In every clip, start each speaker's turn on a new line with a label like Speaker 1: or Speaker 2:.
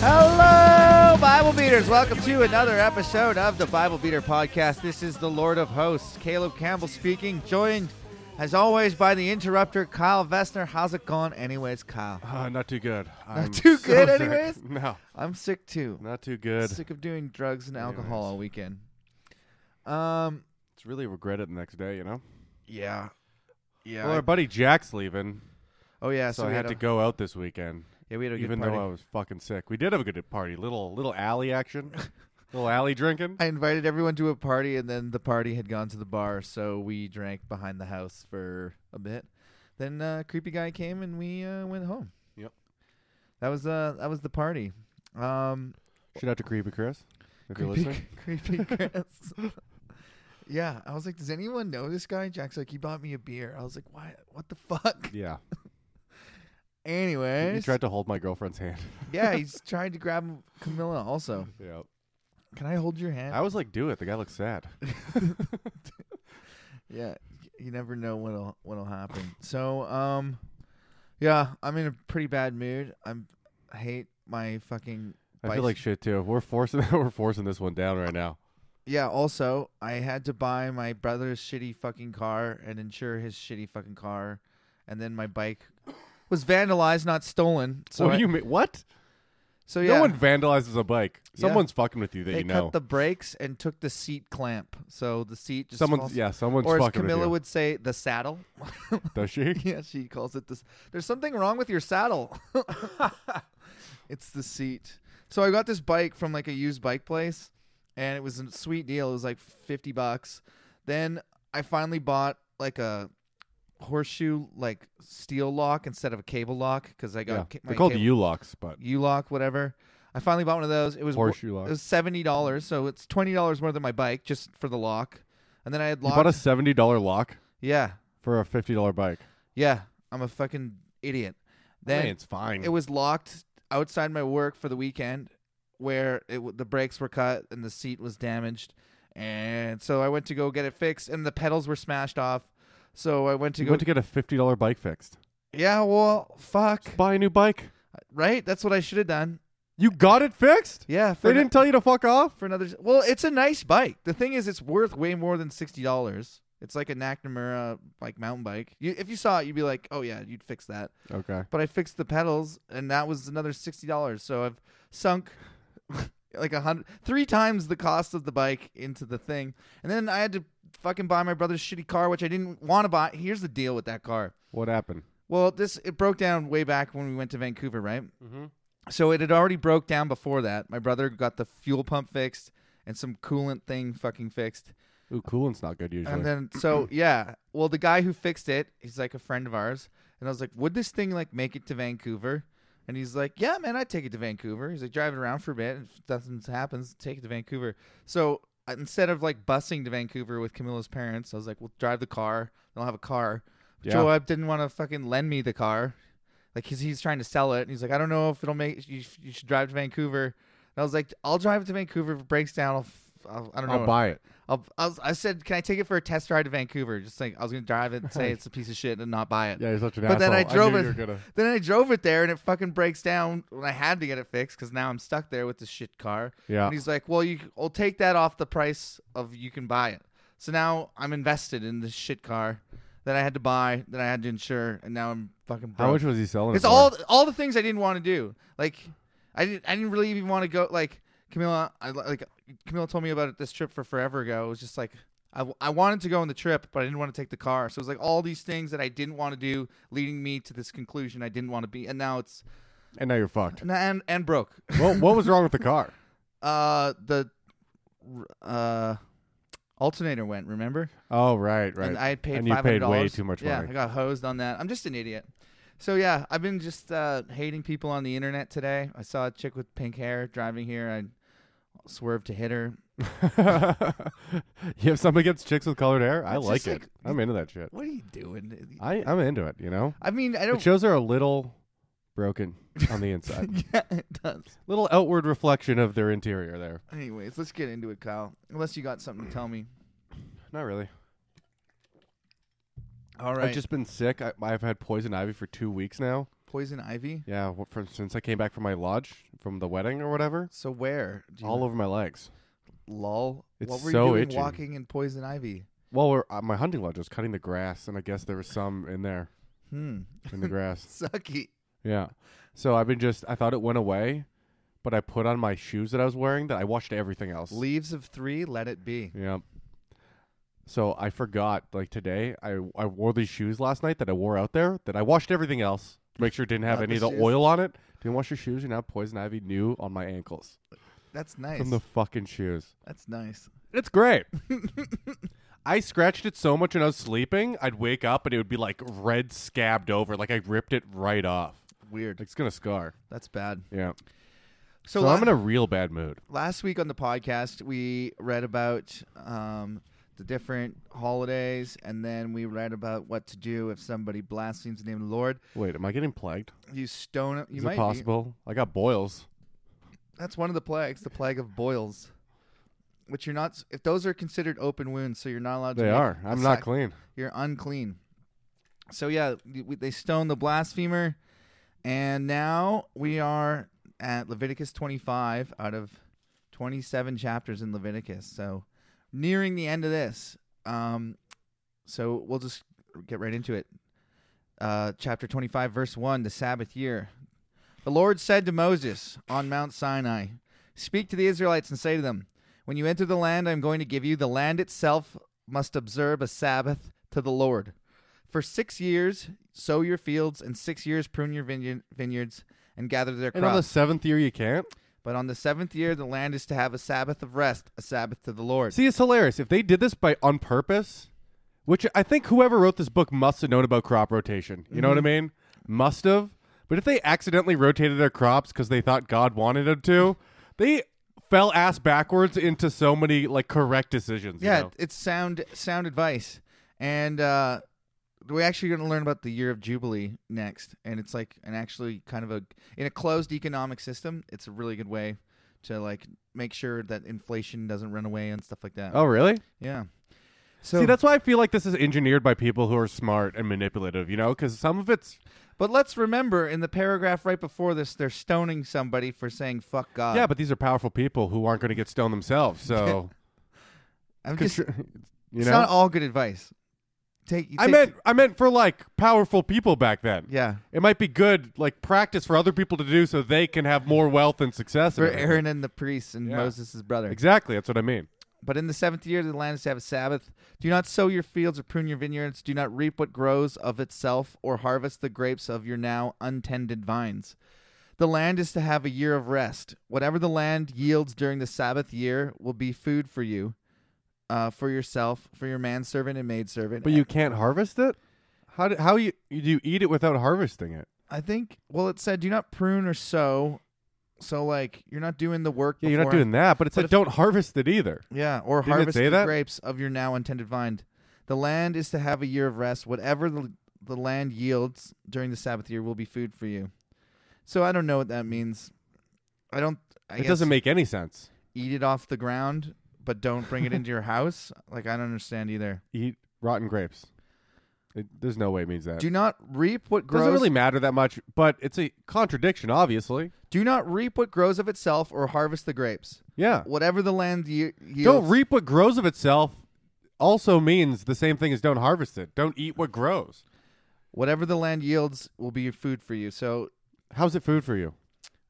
Speaker 1: Hello, Bible Beaters. Welcome to another episode of the Bible Beater Podcast. This is the Lord of Hosts, Caleb Campbell speaking, joined as always by the interrupter, Kyle Vestner. How's it going, anyways, Kyle?
Speaker 2: Uh, not too good. I'm
Speaker 1: too
Speaker 2: so
Speaker 1: good
Speaker 2: sick.
Speaker 1: anyways?
Speaker 2: No,
Speaker 1: I'm sick too.
Speaker 2: not too good.
Speaker 1: Sick of doing drugs and alcohol
Speaker 2: Anyways.
Speaker 1: all weekend. Um,
Speaker 2: It's really regret it the next day, you know.
Speaker 1: yeah, yeah.
Speaker 2: Well, our buddy Jack's leaving,
Speaker 1: oh yeah.
Speaker 2: so,
Speaker 1: So,
Speaker 2: I
Speaker 1: we
Speaker 2: had to
Speaker 1: a-
Speaker 2: go out this weekend,
Speaker 1: Yeah, we had a good
Speaker 2: even
Speaker 1: party.
Speaker 2: though I was fucking sick. We did have a good party, little little alley action, little alley drinking.
Speaker 1: I invited everyone to a party, and then the party had gone to the bar, so we drank behind the house for a bit. Then uh, creepy guy came, and we uh, went home.
Speaker 2: Yep.
Speaker 1: That was uh that was the party. Um,
Speaker 2: Shout out to Creepy Chris. If you're
Speaker 1: creepy,
Speaker 2: listening,
Speaker 1: creepy Chris. yeah, I was like, does anyone know this guy? Jack's like, he bought me a beer. I was like, why? What the fuck?
Speaker 2: yeah, he,
Speaker 1: Anyways,
Speaker 2: he tried to hold my girlfriend's hand.
Speaker 1: yeah, he's tried to grab Camilla. Also,
Speaker 2: yeah,
Speaker 1: can I hold your hand?
Speaker 2: I was like, do it. The guy looks sad.
Speaker 1: Yeah, y- you never know what'll what'll happen. So, um, yeah, I'm in a pretty bad mood. I'm I hate my fucking.
Speaker 2: I feel
Speaker 1: bicy-
Speaker 2: like shit too. We're forcing we're forcing this one down right now.
Speaker 1: yeah. Also, I had to buy my brother's shitty fucking car and insure his shitty fucking car, and then my bike was vandalized, not stolen. So
Speaker 2: what do
Speaker 1: I-
Speaker 2: you mean? What?
Speaker 1: So yeah,
Speaker 2: No one vandalizes a bike.
Speaker 1: Yeah.
Speaker 2: Someone's fucking with you that
Speaker 1: they
Speaker 2: you know.
Speaker 1: cut the brakes and took the seat clamp. So the seat just
Speaker 2: someone's
Speaker 1: falls-
Speaker 2: yeah. Someone's
Speaker 1: Or as
Speaker 2: fucking
Speaker 1: Camilla
Speaker 2: with
Speaker 1: would say, the saddle.
Speaker 2: you. Does she?
Speaker 1: Yeah, she calls it this. There's something wrong with your saddle. it's the seat. So I got this bike from like a used bike place, and it was a sweet deal. It was like fifty bucks. Then I finally bought like a horseshoe like steel lock instead of a cable lock because I got
Speaker 2: Yeah.
Speaker 1: ca- my
Speaker 2: They're called
Speaker 1: cable-
Speaker 2: U locks, but
Speaker 1: U lock whatever. I finally bought one of those. It was wor-
Speaker 2: horseshoe
Speaker 1: It
Speaker 2: locks.
Speaker 1: was seventy dollars, so it's twenty dollars more than my bike just for the lock. And then I had
Speaker 2: You
Speaker 1: locked.
Speaker 2: bought a seventy dollar lock
Speaker 1: yeah,
Speaker 2: for a fifty dollar bike.
Speaker 1: yeah. I'm a fucking idiot. Then
Speaker 2: Hey, it's fine.
Speaker 1: it was locked outside my work for the weekend where it w- the brakes were cut and the seat was damaged and so i went to go get it fixed and the pedals were smashed off so i went to
Speaker 2: you
Speaker 1: go
Speaker 2: went to get a fifty dollar bike fixed.
Speaker 1: yeah well fuck
Speaker 2: Just buy a new bike.
Speaker 1: right that's what i should have done
Speaker 2: You got it fixed.
Speaker 1: yeah for,
Speaker 2: They
Speaker 1: ano-
Speaker 2: didn't tell you to fuck off.
Speaker 1: for another well it's a nice bike the thing is it's worth way more than $60 it's like a nakamura like mountain bike you, if you saw it you'd be like oh yeah you'd fix that
Speaker 2: Okay.
Speaker 1: but I fixed the pedals, and that was another sixty dollars. So I've sunk like a hundred, three times the cost of the bike into the thing, and then I had to fucking buy my brother's shitty car, which I didn't want to buy. Here's the deal with that car.
Speaker 2: What happened?
Speaker 1: Well, this it broke down way back when we went to Vancouver, right?
Speaker 2: Mm-hmm.
Speaker 1: So it had already broke down before that. My brother got the fuel pump fixed and some coolant thing fucking fixed.
Speaker 2: Ooh, coolant's not good usually.
Speaker 1: And then so yeah, well the guy who fixed it, he's like a friend of ours, and I was like, would this thing like make it to Vancouver? And he's like, yeah, man, I'd take it to Vancouver. He's like, drive it around for a bit. and If nothing happens, take it to Vancouver. So I- instead of like busing to Vancouver with Camilla's parents, I was like, we'll drive the car. Then I'll have a car.
Speaker 2: Yeah.
Speaker 1: Joe Webb didn't want to fucking lend me the car. Like, cause he's trying to sell it. And he's like, I don't know if it'll make, you, you should drive to Vancouver. And I was like, I'll drive it to Vancouver. If it breaks down, I'll, f- I'll I don't know.
Speaker 2: I'll buy it.
Speaker 1: I'll, I, was, I said, can I take it for a test ride to Vancouver? Just like I was gonna drive it and say it's a piece of shit and not buy it.
Speaker 2: Yeah, you're such an
Speaker 1: But
Speaker 2: asshole.
Speaker 1: then I drove
Speaker 2: knew
Speaker 1: it-
Speaker 2: you were gonna-
Speaker 1: Then I drove it there and it fucking breaks down when I had to get it fixed because now I'm stuck there with this shit car.
Speaker 2: Yeah.
Speaker 1: And he's like, well, you, I'll take that off the price of you can buy it. So now I'm invested in this shit car that I had to buy, that I had to insure, and now I'm fucking. Broke.
Speaker 2: How much was he selling? it
Speaker 1: It's
Speaker 2: for?
Speaker 1: all all the things I didn't want to do. Like I didn't I didn't really even want to go. Like Camilla, I like Camilla told me about it, this trip for forever ago. It was just like I, w- I wanted to go on the trip, but I didn't want to take the car. So it was like all these things that I didn't want to do, leading me to this conclusion I didn't want to be. And now it's
Speaker 2: And now you're fucked.
Speaker 1: and and, and broke.
Speaker 2: well, what was wrong with the car?
Speaker 1: Uh, the uh alternator went. Remember?
Speaker 2: Oh, right, right.
Speaker 1: And I had paid
Speaker 2: And you
Speaker 1: five
Speaker 2: paid
Speaker 1: hundred dollars.
Speaker 2: way too much
Speaker 1: yeah,
Speaker 2: money.
Speaker 1: I got hosed on that. I'm just an idiot. So yeah, I've been just uh, hating people on the internet today. I saw a chick with pink hair driving here. I swerved to hit her.
Speaker 2: you have something against chicks with colored hair? I
Speaker 1: It's
Speaker 2: like
Speaker 1: just
Speaker 2: it.
Speaker 1: like-
Speaker 2: I'm into that shit.
Speaker 1: What are you doing? I,
Speaker 2: I, I'm into it, you know?
Speaker 1: mean, I
Speaker 2: It
Speaker 1: don't.
Speaker 2: shows her a little broken on the inside.
Speaker 1: yeah, it does.
Speaker 2: little outward reflection of their interior there.
Speaker 1: Anyways, let's get into it, Kyle. Unless you got something to tell me.
Speaker 2: Not really.
Speaker 1: All right.
Speaker 2: I've just been sick. I, I've had poison ivy for two weeks now.
Speaker 1: poison ivy?
Speaker 2: Yeah, wh- from, since I came back from my lodge from the wedding or whatever,
Speaker 1: So where? Do you
Speaker 2: all over my legs.
Speaker 1: lol.
Speaker 2: It's
Speaker 1: what were
Speaker 2: so
Speaker 1: you doing
Speaker 2: itchy.
Speaker 1: walking in poison ivy?
Speaker 2: Well, we're, uh, my hunting lodge was cutting the grass, and I guess there was some in there
Speaker 1: Hmm.
Speaker 2: in the grass.
Speaker 1: Sucky.
Speaker 2: Yeah. So I've been just I thought it went away, but I put on my shoes that I was wearing that I washed everything else.
Speaker 1: Leaves of three, let it be.
Speaker 2: yeah. So I forgot like today I I wore these shoes last night that I wore out there that I washed everything else to make sure it didn't have
Speaker 1: Not
Speaker 2: any of
Speaker 1: the
Speaker 2: the
Speaker 1: shoes.
Speaker 2: oil on it. Didn't wash your shoes, you now have poison ivy new on my ankles
Speaker 1: That's nice.
Speaker 2: from the fucking shoes.
Speaker 1: That's nice.
Speaker 2: It's great. I scratched it so much when I was sleeping, I'd wake up and it would be like red scabbed over, like I ripped it right off.
Speaker 1: Weird.
Speaker 2: It's gonna scar.
Speaker 1: That's bad.
Speaker 2: Yeah.
Speaker 1: So,
Speaker 2: So,
Speaker 1: la-
Speaker 2: I'm in a real bad mood.
Speaker 1: last week on the podcast we read about um, the different holidays, and then we read about what to do if somebody blasphemes the name of the Lord.
Speaker 2: Wait, am I getting plagued?
Speaker 1: You stone You
Speaker 2: Is
Speaker 1: might
Speaker 2: it
Speaker 1: be.
Speaker 2: possible? I got boils.
Speaker 1: That's one of the plagues, the plague of boils. Which you're not. If those are considered open wounds, so you're not allowed to.
Speaker 2: They
Speaker 1: make
Speaker 2: are.
Speaker 1: a
Speaker 2: I'm not
Speaker 1: sac-
Speaker 2: clean.
Speaker 1: You're unclean. So yeah, y- we- they stoned the blasphemer, and now we are at Leviticus 25 out of 27 chapters in Leviticus. So nearing the end of this. Um, so we'll just get right into it. Uh, chapter 25, verse 1, the Sabbath year. The Lord said to Moses on Mount Sinai, Speak to the Israelites and say to them, When you enter the land I am going to give you, the land itself must observe a Sabbath to the Lord. For six years sow your fields, and six years prune your vineyard, vineyards, and gather their
Speaker 2: And on the
Speaker 1: crops.
Speaker 2: seventh year, you can't.
Speaker 1: but on the seventh year, the land is to have a Sabbath of rest, a Sabbath to the Lord.
Speaker 2: See, it's hilarious. If they did this by on purpose, which I think whoever wrote this book must have known about crop rotation. You know what I
Speaker 1: Mm-hmm.
Speaker 2: mean? Must have. But if they accidentally rotated their crops because they thought God wanted them to, they fell ass backwards into so many like correct decisions. you
Speaker 1: Yeah,
Speaker 2: know?
Speaker 1: it's sound sound advice, and uh, we're actually going to learn about the year of jubilee next, and it's like an actually kind of a in a closed economic system. It's a really good way to like make sure that inflation doesn't run away and stuff like that.
Speaker 2: Oh, really?
Speaker 1: yeah. So,
Speaker 2: See, that's why I feel like this is engineered by people who are smart and manipulative. You know, because some of it's
Speaker 1: but let's remember in the paragraph right before this, they're stoning somebody for saying "fuck God."
Speaker 2: yeah, but these are powerful people who aren't going to get stoned themselves. So
Speaker 1: I'm just,
Speaker 2: Contr- you
Speaker 1: it's
Speaker 2: know,
Speaker 1: not all good advice. Take, you
Speaker 2: I
Speaker 1: take-
Speaker 2: meant I meant for like powerful people back then.
Speaker 1: yeah.
Speaker 2: It might be good like practice for other people to do so they can have more wealth and success.
Speaker 1: For
Speaker 2: and everything.
Speaker 1: Aaron and the priest and
Speaker 2: Yeah.
Speaker 1: Moses' brother.
Speaker 2: exactly. That's what I mean.
Speaker 1: But in the seventh year, the land is to have a Sabbath. Do not sow your fields or prune your vineyards. Do not reap what grows of itself or harvest the grapes of your now untended vines. The land is to have a year of rest. Whatever the land yields during the Sabbath year will be food for you, uh, for yourself, for your manservant and maidservant.
Speaker 2: But you can't harvest it. How do, how you you- do you eat it without harvesting it?
Speaker 1: I think, well, it said do not prune or sow. So, like, you're not doing the work.
Speaker 2: Yeah, you're not
Speaker 1: beforehand.
Speaker 2: doing that. But it
Speaker 1: But
Speaker 2: said
Speaker 1: if-
Speaker 2: don't harvest it either.
Speaker 1: Yeah, or
Speaker 2: Didn't it
Speaker 1: harvest
Speaker 2: say
Speaker 1: the
Speaker 2: that?
Speaker 1: grapes of your now intended vine. The land is to have a year of rest. Whatever the, the land yields during the Sabbath year will be food for you. So I don't know what that means. I don't. I
Speaker 2: it doesn't
Speaker 1: guess
Speaker 2: make any sense.
Speaker 1: eat it off the ground, but don't bring it into your house. Like I don't understand either.
Speaker 2: Eat rotten grapes. It, there's no way it means that.
Speaker 1: Do not reap what grows.
Speaker 2: doesn't really matter that much, but it's a contradiction, obviously.
Speaker 1: Do not reap what grows of itself, or harvest the grapes.
Speaker 2: Yeah.
Speaker 1: Whatever the land ye- yields.
Speaker 2: Uh. Don't reap what grows of itself also means the same thing as don't harvest it. Don't eat what grows.
Speaker 1: Whatever the land yields will be food for you. So
Speaker 2: How's it food for you?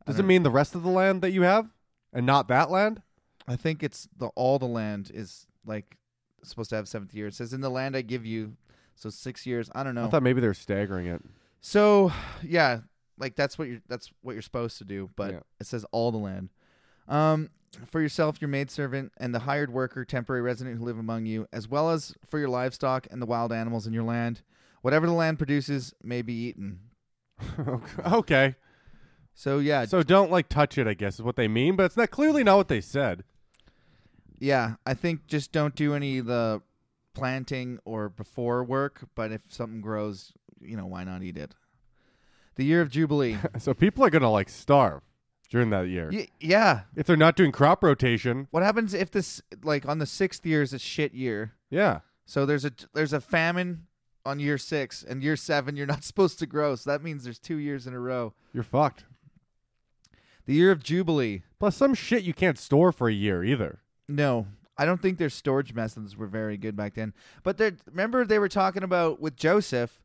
Speaker 2: Does it
Speaker 1: don't-
Speaker 2: mean the rest of the land that you have and not that land?
Speaker 1: I think it's the all the land is like supposed to have seventh year. It says in the land I give you, so six years. I don't know.
Speaker 2: I thought maybe they were staggering it.
Speaker 1: so yeah, like that's what you're that's what you're supposed to do, but
Speaker 2: Yeah.
Speaker 1: it says all the land. Um, for yourself, your maidservant, and the hired worker, temporary resident who live among you, as well as for your livestock and the wild animals in your land, whatever the land produces may be eaten.
Speaker 2: okay.
Speaker 1: So yeah,
Speaker 2: So don't like touch it, I guess is what they mean, but it's not clearly not what they said.
Speaker 1: Yeah, I think just don't do any of the planting or before work, but if something grows, you know, why not eat it? The year of Jubilee.
Speaker 2: So people are going to like starve during that year.
Speaker 1: y- yeah.
Speaker 2: If they're not doing crop rotation,
Speaker 1: What happens if this like on the 6th year is a shit year?
Speaker 2: yeah.
Speaker 1: So there's a there's a famine on year six and year seven you're not supposed to grow so that means there's two years in a row
Speaker 2: You're fucked.
Speaker 1: the year of jubilee
Speaker 2: Plus, some shit you can't store for a year either.
Speaker 1: no i don't think their storage methods were very good back then but they remember they were talking about with joseph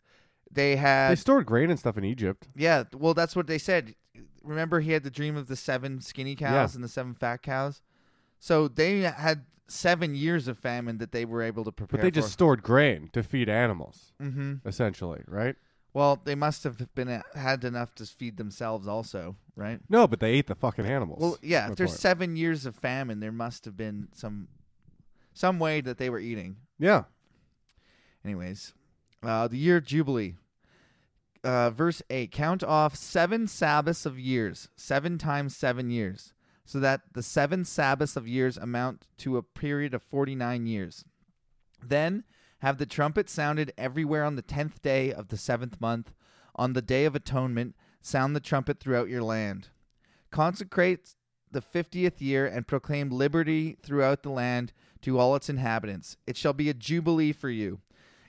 Speaker 1: they had
Speaker 2: They stored grain and stuff in Egypt.
Speaker 1: yeah well that's what they said remember he had the dream of the seven skinny cows
Speaker 2: Yeah.
Speaker 1: and the seven fat cows so they had seven years of famine that they were able to prepare
Speaker 2: But they just stored grain to feed animals,
Speaker 1: hmm
Speaker 2: essentially, right?
Speaker 1: well they must have been uh, had enough to feed themselves also right
Speaker 2: No, but they ate the fucking animals.
Speaker 1: Well, yeah.
Speaker 2: my
Speaker 1: If there's
Speaker 2: point.
Speaker 1: seven years of famine, there must have been some some way that they were eating.
Speaker 2: yeah.
Speaker 1: Anyways, uh, the year of jubilee, uh, verse eight. Count off seven Sabbaths of years, seven times seven years, so that the seven Sabbaths of years amount to a period of forty nine years. Then have the trumpet sounded everywhere on the tenth day of the seventh month, on the day of atonement. Sound the trumpet throughout your land. Consecrate the fiftieth year and proclaim liberty throughout the land to all its inhabitants. It shall be a jubilee for you.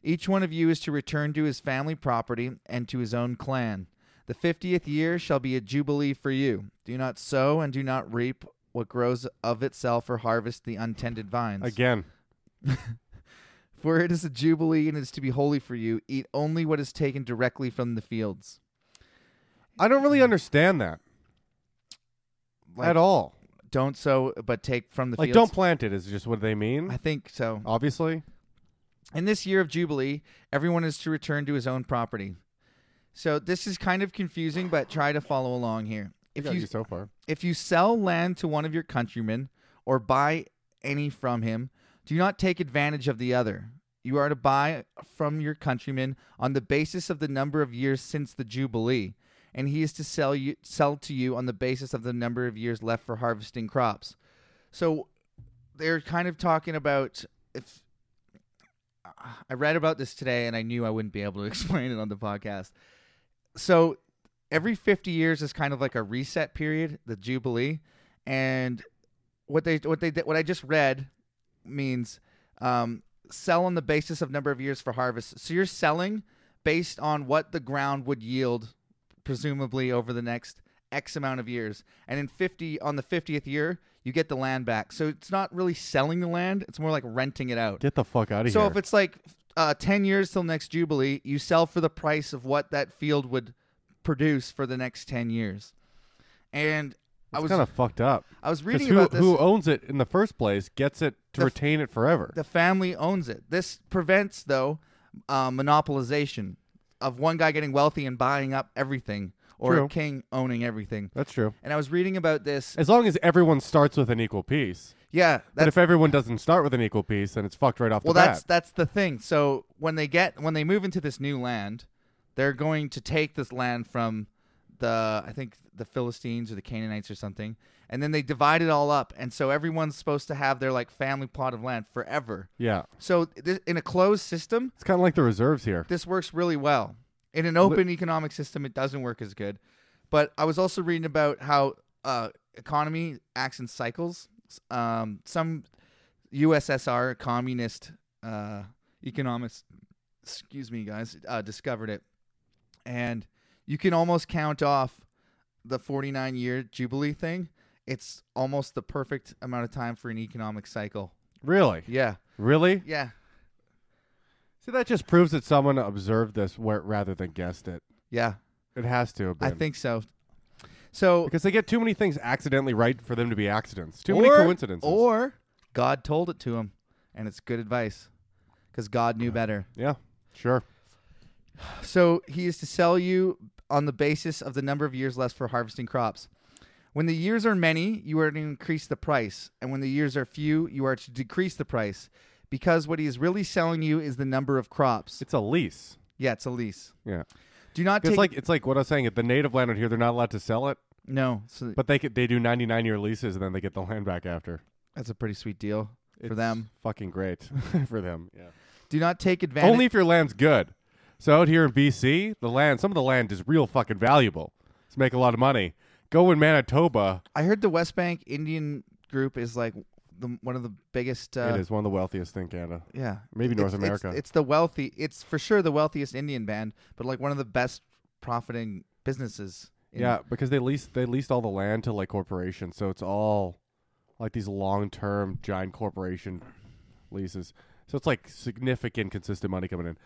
Speaker 1: Each one of you is to return to his family property and to his own clan. The fiftieth year shall be a jubilee for you. Do not sow and do not reap what grows of itself or harvest the untended vines.
Speaker 2: Again.
Speaker 1: For it is a jubilee and is to be holy for you. Eat only what is taken directly from the fields.
Speaker 2: I don't really understand that
Speaker 1: Like,
Speaker 2: at all.
Speaker 1: Don't sow, but take from the
Speaker 2: Like,
Speaker 1: fields.
Speaker 2: don't plant it is just what they mean,
Speaker 1: I think so.
Speaker 2: obviously.
Speaker 1: In this year of Jubilee, everyone is to return to his own property. So this is kind of confusing, but try to follow along here. If you
Speaker 2: so far.
Speaker 1: if you sell land to one of your countrymen or buy any from him, do not take advantage of the other. You are to buy from your countrymen on the basis of the number of years since the jubilee, and he is to sell you sell to you on the basis of the number of years left for harvesting crops. So they're kind of talking about if I read about this today and I knew I wouldn't be able to explain it on the podcast. So every 50 years is kind of like a reset period, the jubilee, and what they what they did- what I just read means um, sell on the basis of number of years for harvest. So you're selling based on what the ground would yield, presumably over the next X amount of years, and in 50 on the 50th year you get the land back. So it's not really selling the land; it's more like renting it out.
Speaker 2: Get the fuck out of
Speaker 1: So
Speaker 2: here.
Speaker 1: if it's like uh, ten years till next Jubilee, you sell for the price of what that field would produce for the next ten years. And I was
Speaker 2: kind of fucked up.
Speaker 1: I was
Speaker 2: 'Cause
Speaker 1: reading
Speaker 2: who,
Speaker 1: about this.
Speaker 2: who owns it in the first place gets it to
Speaker 1: The f-
Speaker 2: retain it forever.
Speaker 1: the family owns it. This prevents though uh, monopolization of one guy getting wealthy and buying up everything, or
Speaker 2: True.
Speaker 1: a king owning everything.
Speaker 2: That's true.
Speaker 1: And I was reading about this.
Speaker 2: As long as everyone starts with an equal piece.
Speaker 1: Yeah,
Speaker 2: But
Speaker 1: that's
Speaker 2: if everyone doesn't start with an equal piece, then it's fucked right off
Speaker 1: well,
Speaker 2: the bat.
Speaker 1: that's that's the thing. So when they get when they move into this new land, they're going to take this land from the I think the Philistines or the Canaanites or something, and then they divide it all up, and so everyone's supposed to have their like family plot of land forever.
Speaker 2: yeah.
Speaker 1: So th- in a closed system,
Speaker 2: It's kind of like the reserves here.
Speaker 1: this works really well. In an open economic system, it doesn't work as good. But I was also reading about how uh, economy acts in cycles. S- Um, some USSR communist uh, economists, excuse me, guys, uh, discovered it, and you can almost count off the 49 year jubilee thing. It's almost the perfect amount of time for an economic cycle.
Speaker 2: Really?
Speaker 1: Yeah,
Speaker 2: Really?
Speaker 1: yeah.
Speaker 2: See, that just proves that someone observed this where, rather than guessed it.
Speaker 1: Yeah,
Speaker 2: It has to have
Speaker 1: I
Speaker 2: been.
Speaker 1: think so. So
Speaker 2: Because they get too many things accidentally right for them to be accidents. Too
Speaker 1: or,
Speaker 2: many coincidences.
Speaker 1: Or God told it to him, and it's good advice because God knew better.
Speaker 2: yeah, sure.
Speaker 1: So he is to sell you on the basis of the number of years left for harvesting crops. When the years are many, you are to increase the price, and when the years are few, you are to decrease the price, because what he is really selling you is the number of crops.
Speaker 2: It's a lease.
Speaker 1: yeah, it's a lease.
Speaker 2: Yeah.
Speaker 1: Do not
Speaker 2: It's
Speaker 1: take
Speaker 2: like it's like what I was saying. At the native land out here, they're not allowed to sell it,
Speaker 1: no. So
Speaker 2: but they could, they do ninety nine year leases and then they get the land back after.
Speaker 1: that's a pretty sweet deal for
Speaker 2: It's
Speaker 1: them.
Speaker 2: fucking great for them. Yeah.
Speaker 1: Do not take advantage.
Speaker 2: Only if your land's good. So out here in BC, the land, some of the land is real fucking valuable. It's make a lot of money. Go in Manitoba.
Speaker 1: I heard the West Bank Indian group is like the one of the biggest. Uh,
Speaker 2: it is one of the wealthiest in Canada.
Speaker 1: Yeah,
Speaker 2: Maybe
Speaker 1: It's-
Speaker 2: North
Speaker 1: it's-
Speaker 2: America.
Speaker 1: It's, the wealthy. It's for sure the wealthiest Indian band, but like one of the best profiting businesses. in-
Speaker 2: yeah, because they leased they leased all the land to like corporations, so it's all like these long term giant corporation leases. So it's like significant consistent money coming in.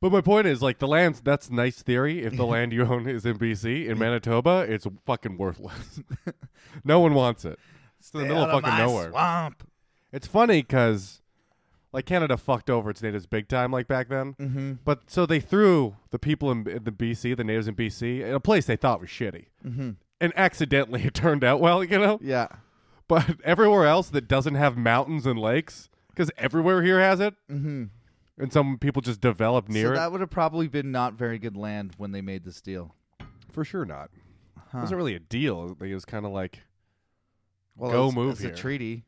Speaker 2: But my point is like the land's that's nice theory. If the land you own is in BC, in Manitoba, it's fucking worthless. no one wants it. It's in the
Speaker 1: Stay
Speaker 2: middle of
Speaker 1: out
Speaker 2: fucking
Speaker 1: my
Speaker 2: nowhere.
Speaker 1: Swamp.
Speaker 2: It's funny because, like, Canada fucked over its natives big time, like back then. Mm-hmm. But so they threw the people in, in the BC, the natives in BC, in a place they thought was shitty, mm-hmm. and accidentally it turned out well, you know.
Speaker 1: Yeah,
Speaker 2: But everywhere else that doesn't have mountains and lakes, because everywhere here has it, mm-hmm. and some people just develop near
Speaker 1: so
Speaker 2: it.
Speaker 1: that would have probably been not very good land when they made this deal.
Speaker 2: For sure not. It wasn't really a deal. It was kind of like,
Speaker 1: Well,
Speaker 2: Go
Speaker 1: it's,
Speaker 2: move
Speaker 1: it's
Speaker 2: here.
Speaker 1: a treaty.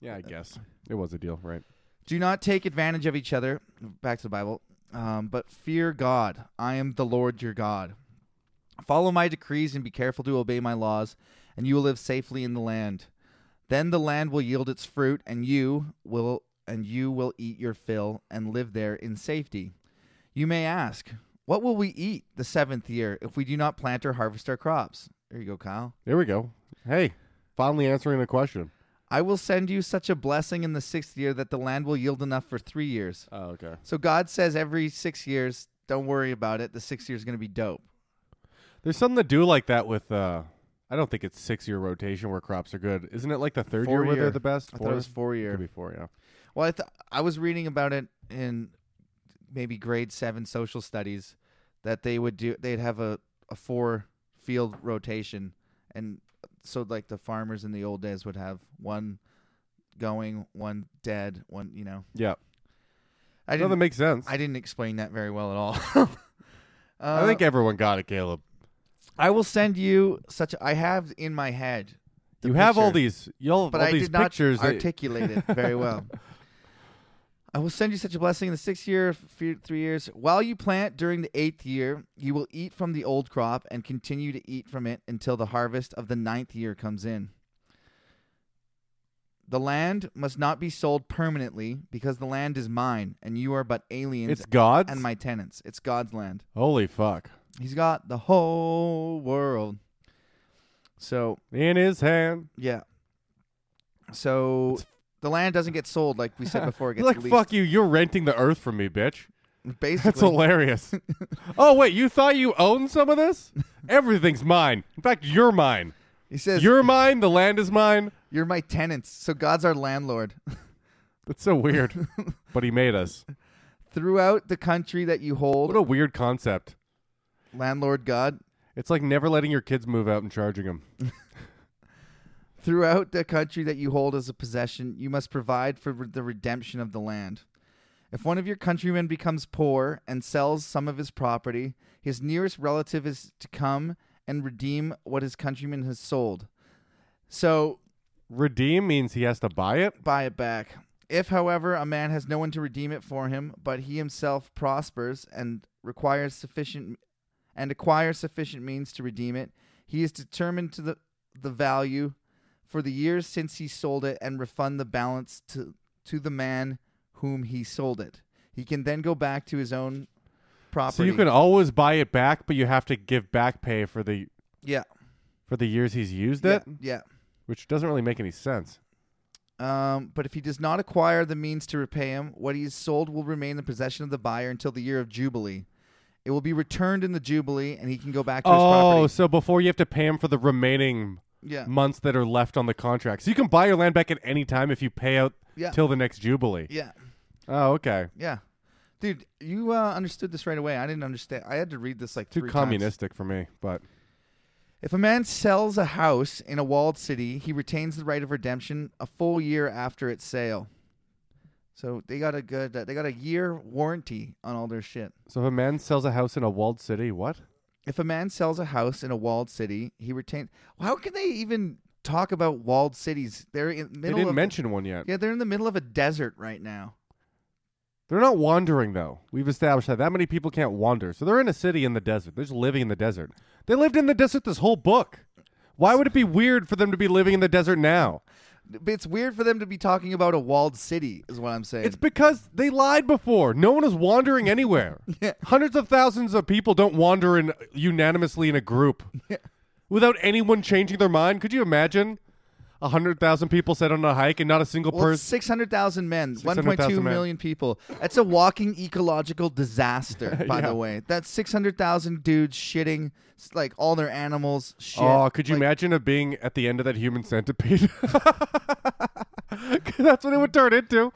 Speaker 2: yeah, I guess it was a deal, right?
Speaker 1: Do not take advantage of each other. Back to the Bible. Um, but fear God. I am the Lord your God. Follow my decrees and be careful to obey my laws, and you will live safely in the land. Then the land will yield its fruit, and you will and you will eat your fill and live there in safety. You may ask, what will we eat the seventh year if we do not plant or harvest our crops? There you go, Kyle.
Speaker 2: There we go. Hey, finally answering the question.
Speaker 1: I will send you such a blessing in the sixth year that the land will yield enough for three years.
Speaker 2: Oh, okay.
Speaker 1: So God says every six years, don't worry about it. The six years is going to be dope.
Speaker 2: There's something to do like that with. uh I don't think it's six year rotation where crops are good. Isn't it like the third year,
Speaker 1: Four
Speaker 2: where they're
Speaker 1: year.
Speaker 2: the best?
Speaker 1: I thought it was four
Speaker 2: Could
Speaker 1: year.
Speaker 2: be four, yeah.
Speaker 1: Well, I th- I was reading about it in maybe grade seven social studies that they would do. They'd have a a four field rotation, and so like the farmers in the old days would have one going, one dead, one. You know,
Speaker 2: Yeah.
Speaker 1: I
Speaker 2: no, that
Speaker 1: didn't.
Speaker 2: makes sense.
Speaker 1: I didn't explain that very well at all. Uh,
Speaker 2: I think everyone got it, Caleb.
Speaker 1: I will send you such. I have in my head. the
Speaker 2: you have all
Speaker 1: picture.
Speaker 2: these, you all,
Speaker 1: but
Speaker 2: all
Speaker 1: I
Speaker 2: these
Speaker 1: did not
Speaker 2: pictures. that-
Speaker 1: articulate it very well. I will send you such a blessing in the sixth year, f- three years. While you plant during the eighth year, you will eat from the old crop and continue to eat from it until the harvest of the ninth year comes in. The land must not be sold permanently because the land is mine and you are but aliens
Speaker 2: it's God's.
Speaker 1: and my tenants. It's God's land.
Speaker 2: Holy fuck!
Speaker 1: He's got the whole world. So
Speaker 2: In his hand.
Speaker 1: yeah. So the land doesn't get sold like we said before. It
Speaker 2: You're
Speaker 1: gets
Speaker 2: like
Speaker 1: leased.
Speaker 2: fuck you. You're renting the earth from me, bitch.
Speaker 1: Basically,
Speaker 2: That's hilarious. oh wait, you thought you owned some of this? Everything's mine. In fact, you're mine.
Speaker 1: he says you're
Speaker 2: You're mine. The land is mine.
Speaker 1: my tenants. So God's our landlord.
Speaker 2: That's so weird. but he made us.
Speaker 1: Throughout the country that you hold,
Speaker 2: What a weird concept.
Speaker 1: landlord God.
Speaker 2: It's like never letting your kids move out and charging them.
Speaker 1: Throughout the country that you hold as a possession, you must provide for the redemption of the land. If one of your countrymen becomes poor and sells some of his property, his nearest relative is to come and redeem what his countryman has sold. So
Speaker 2: Redeem means he has to buy it.
Speaker 1: buy it back. If, however, a man has no one to redeem it for him, but he himself prospers and requires sufficient and acquires sufficient means to redeem it, he is determined to the the value for the years since he sold it and refund the balance to to the man whom he sold it. He can then go back to his own property.
Speaker 2: So you can always buy it back, but you have to give back pay for the
Speaker 1: yeah,
Speaker 2: for the years he's used
Speaker 1: yeah,
Speaker 2: it,
Speaker 1: yeah.
Speaker 2: which doesn't really make any sense.
Speaker 1: Um, but if he does not acquire the means to repay him, what he has sold will remain in the possession of the buyer until the year of Jubilee. It will be returned in the Jubilee, and he can go back to his
Speaker 2: Oh,
Speaker 1: property.
Speaker 2: so before you have to pay him for the remaining
Speaker 1: Yeah.
Speaker 2: months that are left on the contract. So you can buy your land back at any time if you pay out
Speaker 1: Yeah.
Speaker 2: till the next jubilee.
Speaker 1: Yeah.
Speaker 2: Oh, okay.
Speaker 1: Yeah. Dude, you uh, understood this right away. I didn't understand. I had to read this like
Speaker 2: Too
Speaker 1: three times.
Speaker 2: communistic for me, but
Speaker 1: If a man sells a house in a walled city, he retains the right of redemption a full year after its sale. So they got a good, uh, they got a year warranty on all their shit.
Speaker 2: so if a man sells a house in a walled city, what?
Speaker 1: if a man sells a house in a walled city, he retains. How can they even talk about walled cities? They're in the
Speaker 2: They
Speaker 1: middle.
Speaker 2: didn't
Speaker 1: of,
Speaker 2: mention one yet.
Speaker 1: Yeah, they're in the middle of a desert right now.
Speaker 2: They're not wandering though. We've established that that many people can't wander. So they're in a city in the desert. They're just living in the desert. They lived in the desert this whole book. Why would it be weird for them to be living in the desert now?
Speaker 1: It's weird for them to be talking about a walled city, is what I'm saying.
Speaker 2: It's because they lied before. No one is wandering anywhere.
Speaker 1: Yeah.
Speaker 2: Hundreds of thousands of people don't wander in unanimously in a group without anyone changing their mind. Could you imagine? A hundred thousand people set on a hike and not a single
Speaker 1: well, it's
Speaker 2: person.
Speaker 1: 600,000 men, 1.2
Speaker 2: 600,000 men.
Speaker 1: million people. That's a walking ecological disaster, by
Speaker 2: Yeah.
Speaker 1: the way. That's 600,000 dudes shitting s- like all their animals shit.
Speaker 2: Oh, could you
Speaker 1: Like,
Speaker 2: imagine it being at the end of that human centipede? 'Cause That's what it would turn into.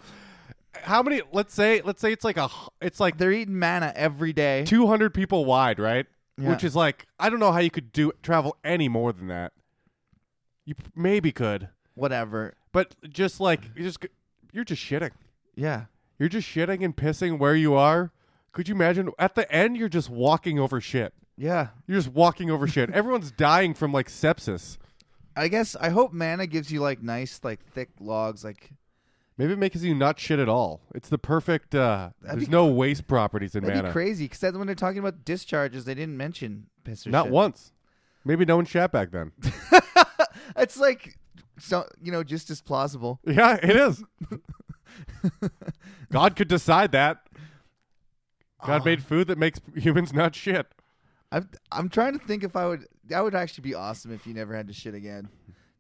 Speaker 2: How many? Let's say, let's say it's like a, h- it's like
Speaker 1: They're eating manna every day.
Speaker 2: two hundred people wide, right?
Speaker 1: Yeah.
Speaker 2: Which is like, I don't know how you could do travel any more than that. You p- maybe could,
Speaker 1: Whatever.
Speaker 2: but just like you just, c- you're just shitting.
Speaker 1: Yeah.
Speaker 2: You're just shitting and pissing where you are. Could you imagine? At the end, you're just walking over shit.
Speaker 1: Yeah.
Speaker 2: You're just walking over shit. Everyone's dying from like sepsis.
Speaker 1: I guess I hope manna gives you like nice, like thick logs. Like
Speaker 2: Maybe it makes you not shit at all. It's the perfect. Uh,
Speaker 1: That'd
Speaker 2: there's
Speaker 1: be
Speaker 2: no waste properties in
Speaker 1: that'd
Speaker 2: mana.
Speaker 1: be crazy because that's when they're talking about discharges, they didn't mention piss or
Speaker 2: Not
Speaker 1: shit.
Speaker 2: once. Maybe no one shat back then.
Speaker 1: It's like, so you know, just as plausible.
Speaker 2: yeah, it is. God could decide that. God
Speaker 1: Ah.
Speaker 2: made food that makes humans not shit.
Speaker 1: I've, I'm trying to think if I would. That would actually be awesome if you never had to shit again.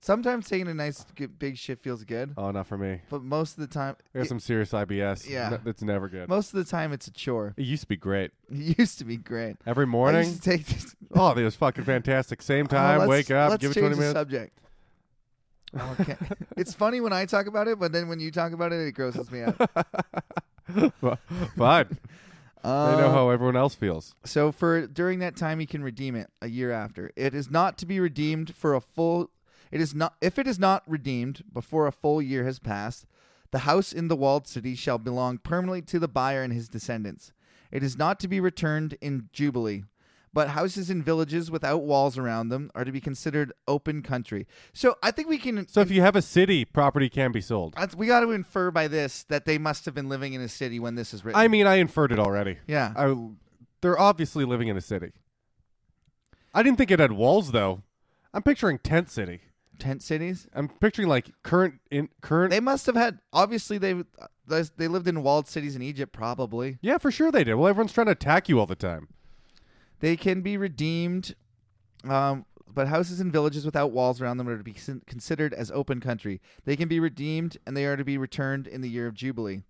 Speaker 1: Sometimes taking a nice g- big shit feels good,
Speaker 2: Oh, not for me.
Speaker 1: but most of the time,
Speaker 2: I got
Speaker 1: it-
Speaker 2: some serious IBS.
Speaker 1: Yeah.
Speaker 2: N- that's never good.
Speaker 1: most of the time it's a chore.
Speaker 2: It used to be great.
Speaker 1: It used to be great.
Speaker 2: Every
Speaker 1: I used
Speaker 2: morning.
Speaker 1: to take this.
Speaker 2: Oh, it was fucking fantastic. Same
Speaker 1: Oh,
Speaker 2: time,
Speaker 1: let's-
Speaker 2: wake up,
Speaker 1: let's
Speaker 2: give it
Speaker 1: change
Speaker 2: 20
Speaker 1: the
Speaker 2: minutes.
Speaker 1: Subject. Okay. it's funny when I talk about it, but then when you talk about it, it grosses me out.
Speaker 2: Fine.
Speaker 1: Uh,
Speaker 2: I know how everyone else feels.
Speaker 1: So for during that time he can redeem it a year after. It is not to be redeemed for a full it is not if it is not redeemed before a full year has passed, the house in the walled city shall belong permanently to the buyer and his descendants. It is not to be returned in jubilee. But houses in villages without walls around them are to be considered open country. So I think we can
Speaker 2: So if you have a city, property can be sold.
Speaker 1: I- we got to infer by this that they must have been living in a city when this is written.
Speaker 2: I mean, I inferred it already.
Speaker 1: yeah.
Speaker 2: I, they're obviously living in a city. I didn't think it had walls though. I'm picturing tent city.
Speaker 1: Tent cities?
Speaker 2: I'm picturing like current in current.
Speaker 1: They must have had. Obviously, they they lived in walled cities in Egypt. Probably
Speaker 2: yeah, for sure they did. Well, everyone's trying to attack you all the time.
Speaker 1: they can be redeemed, um, but houses and villages without walls around them are to be con- considered as open country. They can be redeemed, and they are to be returned in the year of jubilee.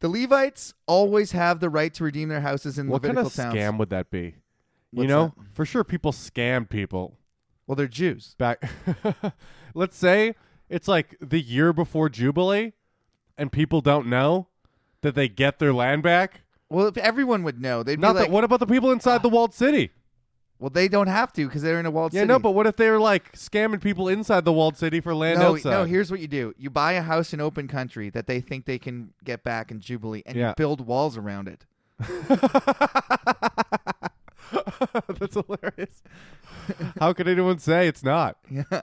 Speaker 1: The Levites always have the right to redeem their houses in
Speaker 2: What kind
Speaker 1: Levitical
Speaker 2: of
Speaker 1: towns.
Speaker 2: scam would that be? you
Speaker 1: What's
Speaker 2: know, for sure people scammed people
Speaker 1: Well, they're Jews.
Speaker 2: back. Let's say it's like the year before Jubilee, and people don't know that they get their land back.
Speaker 1: Well, if everyone would know, they'd be
Speaker 2: Not
Speaker 1: like, Ah.
Speaker 2: that. What about the people inside the walled city?
Speaker 1: "Well, they don't have to because they're in a walled
Speaker 2: Yeah,
Speaker 1: city."
Speaker 2: no, but what if they were like scamming people inside the walled city for land
Speaker 1: no,
Speaker 2: outside?
Speaker 1: no, here's what you do. You buy a house in open country that they think they can get back in Jubilee and you
Speaker 2: Yeah.
Speaker 1: build walls around it.
Speaker 2: That's hilarious. How could anyone say it's not?
Speaker 1: Yeah.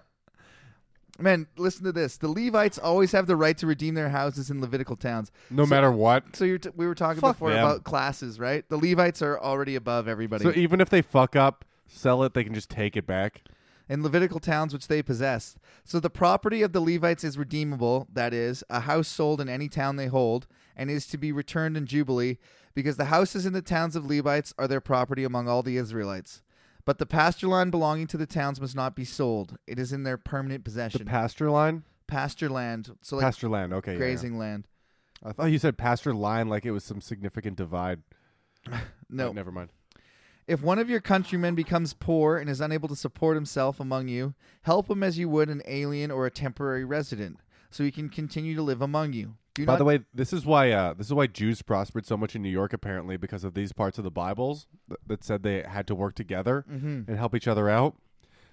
Speaker 1: Man, listen to this. The Levites always have the right to redeem their houses in Levitical towns.
Speaker 2: No matter what.
Speaker 1: So you're t- we were talking
Speaker 2: Fuck
Speaker 1: before
Speaker 2: them.
Speaker 1: about classes, right? The Levites are already above everybody.
Speaker 2: So even if they fuck up, sell it, they can just take it back.
Speaker 1: in Levitical towns which they possess. So the property of the Levites is redeemable, that is, a house sold in any town they hold, and is to be returned in Jubilee, because the houses in the towns of Levites are their property among all the Israelites. But the pasture land belonging to the towns must not be sold. It is in their permanent
Speaker 2: The
Speaker 1: possession.
Speaker 2: pasture line?
Speaker 1: pasture land. So like
Speaker 2: pasture land, okay. yeah, yeah.
Speaker 1: grazing land.
Speaker 2: I thought you said pasture line like it was some significant divide.
Speaker 1: No.
Speaker 2: Oh, never mind.
Speaker 1: If one of your countrymen becomes poor and is unable to support himself among you, help him as you would an alien or a temporary resident, so he can continue to live among you. Do
Speaker 2: By
Speaker 1: not
Speaker 2: the way, this is why uh, this is why Jews prospered so much in New York apparently because of these parts of the Bibles th- that said they had to work together
Speaker 1: Mm-hmm.
Speaker 2: and help each other out.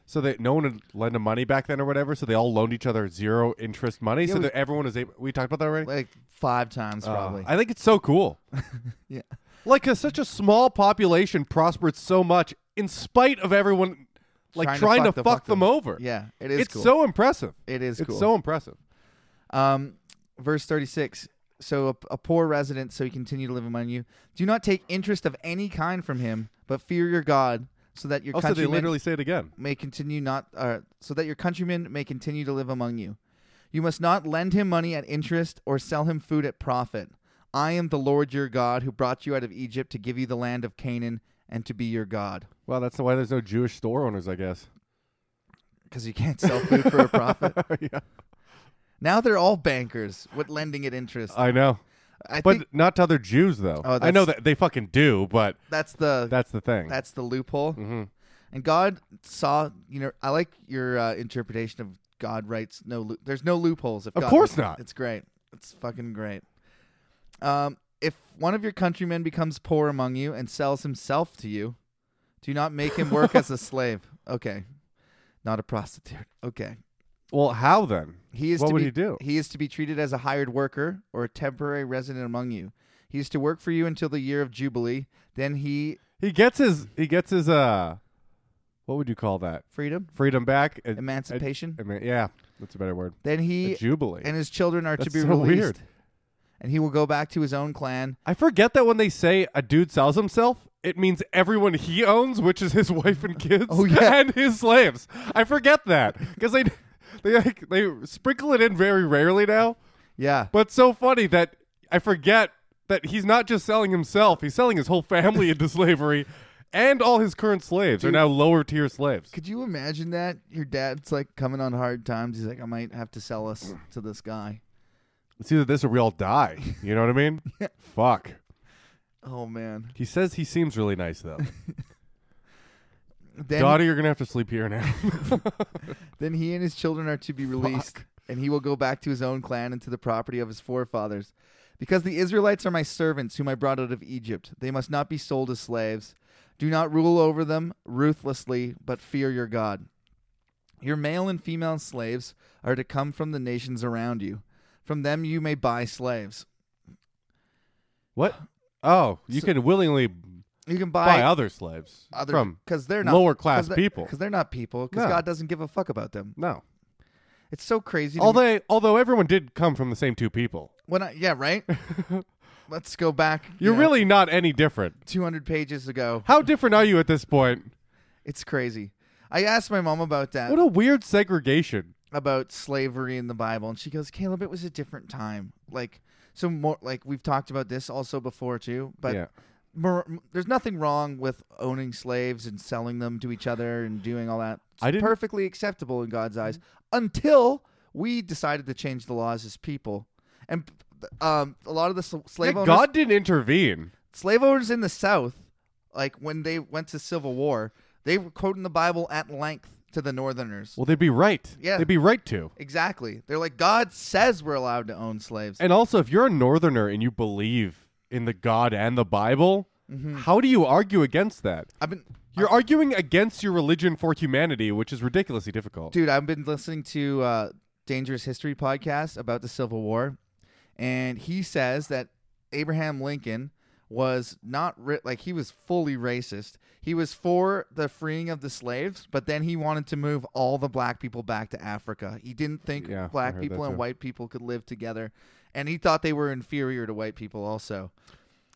Speaker 2: So that no one would lend them money back then or whatever, so they all loaned each other zero interest money, so
Speaker 1: we-
Speaker 2: that everyone was able. We talked about that already.
Speaker 1: like five times
Speaker 2: Uh,
Speaker 1: probably.
Speaker 2: I think it's so cool.
Speaker 1: yeah.
Speaker 2: Like a, such a small population prospered so much in spite of everyone, like trying, to, fuck,
Speaker 1: the-
Speaker 2: them, over.
Speaker 1: Yeah, it is
Speaker 2: it's
Speaker 1: cool.
Speaker 2: so impressive.
Speaker 1: it is
Speaker 2: it's
Speaker 1: cool.
Speaker 2: so impressive.
Speaker 1: um, verse 36. So a, a poor resident, so he continue to live among you. Do not take interest of any kind from him, but fear your God, so that your
Speaker 2: Also, they
Speaker 1: countrymen
Speaker 2: literally say it again.
Speaker 1: may continue not, uh, so that your countrymen may continue to live among you. You must not lend him money at interest or sell him food at profit. I am the Lord your God who brought you out of Egypt to give you the land of Canaan and to be your God.
Speaker 2: Well, that's why there's no Jewish store owners, I guess.
Speaker 1: Because you can't sell food for a profit.
Speaker 2: yeah.
Speaker 1: Now they're all bankers with lending at interest.
Speaker 2: I know.
Speaker 1: I
Speaker 2: Uh, But
Speaker 1: think
Speaker 2: not to other Jews, though.
Speaker 1: Oh,
Speaker 2: I know
Speaker 1: that's-
Speaker 2: that they fucking do, but
Speaker 1: that's the
Speaker 2: that's the thing.
Speaker 1: that's the loophole.
Speaker 2: hmm
Speaker 1: And God saw, you know, I like your uh, interpretation of God writes no. Lo- there's no loopholes. If
Speaker 2: Of
Speaker 1: God
Speaker 2: course
Speaker 1: writes it.
Speaker 2: not.
Speaker 1: It's great. It's fucking great. Um, if one of your countrymen becomes poor among you and sells himself to you, do not make him work as a slave. Okay, not a prostitute. Okay,
Speaker 2: Well, how then?
Speaker 1: he is.
Speaker 2: What
Speaker 1: to
Speaker 2: would
Speaker 1: be,
Speaker 2: he do?
Speaker 1: He is to be treated as a hired worker or a temporary resident among you. He is to work for you until the year of jubilee. Then he
Speaker 2: He gets his. He gets his. Uh, what would you call that?
Speaker 1: freedom,
Speaker 2: Freedom back. and-
Speaker 1: emancipation.
Speaker 2: I mean, yeah, that's a better word.
Speaker 1: then
Speaker 2: A
Speaker 1: he
Speaker 2: jubilee.
Speaker 1: and his children are to
Speaker 2: That's
Speaker 1: be
Speaker 2: so
Speaker 1: released.
Speaker 2: weird.
Speaker 1: And he will go back to his own clan.
Speaker 2: I forget that when they say a dude sells himself, it means everyone he owns, which is his wife and kids
Speaker 1: Oh, yeah.
Speaker 2: and his slaves. I forget that because they they like, they sprinkle it in very rarely now.
Speaker 1: Yeah.
Speaker 2: But it's so funny that I forget that he's not just selling himself; he's selling his whole family into slavery, and all his current slaves are
Speaker 1: Dude.
Speaker 2: now lower tier slaves.
Speaker 1: Could you imagine that? Your dad's like coming on hard times. He's like, I might have to sell us to this guy.
Speaker 2: It's either this or we all die. You know what I mean? Fuck.
Speaker 1: Oh man.
Speaker 2: He says he seems really nice though.
Speaker 1: Then
Speaker 2: Daughter, you're gonna have to sleep here now.
Speaker 1: then he and his children are to be released, and he will go back to his own clan and to the property of his forefathers. Because the Israelites are my servants, whom I brought out of Egypt. They must not be sold as slaves. Do not rule over them ruthlessly, but fear your God. Your male and female slaves are to come from the nations around you. From them you may buy slaves.
Speaker 2: What? Oh, you
Speaker 1: So-
Speaker 2: can willingly
Speaker 1: You can
Speaker 2: buy
Speaker 1: buy,
Speaker 2: other slaves
Speaker 1: other
Speaker 2: from
Speaker 1: because they're not
Speaker 2: lower class people.
Speaker 1: Because they're not people. Because
Speaker 2: No.
Speaker 1: God doesn't give a fuck about them.
Speaker 2: No,
Speaker 1: It's so crazy. to me.
Speaker 2: although although everyone did come from the same two people,
Speaker 1: when I, yeah, right. Let's go back. you
Speaker 2: you're
Speaker 1: know.
Speaker 2: really not any different.
Speaker 1: 200 pages ago.
Speaker 2: How different are you at this point?
Speaker 1: It's crazy. I asked my mom about that,
Speaker 2: What a weird segregation.
Speaker 1: about slavery in the Bible, and she goes, "Caleb, it was a different time. Like, so more like we've talked about this also before too, but
Speaker 2: yeah,
Speaker 1: mor- there's nothing wrong with owning slaves and selling them to each other and doing all that. It's
Speaker 2: I didn't- Mm-hmm.
Speaker 1: perfectly acceptable in God's eyes until we decided to change the laws as people, and um, a lot of the sl- slave
Speaker 2: Yeah,
Speaker 1: owners,
Speaker 2: God didn't intervene.
Speaker 1: slave owners in the South, like when they went to Civil War, they were quoting the Bible at length to the Northerners.
Speaker 2: Well, they'd be right.
Speaker 1: Yeah.
Speaker 2: they'd be right to.
Speaker 1: exactly. They're like, God says we're allowed to own slaves.
Speaker 2: And also, if you're a Northerner and you believe in the God and the Bible,
Speaker 1: Mm-hmm.
Speaker 2: how do you argue against that?
Speaker 1: I've been,
Speaker 2: You're arguing against your religion for humanity, which is ridiculously difficult.
Speaker 1: dude, I've been listening to uh, Dangerous History podcast about the Civil War, and he says that Abraham Lincoln was not ri- like he was fully racist. He was for the freeing of the slaves, but then he wanted to move all the black people back to Africa. He didn't think
Speaker 2: Yeah, I
Speaker 1: black
Speaker 2: heard
Speaker 1: people
Speaker 2: that
Speaker 1: and
Speaker 2: too.
Speaker 1: white people could live together, and he thought they were inferior to white people also.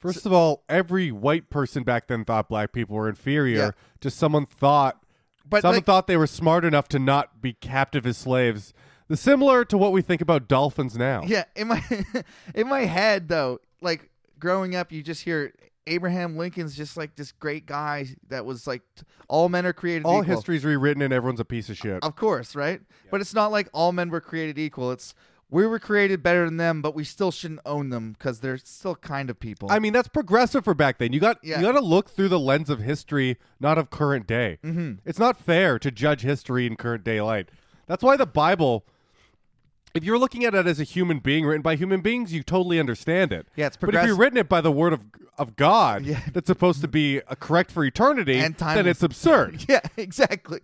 Speaker 2: First of all, every white person back then thought black people were inferior.
Speaker 1: Yeah.
Speaker 2: Just someone thought,
Speaker 1: But,
Speaker 2: someone
Speaker 1: like-
Speaker 2: thought they were smart enough to not be captive as slaves. The similar to what we think about dolphins now.
Speaker 1: Yeah, in my in my head though, like growing up, you just hear Abraham Lincoln's just like this great guy that was like t- all men are created
Speaker 2: all
Speaker 1: equal.
Speaker 2: history's rewritten and everyone's a piece of shit.
Speaker 1: of course, right? But it's not like all men were created equal. It's we were created better than them, but we still shouldn't own them because they're still kind of people.
Speaker 2: I mean, that's progressive for back then. You got
Speaker 1: Yeah.
Speaker 2: you got to look through the lens of history, not of current day. Mm-hmm. It's not fair to judge history in current day light. That's why the Bible. If you're looking at it as a human being written by human beings, you totally understand it.
Speaker 1: Yeah, it's
Speaker 2: But if you're
Speaker 1: progress-
Speaker 2: written it by the word of of God,
Speaker 1: Yeah.
Speaker 2: that's supposed to be uh, correct for eternity,
Speaker 1: And
Speaker 2: then
Speaker 1: timeless.
Speaker 2: it's absurd.
Speaker 1: yeah, exactly.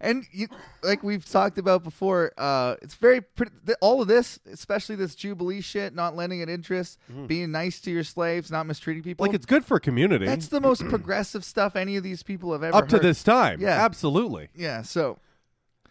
Speaker 1: And you, like we've talked about before, uh, it's very pretty, th- all of this, especially this jubilee shit, not lending it interest, being nice to your slaves, not mistreating people.
Speaker 2: like it's good for a community
Speaker 1: That's the most progressive stuff any of these people have ever
Speaker 2: up to
Speaker 1: heard.
Speaker 2: this time.
Speaker 1: Yeah.
Speaker 2: absolutely.
Speaker 1: Yeah, so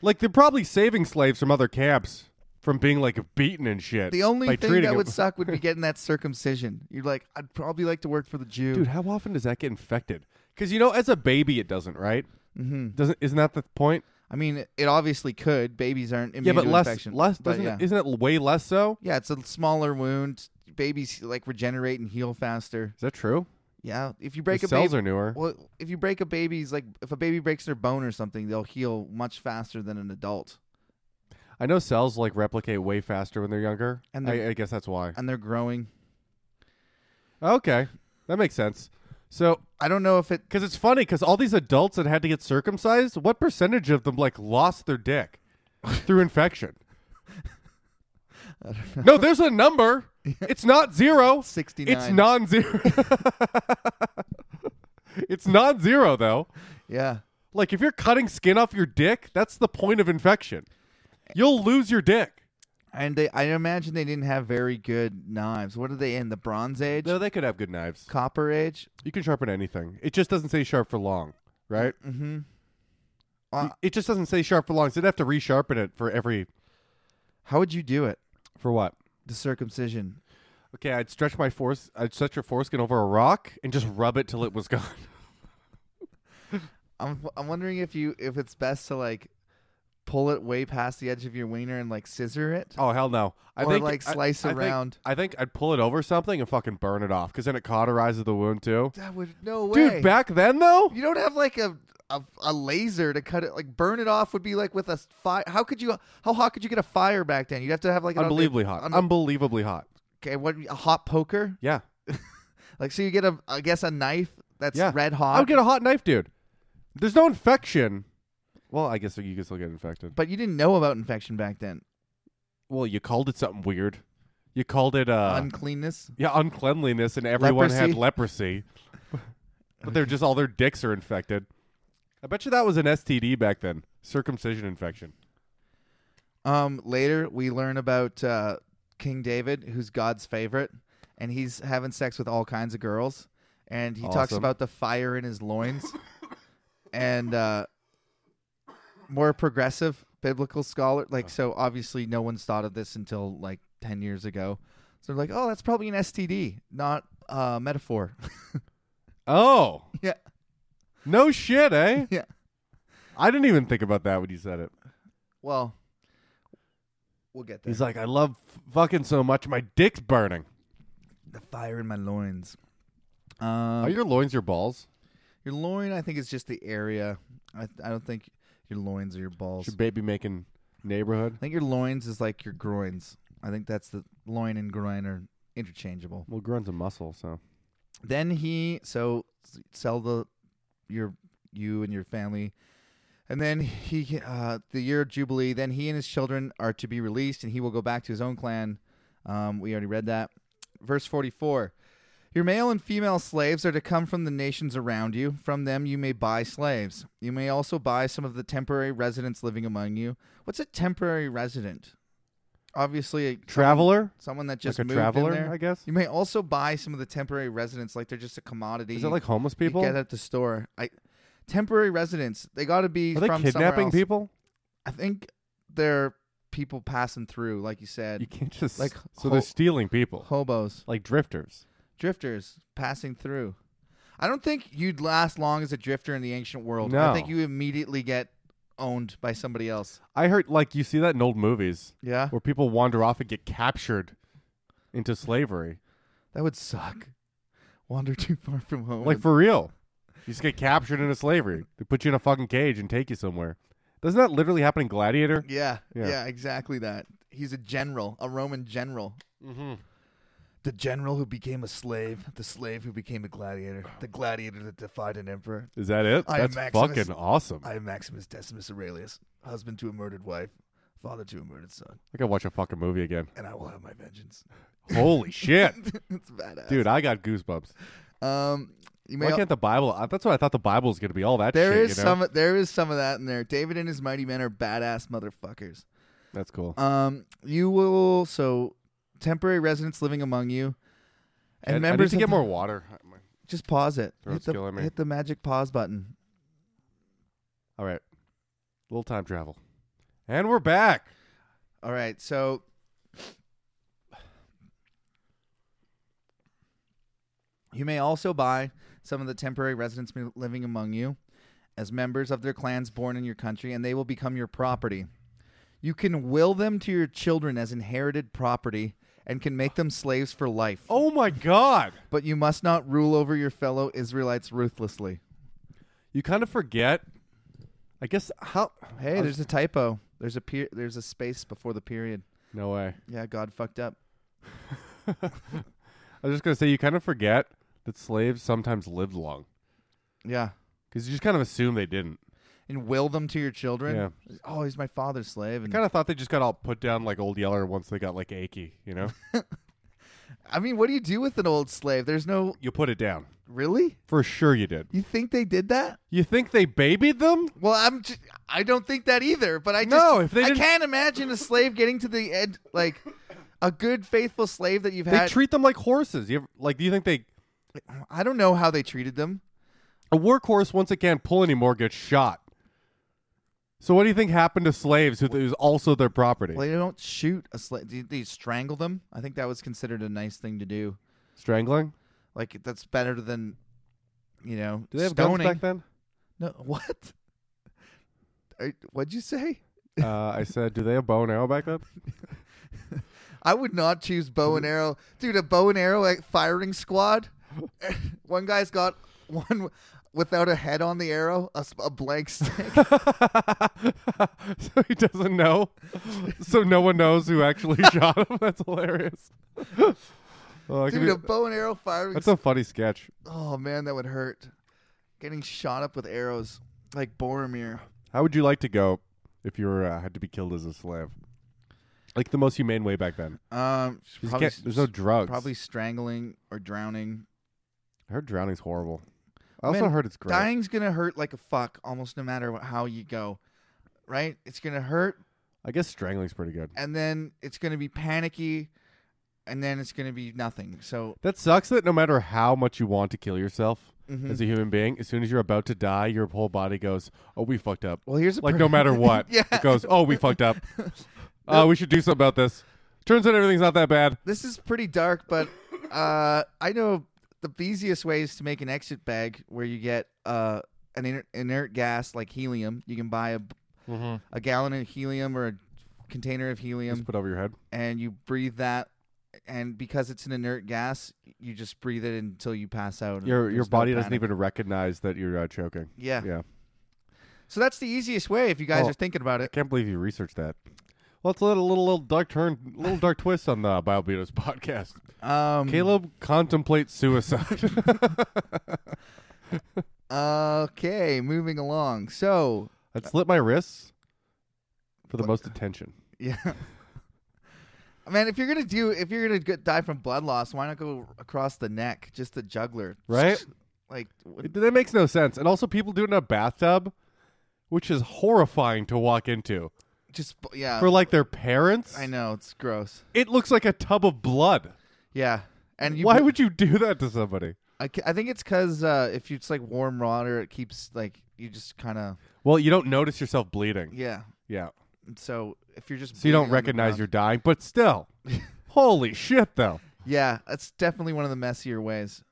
Speaker 2: Like they're probably saving slaves from other camps from being like beaten and shit.
Speaker 1: the only
Speaker 2: by
Speaker 1: thing
Speaker 2: treating
Speaker 1: that
Speaker 2: them-
Speaker 1: would suck would be getting that circumcision. You're like, I'd probably like to work for the Jew.
Speaker 2: Dude, how often does that get infected? Because you know, as a baby, it doesn't, right? Mm-hmm. Doesn't isn't that the point?
Speaker 1: I mean, it obviously could. Babies aren't immune
Speaker 2: Yeah, but
Speaker 1: to
Speaker 2: less,
Speaker 1: infection.
Speaker 2: less,
Speaker 1: but
Speaker 2: doesn't
Speaker 1: yeah.
Speaker 2: it, isn't it way less so?
Speaker 1: yeah, it's a smaller wound. Babies like regenerate and heal faster.
Speaker 2: Is that true?
Speaker 1: Yeah, if you break
Speaker 2: the
Speaker 1: a
Speaker 2: cells
Speaker 1: baby,
Speaker 2: are newer.
Speaker 1: well, if you break a baby's like, if a baby breaks their bone or something, they'll heal much faster than an adult,
Speaker 2: I know cells like replicate way faster when they're younger,
Speaker 1: And
Speaker 2: and
Speaker 1: they're-
Speaker 2: I, I guess that's why.
Speaker 1: and they're growing.
Speaker 2: Okay, that makes sense. So,
Speaker 1: I don't know if it.
Speaker 2: because it's funny, because all these adults that had to get circumcised, what percentage of them like lost their dick through infection? No, there's a number. It's not zero.
Speaker 1: 69.
Speaker 2: It's non-zero. it's non-zero though.
Speaker 1: Yeah.
Speaker 2: Like if you're cutting skin off your dick, that's the point of infection. You'll lose your dick.
Speaker 1: And they, I imagine they didn't have very good knives. What are they in? The Bronze Age?
Speaker 2: No, they could have good knives.
Speaker 1: Copper Age?
Speaker 2: You can sharpen anything. It just doesn't say sharp for long, right?
Speaker 1: Mm-hmm. Uh,
Speaker 2: it just doesn't say sharp for long. So they'd have to resharpen it for every
Speaker 1: how would you do it?
Speaker 2: for what?
Speaker 1: The circumcision.
Speaker 2: Okay, I'd stretch my force. I'd stretch your foreskin over a rock and just rub it till it was gone.
Speaker 1: I'm, I'm wondering if you if it's best to like pull it way past the edge of your wiener and like scissor it.
Speaker 2: Oh hell no! I
Speaker 1: Or,
Speaker 2: think
Speaker 1: like,
Speaker 2: I-
Speaker 1: slice
Speaker 2: I think-
Speaker 1: around.
Speaker 2: I think I'd pull it over something and fucking burn it off because then it cauterizes the wound too.
Speaker 1: That would no way,
Speaker 2: Dude, back then though,
Speaker 1: you don't have like a, a a laser to cut it. Like burn it off would be like with a fire. How could you? How hot could you get a fire back then? You'd have to have like an
Speaker 2: unbelievably hot,
Speaker 1: un-
Speaker 2: unbelievably hot.
Speaker 1: okay, what a hot poker?
Speaker 2: Yeah,
Speaker 1: Like so, you get a I guess a knife that's
Speaker 2: yeah,
Speaker 1: red
Speaker 2: I
Speaker 1: hot.
Speaker 2: would get a hot knife, dude. There's no infection. Well, I guess you can still get infected.
Speaker 1: but you didn't know about infection back then.
Speaker 2: Well, you called it something weird. You called it uh,
Speaker 1: Uncleanness.
Speaker 2: yeah, uncleanliness, and everyone had
Speaker 1: Leprosy.
Speaker 2: leprosy. but they're just all their dicks are infected. I bet you that was an STD back then, circumcision infection.
Speaker 1: Um, later we learn about uh, King David, who's God's favorite, and he's having sex with all kinds of girls, and he talks
Speaker 2: Awesome.
Speaker 1: about the fire in his loins, and uh, more progressive biblical scholar.
Speaker 2: Oh.
Speaker 1: Like, so obviously no one's thought of this until like ten years ago. So they're like, oh, that's probably an STD, not a metaphor.
Speaker 2: Oh,
Speaker 1: yeah,
Speaker 2: no shit, eh?
Speaker 1: yeah.
Speaker 2: I didn't even think about that when you said it.
Speaker 1: Well, we'll get there.
Speaker 2: He's like, I love f- fucking so much, my dick's burning.
Speaker 1: the fire in my loins. Um,
Speaker 2: Are your loins your balls?
Speaker 1: Your loin, I think, is just the area. I, I don't think your loins are your balls.
Speaker 2: Should baby making neighborhood?
Speaker 1: I think your loins is like your groins. I think that's the loin and groin are interchangeable.
Speaker 2: Well, groin's a muscle, so
Speaker 1: Then he so s- sell the your you and your family, and then he uh, the year of jubilee. Then he and his children are to be released, and he will go back to his own clan. Um, we already read that. Verse forty four. Your male and female slaves are to come from the nations around you. From them you may buy slaves. You may also buy some of the temporary residents living among you. What's a temporary resident? Obviously, a-
Speaker 2: traveler,
Speaker 1: someone that just
Speaker 2: like a
Speaker 1: moved in there.
Speaker 2: traveler, I guess.
Speaker 1: You may also buy some of the temporary residents, like they're just a commodity.
Speaker 2: Is it like homeless
Speaker 1: you
Speaker 2: people?
Speaker 1: get at the store? I temporary residents. They got to be
Speaker 2: Are they
Speaker 1: from somewhere
Speaker 2: kidnapping
Speaker 1: else.
Speaker 2: people?
Speaker 1: I think they're people passing through, like you said,
Speaker 2: You can't just
Speaker 1: Like,
Speaker 2: so
Speaker 1: ho-
Speaker 2: they're stealing people,
Speaker 1: hobos,
Speaker 2: like drifters.
Speaker 1: drifters passing through. I don't think you'd last long as a drifter in the ancient world. I
Speaker 2: No.
Speaker 1: think you immediately get owned by somebody else.
Speaker 2: I heard like you see that in old movies
Speaker 1: Yeah,
Speaker 2: where people wander off and get captured into slavery,
Speaker 1: that would suck. Wander too far from home.
Speaker 2: like for real. You just get captured into slavery. They put you in a fucking cage and take you somewhere. Doesn't that literally happen in Gladiator?
Speaker 1: yeah,
Speaker 2: Yeah.
Speaker 1: yeah, exactly that. He's a general, a Roman general.
Speaker 2: Mm-hmm.
Speaker 1: The general who became a slave, the slave who became a gladiator, the gladiator that defied an emperor.
Speaker 2: Is that it?
Speaker 1: I am
Speaker 2: That's
Speaker 1: Maximus.
Speaker 2: fucking awesome. I,
Speaker 1: I am Maximus Decimus Aurelius, husband to a murdered wife, father to a murdered son,
Speaker 2: gotta watch a fucking movie again.
Speaker 1: and I will have my vengeance.
Speaker 2: Holy shit,
Speaker 1: it's badass,
Speaker 2: dude! I got goosebumps.
Speaker 1: Um, you may
Speaker 2: Why can't the Bible? I- That's what I thought the Bible was gonna be. All that
Speaker 1: there
Speaker 2: shit,
Speaker 1: is
Speaker 2: you know?
Speaker 1: some there is some of that in there. David and his mighty men are badass motherfuckers.
Speaker 2: That's cool.
Speaker 1: Um, you will so temporary residents living among you, and
Speaker 2: I- I, need
Speaker 1: members
Speaker 2: to
Speaker 1: of
Speaker 2: get
Speaker 1: the-
Speaker 2: more water.
Speaker 1: Just pause it. Hit
Speaker 2: Throat's
Speaker 1: the,
Speaker 2: killing me.
Speaker 1: hit the magic pause button.
Speaker 2: All right, little time travel, and we're back.
Speaker 1: All right, so you may also buy some of the temporary residents mi- living among you, as members of their clans born in your country, and they will become your property. You can will them to your children as inherited property and can make them slaves for life.
Speaker 2: Oh my god.
Speaker 1: But you must not rule over your fellow Israelites ruthlessly.
Speaker 2: You kind of forget. I guess how
Speaker 1: Hey, there's a typo. There's a per- there's a space before the period.
Speaker 2: No way.
Speaker 1: Yeah, God fucked up.
Speaker 2: I was just gonna say you kind of forget that slaves sometimes lived long
Speaker 1: Yeah.
Speaker 2: because you just kind of assume they didn't.
Speaker 1: And will them to your children. Oh, he's my father's slave. And
Speaker 2: Kind of thought they just got all put down like old Yeller once they got like achy. You know,
Speaker 1: I mean, what do you do with an old slave? There's no
Speaker 2: you put it down
Speaker 1: really.
Speaker 2: for sure. You did.
Speaker 1: You think they did that?
Speaker 2: You think they babied them?
Speaker 1: Well, I'm. J- I don't think that either. But I just,
Speaker 2: No, if they
Speaker 1: I
Speaker 2: didn't-
Speaker 1: can't imagine a slave getting to the end like a good faithful slave that you've
Speaker 2: They
Speaker 1: had.
Speaker 2: treat them like horses. You ever, like? Do you think they
Speaker 1: I don't know how they treated them.
Speaker 2: a workhorse once it can't pull anymore gets shot? So what do you think happened to slaves who it was also their property?
Speaker 1: Well, they don't shoot a slave. They, they strangle them. I think that was considered a nice thing to do.
Speaker 2: Strangling?
Speaker 1: Like that's better than, you know,
Speaker 2: Do they have
Speaker 1: stoning.
Speaker 2: guns back then?
Speaker 1: No, what? Are- What'd you say?
Speaker 2: uh, I said, do they have bow and arrow back then?
Speaker 1: I would not choose bow and arrow, dude. A bow and arrow like, firing squad. one guy's got one without a head on the arrow, a, s- a blank stick.
Speaker 2: so he doesn't know. So no one knows who actually shot him. That's hilarious. Oh, that could
Speaker 1: dude,
Speaker 2: be-
Speaker 1: a bow and arrow firing.
Speaker 2: that's a funny sketch.
Speaker 1: oh man, that would hurt. Getting shot up with arrows like Boromir.
Speaker 2: How would you like to go if you were uh, had to be killed as a slave? Like the most humane way back then.
Speaker 1: Um,
Speaker 2: You
Speaker 1: probably,
Speaker 2: can't- there's no
Speaker 1: s-
Speaker 2: drugs.
Speaker 1: probably strangling or drowning.
Speaker 2: I heard drowning's horrible. I also
Speaker 1: Man,
Speaker 2: heard it's great.
Speaker 1: Dying's gonna hurt like a fuck, almost no matter wh- how you go. Right? It's gonna hurt,
Speaker 2: I guess strangling's pretty good.
Speaker 1: and then it's gonna be panicky, and then it's gonna be nothing. So
Speaker 2: That sucks that no matter how much you want to kill yourself
Speaker 1: Mhm.
Speaker 2: as a human being, as soon as you're about to die, your whole body goes, "Oh, we fucked up."
Speaker 1: Well, here's a
Speaker 2: like
Speaker 1: per-
Speaker 2: no matter what,
Speaker 1: Yeah.
Speaker 2: it goes, "Oh, we fucked up." Uh, we should do something about this. Turns out everything's not that bad.
Speaker 1: this is pretty dark, but uh, I know the easiest ways to make an exit bag where you get uh, an inert, inert gas like helium. You can buy a, a gallon of helium or a container of helium.
Speaker 2: Mm-hmm. Just put over your head.
Speaker 1: and you breathe that and because it's an inert gas you just breathe it until you pass out and
Speaker 2: Your your
Speaker 1: there's no
Speaker 2: body doesn't
Speaker 1: panic.
Speaker 2: even recognize that you're uh, choking.
Speaker 1: yeah.
Speaker 2: Yeah,
Speaker 1: so that's the easiest way if you guys
Speaker 2: Oh.
Speaker 1: are thinking about it
Speaker 2: can't believe you researched that. Well, it's a little little, little dark turn, little dark twist on the Biobeatles podcast.
Speaker 1: um
Speaker 2: Caleb contemplates suicide.
Speaker 1: okay moving along so
Speaker 2: I'd slit my wrists for the most attention.
Speaker 1: yeah man if you're gonna do if you're gonna get, die from blood loss why not go across the neck just the juggler
Speaker 2: Right?
Speaker 1: like what-
Speaker 2: It- that makes no sense. And also, people do it in a bathtub, which is horrifying to walk into
Speaker 1: just yeah
Speaker 2: for like their parents.
Speaker 1: Uh, i know it's gross
Speaker 2: It looks like a tub of blood.
Speaker 1: yeah and you
Speaker 2: Why would you do that to somebody?
Speaker 1: I, ca- I think it's because uh, if it's like warm water it keeps like you just kind of
Speaker 2: Well, you don't notice yourself bleeding.
Speaker 1: yeah
Speaker 2: Yeah.
Speaker 1: And so if you're just
Speaker 2: So you
Speaker 1: bleeding on
Speaker 2: don't
Speaker 1: the
Speaker 2: recognize
Speaker 1: ground-
Speaker 2: you're dying, but still. Holy shit, though.
Speaker 1: yeah, that's definitely one of the messier ways.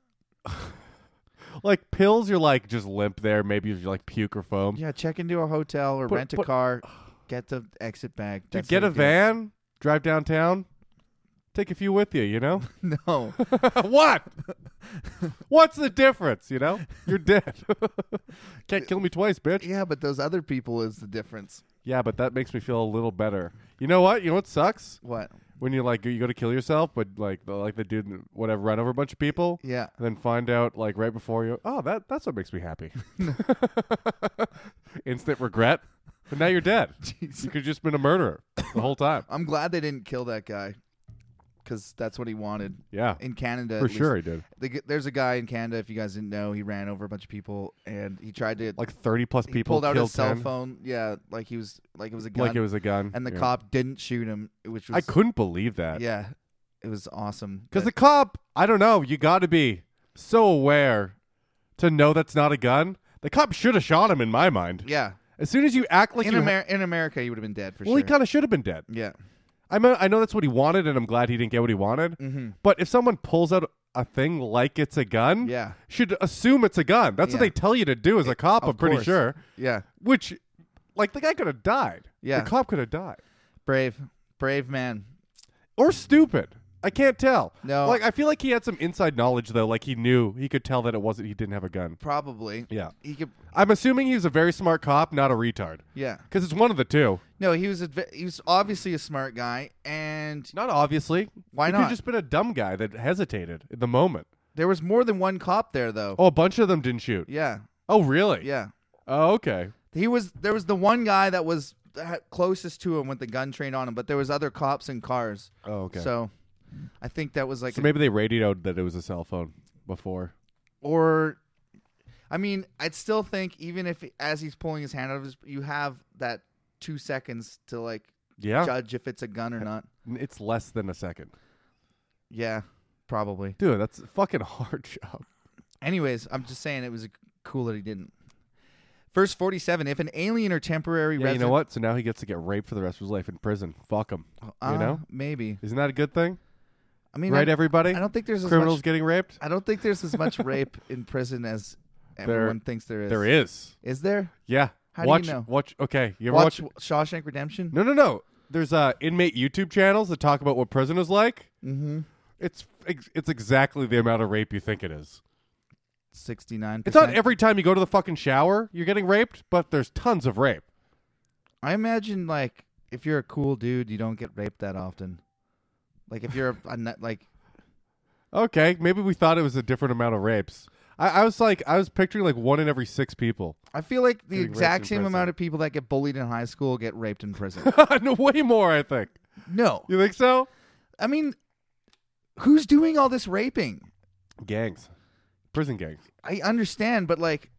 Speaker 2: Like pills, you're like just limp there. Maybe you like puke or foam.
Speaker 1: Yeah, check into a hotel or
Speaker 2: But-
Speaker 1: rent a
Speaker 2: but-
Speaker 1: car, get the exit bag.
Speaker 2: Dude,
Speaker 1: That's
Speaker 2: get
Speaker 1: how
Speaker 2: a
Speaker 1: you do
Speaker 2: van, drive downtown, take a few with you, you know?
Speaker 1: it. No,
Speaker 2: what? What's the difference? You know, you're dead. Can't kill me twice, bitch.
Speaker 1: yeah, but those other people is the difference.
Speaker 2: Yeah, but that makes me feel a little better. You know what? You know what sucks
Speaker 1: What?
Speaker 2: when you like you go to kill yourself, but like the, like the dude in whatever run over a bunch of people,
Speaker 1: Yeah,
Speaker 2: and then find out like right before you. Oh, that that's what makes me happy. Instant regret. But now you're dead.
Speaker 1: Jeez.
Speaker 2: You could have just been a murderer the whole time.
Speaker 1: I'm glad they didn't kill that guy because that's what he wanted
Speaker 2: Yeah,
Speaker 1: in Canada. at
Speaker 2: for
Speaker 1: least.
Speaker 2: sure he did.
Speaker 1: They get- there's a guy in Canada. If you guys didn't know, he ran over a bunch of people and he tried to
Speaker 2: Like thirty plus
Speaker 1: he
Speaker 2: people
Speaker 1: pulled out
Speaker 2: killed
Speaker 1: his cell
Speaker 2: 10,
Speaker 1: phone. Yeah, like he was like it was a gun,
Speaker 2: like it was a gun,
Speaker 1: and the
Speaker 2: Yeah.
Speaker 1: cop didn't shoot him, which was
Speaker 2: I couldn't believe that.
Speaker 1: Yeah, it was awesome.
Speaker 2: Because
Speaker 1: That-
Speaker 2: the cop, I don't know, you got to be so aware to know that's not a gun. The cop should have shot him, in my mind.
Speaker 1: yeah,
Speaker 2: As soon as you act like
Speaker 1: in
Speaker 2: you, ha-
Speaker 1: Amer- in America, you would have been dead for
Speaker 2: well,
Speaker 1: sure.
Speaker 2: he kind of should have been dead.
Speaker 1: yeah,
Speaker 2: I mean, I know that's what he wanted, and I'm glad he didn't get what he wanted.
Speaker 1: Mhm.
Speaker 2: But if someone pulls out a thing like it's a gun,
Speaker 1: Yeah.
Speaker 2: should assume it's a gun. That's what
Speaker 1: Yeah.
Speaker 2: they tell you to do as a cop.
Speaker 1: Of
Speaker 2: I'm pretty
Speaker 1: course.
Speaker 2: sure.
Speaker 1: Yeah.
Speaker 2: Which, like, the guy could have died.
Speaker 1: Yeah.
Speaker 2: the cop could have died,
Speaker 1: Brave. Brave man.
Speaker 2: or stupid. I can't tell.
Speaker 1: No.
Speaker 2: like I feel like he had some inside knowledge though. Like he knew he could tell that it wasn't. He didn't have a gun.
Speaker 1: Probably.
Speaker 2: Yeah,
Speaker 1: He could
Speaker 2: I'm assuming he's a very smart cop, not a retard,
Speaker 1: yeah.
Speaker 2: because it's one of the two.
Speaker 1: No, he was a, ve- he was obviously a smart guy and
Speaker 2: Not obviously.
Speaker 1: Why
Speaker 2: he
Speaker 1: not?
Speaker 2: Could just been a dumb guy that hesitated at the moment.
Speaker 1: there was more than one cop there though.
Speaker 2: Oh, a bunch of them didn't shoot.
Speaker 1: Yeah.
Speaker 2: Oh, really?
Speaker 1: Yeah.
Speaker 2: Oh, okay.
Speaker 1: He was there was the one guy that was ha- closest to him with the gun trained on him, but there was other cops in cars.
Speaker 2: Oh, okay. So,
Speaker 1: So I think that was like a-
Speaker 2: maybe they radioed that it was a cell phone before.
Speaker 1: or I mean, I'd still think even if as he's pulling his hand out of his you have that 2 seconds to like
Speaker 2: Yeah.
Speaker 1: judge if it's a gun or not.
Speaker 2: It's less than a second.
Speaker 1: Yeah, probably.
Speaker 2: Dude, that's a fucking hard job.
Speaker 1: Anyways, I'm just saying it was cool that he didn't. Verse 47 If an alien or temporary
Speaker 2: Yeah, you
Speaker 1: resident.
Speaker 2: know what? So now he gets to get raped for the rest of his life in prison. Fuck him.
Speaker 1: Uh,
Speaker 2: you know?
Speaker 1: Maybe.
Speaker 2: Isn't that a good thing?
Speaker 1: I mean,
Speaker 2: right,
Speaker 1: I,
Speaker 2: everybody?
Speaker 1: I don't think there's as
Speaker 2: Criminals
Speaker 1: much.
Speaker 2: getting raped?
Speaker 1: I don't think there's as much rape in prison as everyone thinks there is.
Speaker 2: There is.
Speaker 1: Is there?
Speaker 2: Yeah.
Speaker 1: How do you
Speaker 2: watch,
Speaker 1: know?
Speaker 2: Watch. Okay. You ever
Speaker 1: Watch
Speaker 2: watch?
Speaker 1: Shawshank Redemption?
Speaker 2: No, no, no. There's uh, inmate YouTube channels that talk about what prison is like.
Speaker 1: Mm-hmm.
Speaker 2: It's ex- it's exactly the amount of rape you think it is.
Speaker 1: 69.
Speaker 2: It's not every time you go to the fucking shower you're getting raped, but there's tons of rape.
Speaker 1: I imagine like if you're a cool dude, you don't get raped that often. Like if you're a, a nut- like
Speaker 2: Okay, maybe we thought it was a different amount of rapes. I, I was like, I was picturing like one in every six people.
Speaker 1: I feel like the
Speaker 2: Getting raped
Speaker 1: exact
Speaker 2: in
Speaker 1: same
Speaker 2: prison.
Speaker 1: amount of people that get bullied in high school get raped in prison.
Speaker 2: no, way more. I think.
Speaker 1: no.
Speaker 2: You think so?
Speaker 1: I mean, who's doing all this raping?
Speaker 2: Gangs, prison gangs.
Speaker 1: I understand, but like,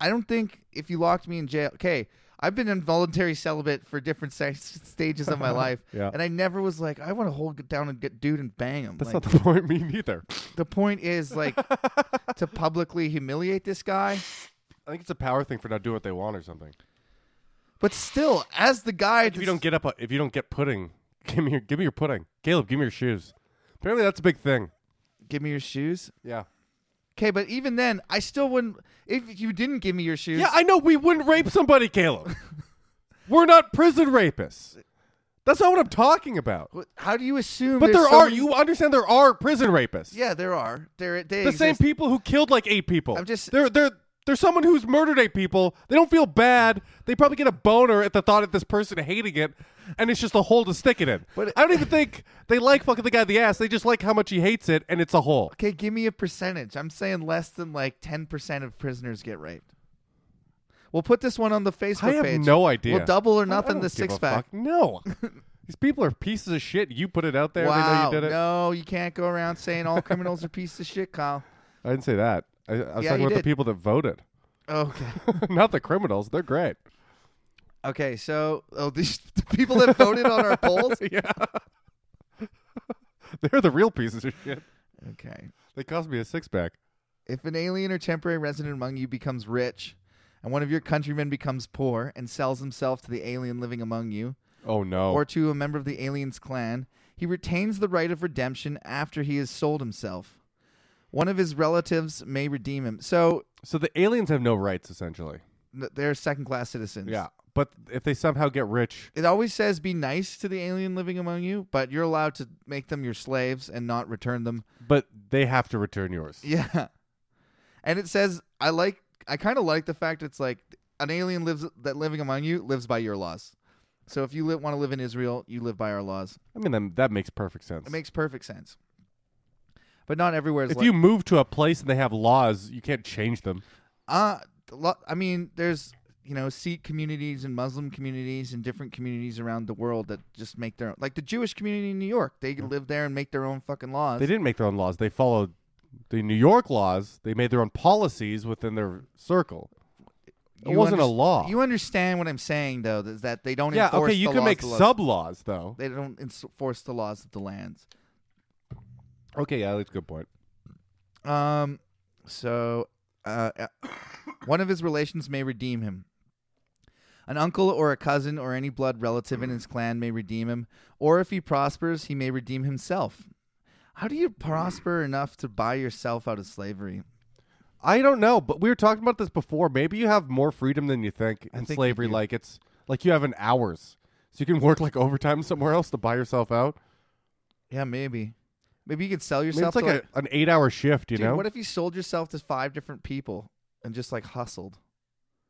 Speaker 1: I don't think if you locked me in jail, okay, I've been involuntary celibate for different se- stages of my life,
Speaker 2: Yeah.
Speaker 1: and I never was like, I want to hold down and get dude and bang him.
Speaker 2: That's
Speaker 1: like,
Speaker 2: not the point. Me neither.
Speaker 1: the point is like to publicly humiliate this guy,
Speaker 2: I think it's a power thing for not doing what they want or something.
Speaker 1: but still, as the guy,
Speaker 2: If you don't get up, uh, if you don't get pudding, give me your give me your pudding. Caleb, give me your shoes. Apparently, that's a big thing.
Speaker 1: give me your shoes.
Speaker 2: Yeah.
Speaker 1: Okay, but even then, I still wouldn't. If you didn't give me your shoes,
Speaker 2: Yeah, I know we wouldn't rape somebody, Caleb. We're not prison rapists. That's not what I'm talking about.
Speaker 1: Wh- How do you assume?
Speaker 2: But
Speaker 1: there's
Speaker 2: there
Speaker 1: so
Speaker 2: are
Speaker 1: many-
Speaker 2: you understand there are prison rapists.
Speaker 1: Yeah, there are. There, they
Speaker 2: the same
Speaker 1: exist.
Speaker 2: people who killed like eight people.
Speaker 1: I'm just-
Speaker 2: they're they're there's someone who's murdered eight people. They don't feel bad. They probably get a boner at the thought of this person hating it, and it's just a hole to stick it in.
Speaker 1: But-
Speaker 2: I don't even think they like fucking the guy in the ass. They just like how much he hates it, and it's a hole.
Speaker 1: Okay, give me a percentage. I'm saying less than like 10% of prisoners get raped. We'll put this one on the Facebook
Speaker 2: I have
Speaker 1: page.
Speaker 2: no idea.
Speaker 1: We'll double or
Speaker 2: I
Speaker 1: nothing
Speaker 2: don't
Speaker 1: the
Speaker 2: give
Speaker 1: six
Speaker 2: a
Speaker 1: pack.
Speaker 2: fuck. No, these people are pieces of shit. You put it out there.
Speaker 1: Wow.
Speaker 2: They know you did it.
Speaker 1: No, you can't go around saying all criminals are pieces of shit, Kyle.
Speaker 2: I didn't say that. I, I was
Speaker 1: Yeah,
Speaker 2: talking
Speaker 1: you
Speaker 2: about
Speaker 1: did.
Speaker 2: the people that voted,
Speaker 1: Okay.
Speaker 2: not the criminals. They're great.
Speaker 1: Okay, so oh these the people that voted on our polls?
Speaker 2: yeah, they're the real pieces of shit.
Speaker 1: Okay.
Speaker 2: They cost me a six pack.
Speaker 1: If an alien or temporary resident among you becomes rich and one of your countrymen becomes poor and sells himself to the alien living among you,
Speaker 2: Oh no!
Speaker 1: or to a member of the alien's clan, he retains the right of redemption after he has sold himself. One of his relatives may redeem him. So
Speaker 2: so the aliens have no rights essentially.
Speaker 1: th- they're second class citizens.
Speaker 2: but if they somehow get rich,
Speaker 1: It always says be nice to the alien living among you, but you're allowed to make them your slaves and not return them.
Speaker 2: but they have to return yours.
Speaker 1: Yeah. And it says I like I kind of like the fact it's like an alien lives that living among you lives by your laws. So if you li- want to live in Israel, you live by our laws.
Speaker 2: I mean, that, that makes perfect sense.
Speaker 1: It makes perfect sense. But not everywhere is
Speaker 2: if
Speaker 1: like
Speaker 2: you move to a place and they have laws, you can't change them.
Speaker 1: Uh, the lo- I mean, there's you know Sikh communities and Muslim communities and different communities around the world that just make their own. Like the Jewish community in New York, they live there and make their own fucking laws.
Speaker 2: They didn't make their own laws. They followed the New York laws. They made their own policies within their circle. It
Speaker 1: You
Speaker 2: wasn't a
Speaker 1: underst-
Speaker 2: law.
Speaker 1: You understand what I'm saying though? Is that they don't
Speaker 2: yeah,
Speaker 1: enforce
Speaker 2: okay, you
Speaker 1: the
Speaker 2: can
Speaker 1: laws
Speaker 2: make
Speaker 1: of the-
Speaker 2: sub laws though.
Speaker 1: They don't enforce the laws of the lands.
Speaker 2: Okay, yeah, that's a good point.
Speaker 1: Um, so uh, uh, one of his relations may redeem him. An uncle or a cousin or any blood relative in his clan may redeem him, or if he prospers, he may redeem himself. How do you prosper enough to buy yourself out of slavery?
Speaker 2: I don't know, but we were talking about this before. Maybe you have more freedom than you think in
Speaker 1: think you
Speaker 2: slavery.
Speaker 1: do.
Speaker 2: Like it's like you have an hours, so you can work like overtime somewhere else to buy yourself out.
Speaker 1: Yeah, maybe. Maybe you could sell
Speaker 2: I mean,
Speaker 1: yourself
Speaker 2: it's like
Speaker 1: to
Speaker 2: a, an eight-hour shift, you
Speaker 1: Dude,
Speaker 2: know.
Speaker 1: what if you sold yourself to five different people and just like hustled?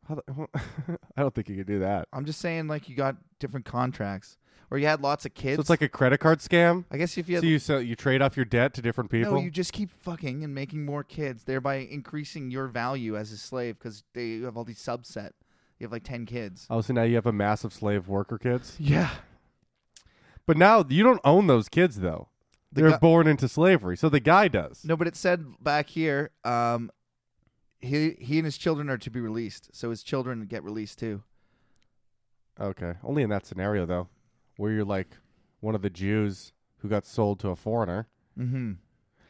Speaker 2: How the- I don't think you could do that.
Speaker 1: I'm just saying, like you got different contracts, or you had lots of kids.
Speaker 2: so it's like a credit card scam.
Speaker 1: I guess if you had
Speaker 2: so you sell, you trade off your debt to different people.
Speaker 1: no, you just keep fucking and making more kids, thereby increasing your value as a slave because they you have all these subset. You have like ten kids.
Speaker 2: oh, so now you have a massive slave worker kids.
Speaker 1: Yeah,
Speaker 2: But now you don't own those kids though.
Speaker 1: The
Speaker 2: They're
Speaker 1: guy-
Speaker 2: born into slavery, so the guy does.
Speaker 1: no, but it said back here, um, he he and his children are to be released, so his children get released too.
Speaker 2: Okay, only in that scenario though, where you're like one of the Jews who got sold to a foreigner.
Speaker 1: Mm-hmm.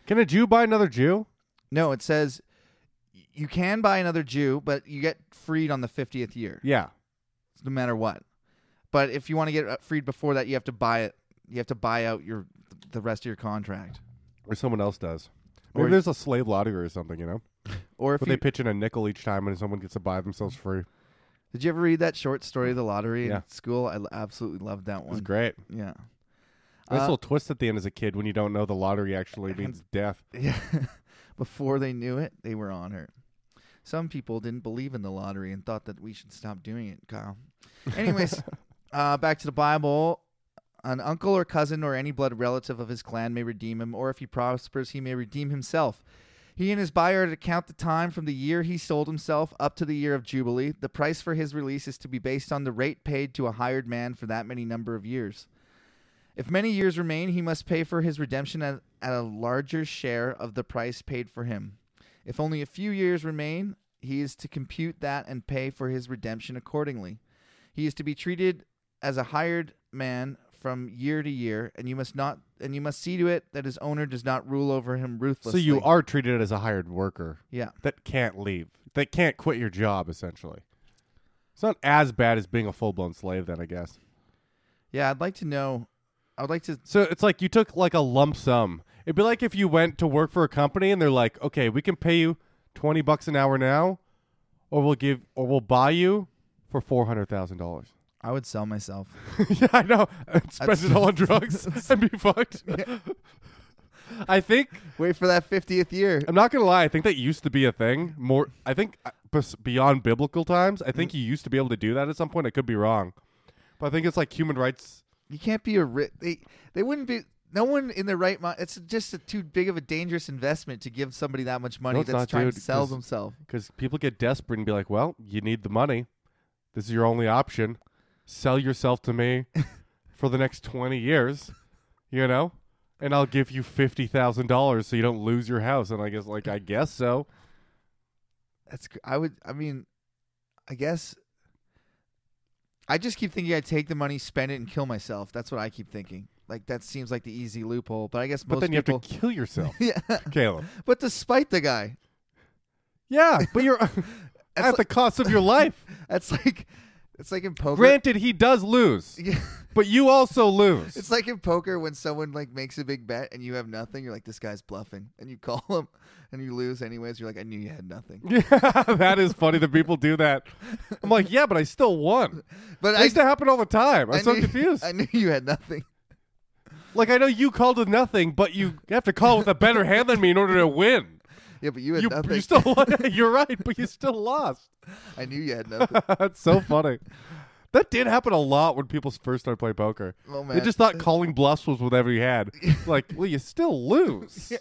Speaker 2: Can a Jew buy another Jew?
Speaker 1: No, it says y- you can buy another Jew, but you get freed on the fiftieth year.
Speaker 2: Yeah.
Speaker 1: no matter what. But if you want to get uh, freed before that, you have to buy it. You have to buy out your the rest of your contract.
Speaker 2: Or someone else does. Maybe
Speaker 1: Or-
Speaker 2: there's a slave lottery or something, you know?
Speaker 1: Or if
Speaker 2: But
Speaker 1: you,
Speaker 2: they pitch in a nickel each time and someone gets to buy themselves free.
Speaker 1: did you ever read that short story, The Lottery
Speaker 2: Yeah.
Speaker 1: in school? I l- absolutely loved that
Speaker 2: It's
Speaker 1: one.
Speaker 2: great.
Speaker 1: Yeah,
Speaker 2: Nice
Speaker 1: Uh,
Speaker 2: little twist at the end as a kid when you don't know the lottery actually means death.
Speaker 1: yeah. Before they knew it, they were on her. Some people didn't believe in the lottery and thought that we should stop doing it, Kyle. Anyways, uh, back to the Bible. An uncle or cousin or any blood relative of his clan may redeem him, or if he prospers, he may redeem himself. He and his buyer are to count the time from the year he sold himself up to the year of Jubilee. The price for his release is to be based on the rate paid to a hired man for that many number of years. If many years remain, he must pay for his redemption at, at a larger share of the price paid for him. If only a few years remain, he is to compute that and pay for his redemption accordingly. He is to be treated as a hired man from year to year, and you must not and you must see to it that his owner does not rule over him
Speaker 2: So
Speaker 1: ruthlessly.
Speaker 2: you are treated as a hired worker
Speaker 1: yeah.
Speaker 2: that can't leave, that can't quit your job, essentially. It's not as bad as being a full blown slave, then, I guess.
Speaker 1: Yeah, I'd like to know. I would like to.
Speaker 2: So it's like you took like a lump sum. It'd be like if you went to work for a company and they're like, "Okay, we can pay you 20 bucks an hour now or we'll give or we'll buy you for $400,000."
Speaker 1: I would sell myself.
Speaker 2: yeah, I know. And spend
Speaker 1: That's-
Speaker 2: it all on drugs and be fucked. I think
Speaker 1: Wait for that fiftieth year.
Speaker 2: I'm not going to lie, I think that used to be a thing. More I think uh, bes- beyond biblical times, I
Speaker 1: Mm-hmm.
Speaker 2: think you used to be able to do that at some point. I could be wrong. But I think it's like human rights.
Speaker 1: You can't be a rich. They they wouldn't be. No one in their right mind. It's just a, too big of a dangerous investment to give somebody that much money
Speaker 2: No, it's
Speaker 1: that's
Speaker 2: not,
Speaker 1: trying to
Speaker 2: dude,
Speaker 1: sell
Speaker 2: 'cause-
Speaker 1: themselves.
Speaker 2: Because people get desperate and be like, well, you need the money. This is your only option. Sell yourself to me for the next 20 years, you know? And I'll give you $50,000 so you don't lose your house. And I guess, like, I guess so.
Speaker 1: That's. cr- I would. I mean, I guess. I just keep thinking I take the money, spend it, and kill myself. That's what I keep thinking. Like that seems like the easy loophole, but I guess
Speaker 2: But
Speaker 1: most
Speaker 2: then you
Speaker 1: people.
Speaker 2: have to kill yourself,
Speaker 1: yeah,
Speaker 2: Caleb.
Speaker 1: but to spite the guy,
Speaker 2: Yeah, but you're at
Speaker 1: like-
Speaker 2: the cost of your life.
Speaker 1: that's like, it's like in poker.
Speaker 2: Granted, he does lose, but you also lose.
Speaker 1: It's like in poker when someone like makes a big bet and you have nothing. You're like, this guy's bluffing, and you call him, and you lose anyways. You're like, I knew you had nothing,
Speaker 2: yeah, that is funny that people do that. I'm like, yeah, but I still won.
Speaker 1: but
Speaker 2: That
Speaker 1: I,
Speaker 2: used to happen all the time. I'm
Speaker 1: I
Speaker 2: so
Speaker 1: knew,
Speaker 2: confused.
Speaker 1: I knew you had nothing.
Speaker 2: Like I know you called with nothing, but you have to call with a better hand than me in order to win.
Speaker 1: Yeah, but you had
Speaker 2: You,
Speaker 1: nothing.
Speaker 2: you still you're right, but you still lost.
Speaker 1: I knew you had nothing.
Speaker 2: That's so funny. That did happen a lot when people first started playing poker.
Speaker 1: Oh man,
Speaker 2: They just thought calling bluffs was whatever you had. Like, well, you still lose.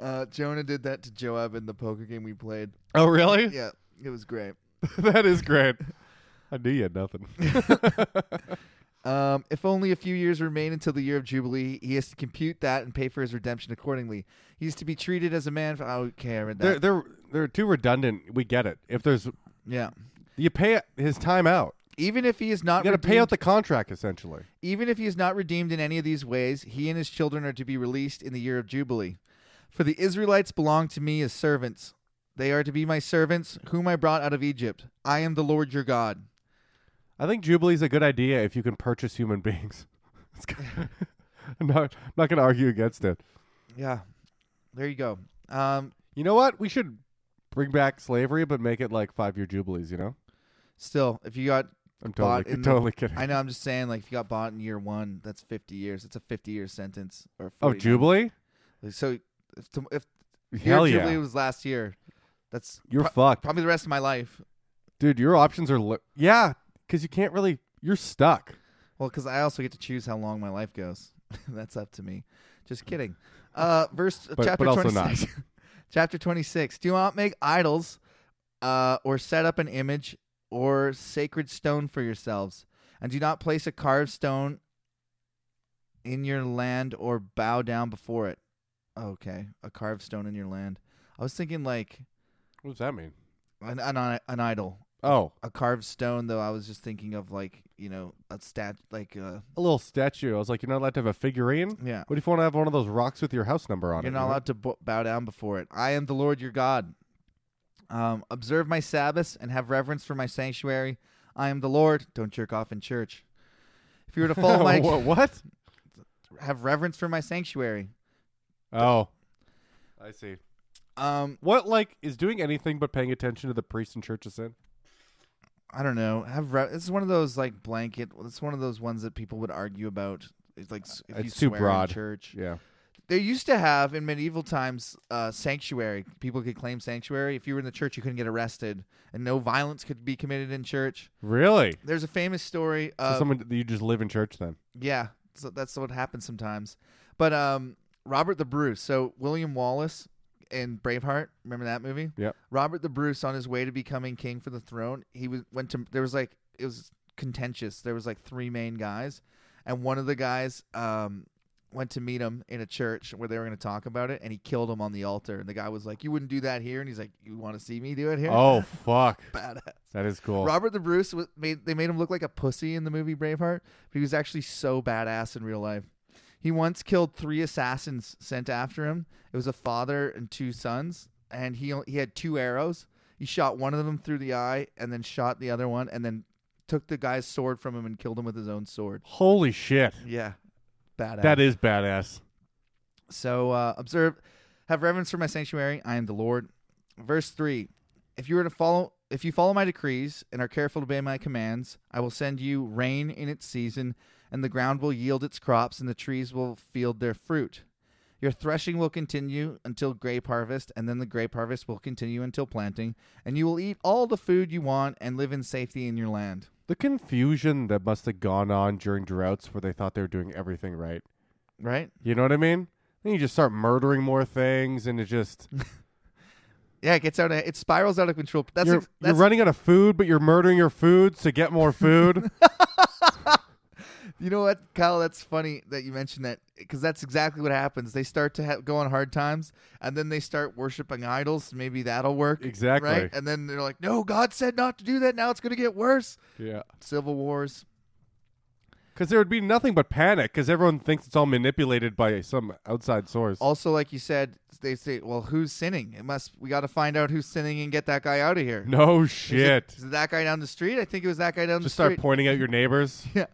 Speaker 1: uh, Jonah did that to Joab in the poker game we played.
Speaker 2: Oh, really?
Speaker 1: Yeah, it was great.
Speaker 2: that is great. I knew you had nothing.
Speaker 1: Um, if only a few years remain until the year of Jubilee, he has to compute that and pay for his redemption accordingly. He is to be treated as a man. For, oh, okay, I read that.
Speaker 2: they're they're they're too redundant. We get it. If there's
Speaker 1: yeah,
Speaker 2: you pay his time out,
Speaker 1: even if he is not
Speaker 2: you got to pay
Speaker 1: redeemed-
Speaker 2: out the contract essentially.
Speaker 1: Even if he is not redeemed in any of these ways, he and his children are to be released in the year of Jubilee. For the Israelites belong to me as servants. They are to be my servants, whom I brought out of Egypt. I am the Lord your God.
Speaker 2: I think Jubilee's a good idea if you can purchase human beings. It's ki- I'm not, I'm not going to argue against it.
Speaker 1: Yeah. There you go. Um,
Speaker 2: You know what? We should bring back slavery, but make it like five year jubilees. You know,
Speaker 1: still, if you got,
Speaker 2: I'm
Speaker 1: Bought
Speaker 2: totally,
Speaker 1: in the-
Speaker 2: totally kidding.
Speaker 1: I know, I'm just saying, like, if you got bought in year one, that's 50 years. It's a 50 year sentence. Or
Speaker 2: oh,
Speaker 1: 49.
Speaker 2: jubilee?
Speaker 1: So if, to- if
Speaker 2: Hell
Speaker 1: year
Speaker 2: yeah!
Speaker 1: Jubilee was last year, that's
Speaker 2: You're
Speaker 1: pro-
Speaker 2: fucked,
Speaker 1: probably the rest of my life.
Speaker 2: dude. Your options are li- yeah, because you can't really. You're stuck.
Speaker 1: Well, because I also get to choose how long my life goes. That's up to me. Just kidding. Uh, verse
Speaker 2: Hmm. but
Speaker 1: chapter
Speaker 2: also not.
Speaker 1: 26. chapter 26. Do not make idols uh, or set up an image or sacred stone for yourselves. And do not place a carved stone in your land or bow down before it. Okay. A carved stone in your land. I was thinking like
Speaker 2: What does that mean?
Speaker 1: an, an, an idol.
Speaker 2: Oh,
Speaker 1: A carved stone, though, I was just thinking of like, you know, a stat, like, uh,
Speaker 2: a little statue. I was like, you're not allowed to have a figurine.
Speaker 1: yeah.
Speaker 2: What if you want to have one of those rocks with your house number on
Speaker 1: You're
Speaker 2: it?
Speaker 1: not
Speaker 2: you know?
Speaker 1: allowed to bo- bow down before it. I am the Lord your God. Um, observe my Sabbaths and have reverence for my sanctuary. I am the Lord. Don't jerk off in church. If you were to follow my
Speaker 2: Wha- what?
Speaker 1: have reverence for my sanctuary.
Speaker 2: Oh, I see.
Speaker 1: Um,
Speaker 2: What like is doing anything but paying attention to the priest and church is sin?
Speaker 1: I don't know. Have re- this is one of those like blanket. It's one of those ones that people would argue about. It's like s- if you
Speaker 2: It's too
Speaker 1: swear in
Speaker 2: broad.
Speaker 1: church.
Speaker 2: Yeah.
Speaker 1: They used to have in medieval times uh, sanctuary. People could claim sanctuary. If you were in the church, you couldn't get arrested, and no violence could be committed in church.
Speaker 2: Really?
Speaker 1: There's a famous story of
Speaker 2: so someone you just live in church then?
Speaker 1: Yeah, so that's what happens sometimes. But um, Robert the Bruce, so William Wallace in Braveheart, remember that movie?
Speaker 2: Yep.
Speaker 1: Robert the Bruce, on his way to becoming king for the throne, he was went to there was like it was contentious. There was like three main guys, and one of the guys um went to meet him in a church where they were going to talk about it, and he killed him on the altar. And the guy was like, "You wouldn't do that here," and he's like, "You want to see me do it here?"
Speaker 2: Oh fuck,
Speaker 1: badass.
Speaker 2: that is cool.
Speaker 1: Robert the Bruce was made they made him look like a pussy in the movie Braveheart, but he was actually so badass in real life. He once killed three assassins sent after him. It was a father and two sons, and he o- he had two arrows. He shot one of them through the eye, and then shot the other one, and then took the guy's sword from him and killed him with his own sword.
Speaker 2: Holy shit,
Speaker 1: Yeah, badass.
Speaker 2: that is badass.
Speaker 1: So uh, observe, have reverence for my sanctuary. I am the Lord. Verse three: If you were to follow, if you follow my decrees and are careful to obey my commands, I will send you rain in its season, and the ground will yield its crops, and the trees will field their fruit. Your threshing will continue until grape harvest, and then the grape harvest will continue until planting, and you will eat all the food you want and live in safety in your land.
Speaker 2: The confusion that must have gone on during droughts where they thought they were doing everything right.
Speaker 1: Right?
Speaker 2: You know what I mean? Then you just start murdering more things, and it just
Speaker 1: Yeah, it gets out. Of, it spirals out of control. That's
Speaker 2: you're,
Speaker 1: ex-
Speaker 2: you're
Speaker 1: that's
Speaker 2: running out of food, but you're murdering your food to get more food.
Speaker 1: You know what, Kyle? That's funny that you mentioned that because that's exactly what happens. They start to ha- go on hard times, and then they start worshiping idols. Maybe that'll work,
Speaker 2: Exactly.
Speaker 1: right? And then they're like, "No, God said not to do that. Now it's going to get worse."
Speaker 2: yeah.
Speaker 1: Civil wars.
Speaker 2: Because there would be nothing but panic because everyone thinks it's all manipulated by some outside source.
Speaker 1: Also, like you said, they say, "Well, who's sinning? It must. We got to find out who's sinning and get that guy out of here."
Speaker 2: no
Speaker 1: Is it-
Speaker 2: shit.
Speaker 1: Is it that guy down the street? I think it was that guy down
Speaker 2: Just
Speaker 1: the street.
Speaker 2: start pointing out your neighbors.
Speaker 1: Yeah.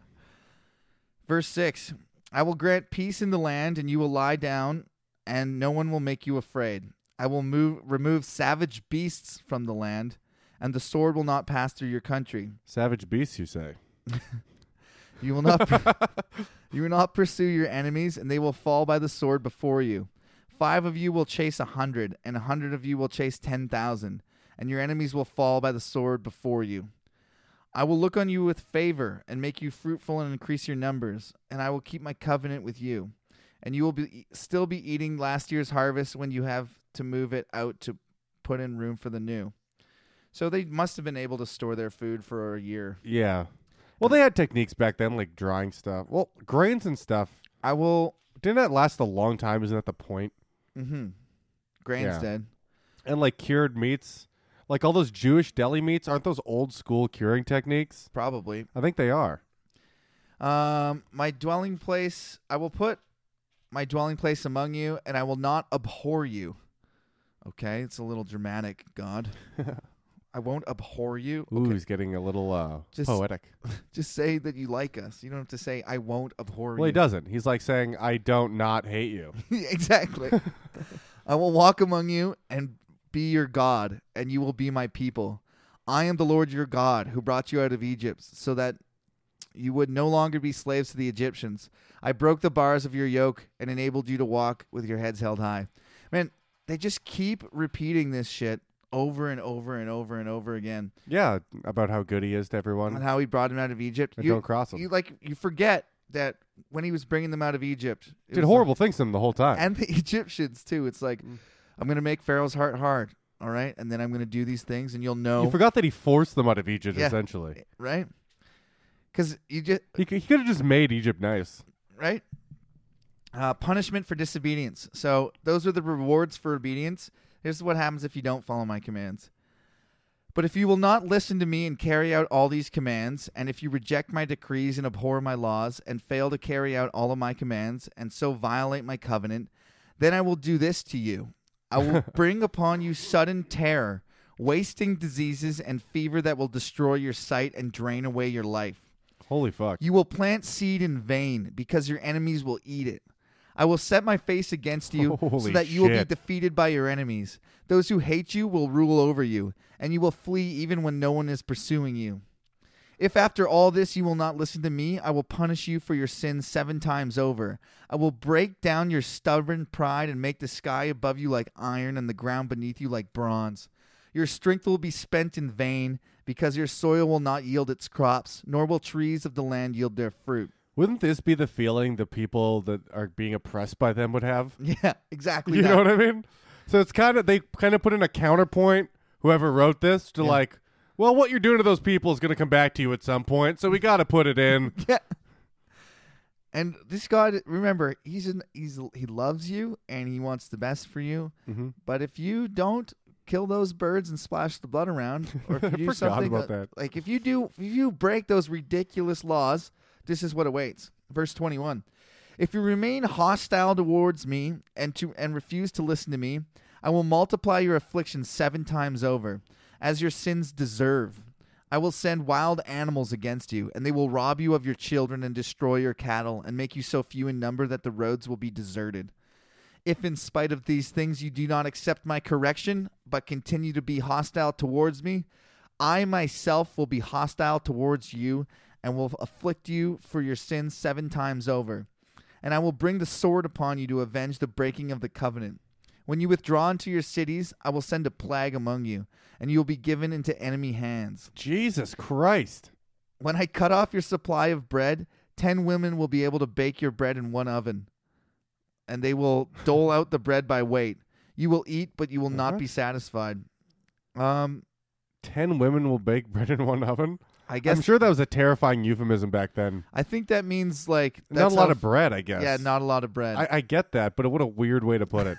Speaker 1: Verse 6 I will grant peace in the land, and you will lie down, and no one will make you afraid. I will move, remove savage beasts from the land, and the sword will not pass through your country.
Speaker 2: Savage beasts, you say?
Speaker 1: You will not, pur- you will not pursue your enemies, and they will fall by the sword before you. Five of you will chase a hundred, and a hundred of you will chase ten thousand, and your enemies will fall by the sword before you. I will look on you with favor and make you fruitful and increase your numbers, and I will keep my covenant with you, and you will be e, still be eating last year's harvest when you have to move it out to put in room for the new. So they must have been able to store their food for a year.
Speaker 2: Yeah. Well, they had techniques back then, like drying stuff. Well, grains and stuff.
Speaker 1: I will
Speaker 2: Didn't that last a long time? Isn't that the point?
Speaker 1: Mm-hmm. Grain's
Speaker 2: Yeah.
Speaker 1: dead.
Speaker 2: And like cured meats, like all those Jewish deli meats, aren't those old school curing techniques?
Speaker 1: Probably.
Speaker 2: I think they are.
Speaker 1: Um, my dwelling place, I will put my dwelling place among you, and I will not abhor you. Okay, it's a little dramatic, God. I won't abhor you.
Speaker 2: Ooh, he's getting a little uh,
Speaker 1: Just-
Speaker 2: poetic.
Speaker 1: Just say that you like us. You don't have to say I won't abhor
Speaker 2: Well, he
Speaker 1: you.
Speaker 2: doesn't. He's like saying, "I don't not hate you."
Speaker 1: exactly. I will walk among you and be your God, and you will be my people. I am the Lord your God who brought you out of Egypt so that you would no longer be slaves to the Egyptians. I broke the bars of your yoke and enabled you to walk with your heads held high. Man, they just keep repeating this shit over and over and over and over again.
Speaker 2: Yeah, about how good he is to everyone.
Speaker 1: On how he brought him out of Egypt.
Speaker 2: And
Speaker 1: You,
Speaker 2: don't cross him.
Speaker 1: you like you forget that when he was bringing them out of Egypt, it was
Speaker 2: Did
Speaker 1: like-
Speaker 2: horrible things to him the whole time.
Speaker 1: and the Egyptians too. It's like
Speaker 2: Mm.
Speaker 1: I'm gonna make Pharaoh's heart hard, all right, and then I'm gonna do these things, and you'll know,
Speaker 2: You forgot that he forced them out of Egypt.
Speaker 1: Yeah.
Speaker 2: Essentially,
Speaker 1: right? Because you just
Speaker 2: he, c- he could have just made Egypt nice.
Speaker 1: right uh, punishment for disobedience. So those are the rewards for obedience. Here's what happens if you don't follow my commands. But if you will not listen to me and carry out all these commands, and if you reject my decrees and abhor my laws, and fail to carry out all of my commands, and so violate my covenant, then I will do this to you. I will bring upon you sudden terror, wasting diseases, and fever that will destroy your sight and drain away your life.
Speaker 2: Holy fuck!
Speaker 1: You will plant seed in vain because your enemies will eat it. I will set my face against you so
Speaker 2: Holy
Speaker 1: that you will be
Speaker 2: shit.
Speaker 1: defeated by your enemies. Those who hate you will rule over you, and you will flee even when no one is pursuing you. If after all this you will not listen to me, I will punish you for your sins seven times over. I will break down your stubborn pride and make the sky above you like iron and the ground beneath you like bronze. Your strength will be spent in vain because your soil will not yield its crops, nor will trees of the land yield their fruit.
Speaker 2: Wouldn't this be the feeling that people that are being oppressed by them would have?
Speaker 1: Yeah, exactly.
Speaker 2: You
Speaker 1: that.
Speaker 2: know what I mean? So it's kind of they kind of put in a counterpoint. Whoever wrote this to like, well, what you're doing to those people is going to come back to you at some point. So we got to put it in.
Speaker 1: Yeah. And this God, remember, he's in, he's he loves you and he wants the best for you.
Speaker 2: Mm-hmm.
Speaker 1: But if you don't kill those birds and splash the blood around, or if you do
Speaker 2: Forgot
Speaker 1: something
Speaker 2: about
Speaker 1: uh,
Speaker 2: that.
Speaker 1: like if you do, if you break those ridiculous laws, this is what awaits. Verse twenty-one: If you remain hostile towards me and to and refuse to listen to me, I will multiply your affliction seven times over, as your sins deserve. I will send wild animals against you, and they will rob you of your children and destroy your cattle, and make you so few in number that the roads will be deserted. If, in spite of these things, you do not accept my correction, but continue to be hostile towards me, I myself will be hostile towards you and will afflict you for your sins seven times over. And I will bring the sword upon you to avenge the breaking of the covenant. When you withdraw into your cities, I will send a plague among you, and you will be given into enemy hands.
Speaker 2: Jesus Christ!
Speaker 1: When I cut off your supply of bread, ten women will be able to bake your bread in one oven, and they will dole out the bread by weight. You will eat, but you will
Speaker 2: Uh-huh.
Speaker 1: not be satisfied. Um,
Speaker 2: Ten women will bake bread in one oven.
Speaker 1: I guess
Speaker 2: I'm sure that was a terrifying euphemism back then.
Speaker 1: I think that means like
Speaker 2: Not
Speaker 1: that's
Speaker 2: a lot
Speaker 1: how-
Speaker 2: of bread, I guess.
Speaker 1: yeah, not a lot of bread.
Speaker 2: I,
Speaker 1: I,
Speaker 2: I get that, but what a weird way to put it.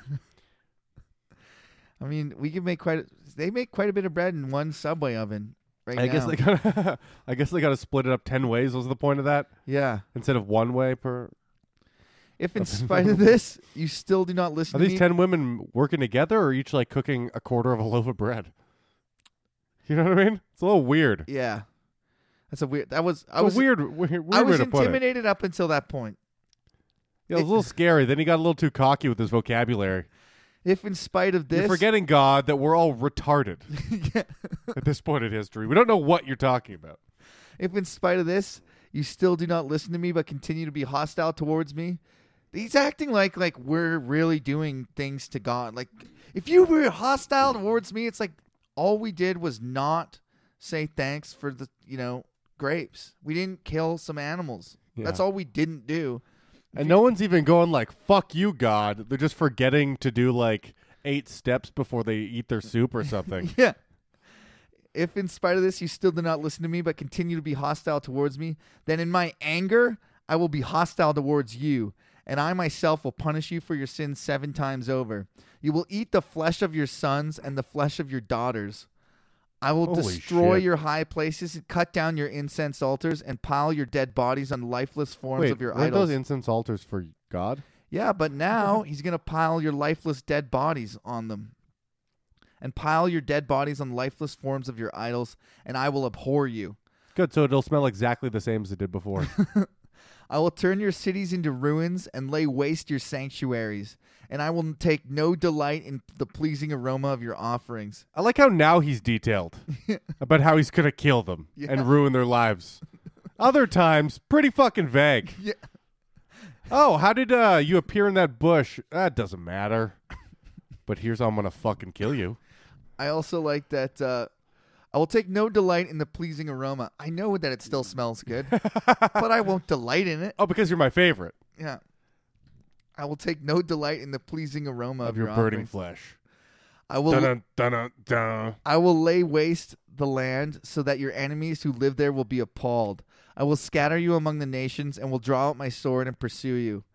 Speaker 1: mean, we can make quite. A, they make quite a bit of bread in one subway oven right
Speaker 2: I
Speaker 1: now.
Speaker 2: guess they got. I guess they got to split it up ten ways. Was the point of that
Speaker 1: yeah.
Speaker 2: instead of one way per?
Speaker 1: If in spite of this you still do not listen
Speaker 2: Are
Speaker 1: to
Speaker 2: these
Speaker 1: me,
Speaker 2: ten women working together, or each like cooking a quarter of a loaf of bread? You know what I mean? It's a little weird. It's
Speaker 1: yeah, that's a weird. That was I
Speaker 2: a
Speaker 1: was
Speaker 2: weird, weird, weird
Speaker 1: I
Speaker 2: way
Speaker 1: was
Speaker 2: to put it.
Speaker 1: intimidated up until that point.
Speaker 2: Yeah, it was a little scary. Then he got a little too cocky with his vocabulary.
Speaker 1: If in spite of this,
Speaker 2: You're forgetting God that we're all retarded
Speaker 1: Yeah.
Speaker 2: at this point in history. We don't know what you're talking about.
Speaker 1: If in spite of this, you still do not listen to me but continue to be hostile towards me, he's acting like like we're really doing things to God. Like if you were hostile towards me, it's like all we did was not say thanks for the you know grapes. We didn't kill some animals.
Speaker 2: Yeah.
Speaker 1: That's all we didn't do.
Speaker 2: And no one's even going like "fuck you, God." They're just forgetting to do like eight steps before they eat their soup or something.
Speaker 1: Yeah. If in spite of this you still do not listen to me but continue to be hostile towards me, then in my anger I will be hostile towards you, and I myself will punish you for your sins seven times over. You will eat the flesh of your sons and the flesh of your daughters. I will
Speaker 2: Holy
Speaker 1: destroy
Speaker 2: shit.
Speaker 1: your high places, and cut down your incense altars, and pile your dead bodies on lifeless forms
Speaker 2: Wait,
Speaker 1: of your
Speaker 2: weren't
Speaker 1: idols.
Speaker 2: those incense altars for God?
Speaker 1: yeah, but now he's going to pile your lifeless dead bodies on them. and pile your dead bodies on lifeless forms of your idols, and I will abhor you.
Speaker 2: Good. So it'll smell exactly the same as it did before.
Speaker 1: I will turn your cities into ruins and lay waste your sanctuaries, and I will take no delight in the pleasing aroma of your offerings.
Speaker 2: I like how now he's detailed about how he's gonna kill them
Speaker 1: Yeah.
Speaker 2: and ruin their lives. Other times, pretty fucking vague.
Speaker 1: Yeah.
Speaker 2: Oh, how did uh, you appear in that bush? That doesn't matter. But here's how I'm gonna fucking kill you.
Speaker 1: I also like that. Uh, I will take no delight in the pleasing aroma. I know that it still smells good, but I won't delight in it.
Speaker 2: Oh, because you're my favorite
Speaker 1: Yeah. I will take no delight in the pleasing aroma of,
Speaker 2: of your burning
Speaker 1: offerings.
Speaker 2: flesh.
Speaker 1: I will.
Speaker 2: Dun dun dun dun.
Speaker 1: I will lay waste the land so that your enemies who live there will be appalled. I will scatter you among the nations and will draw out my sword and pursue you.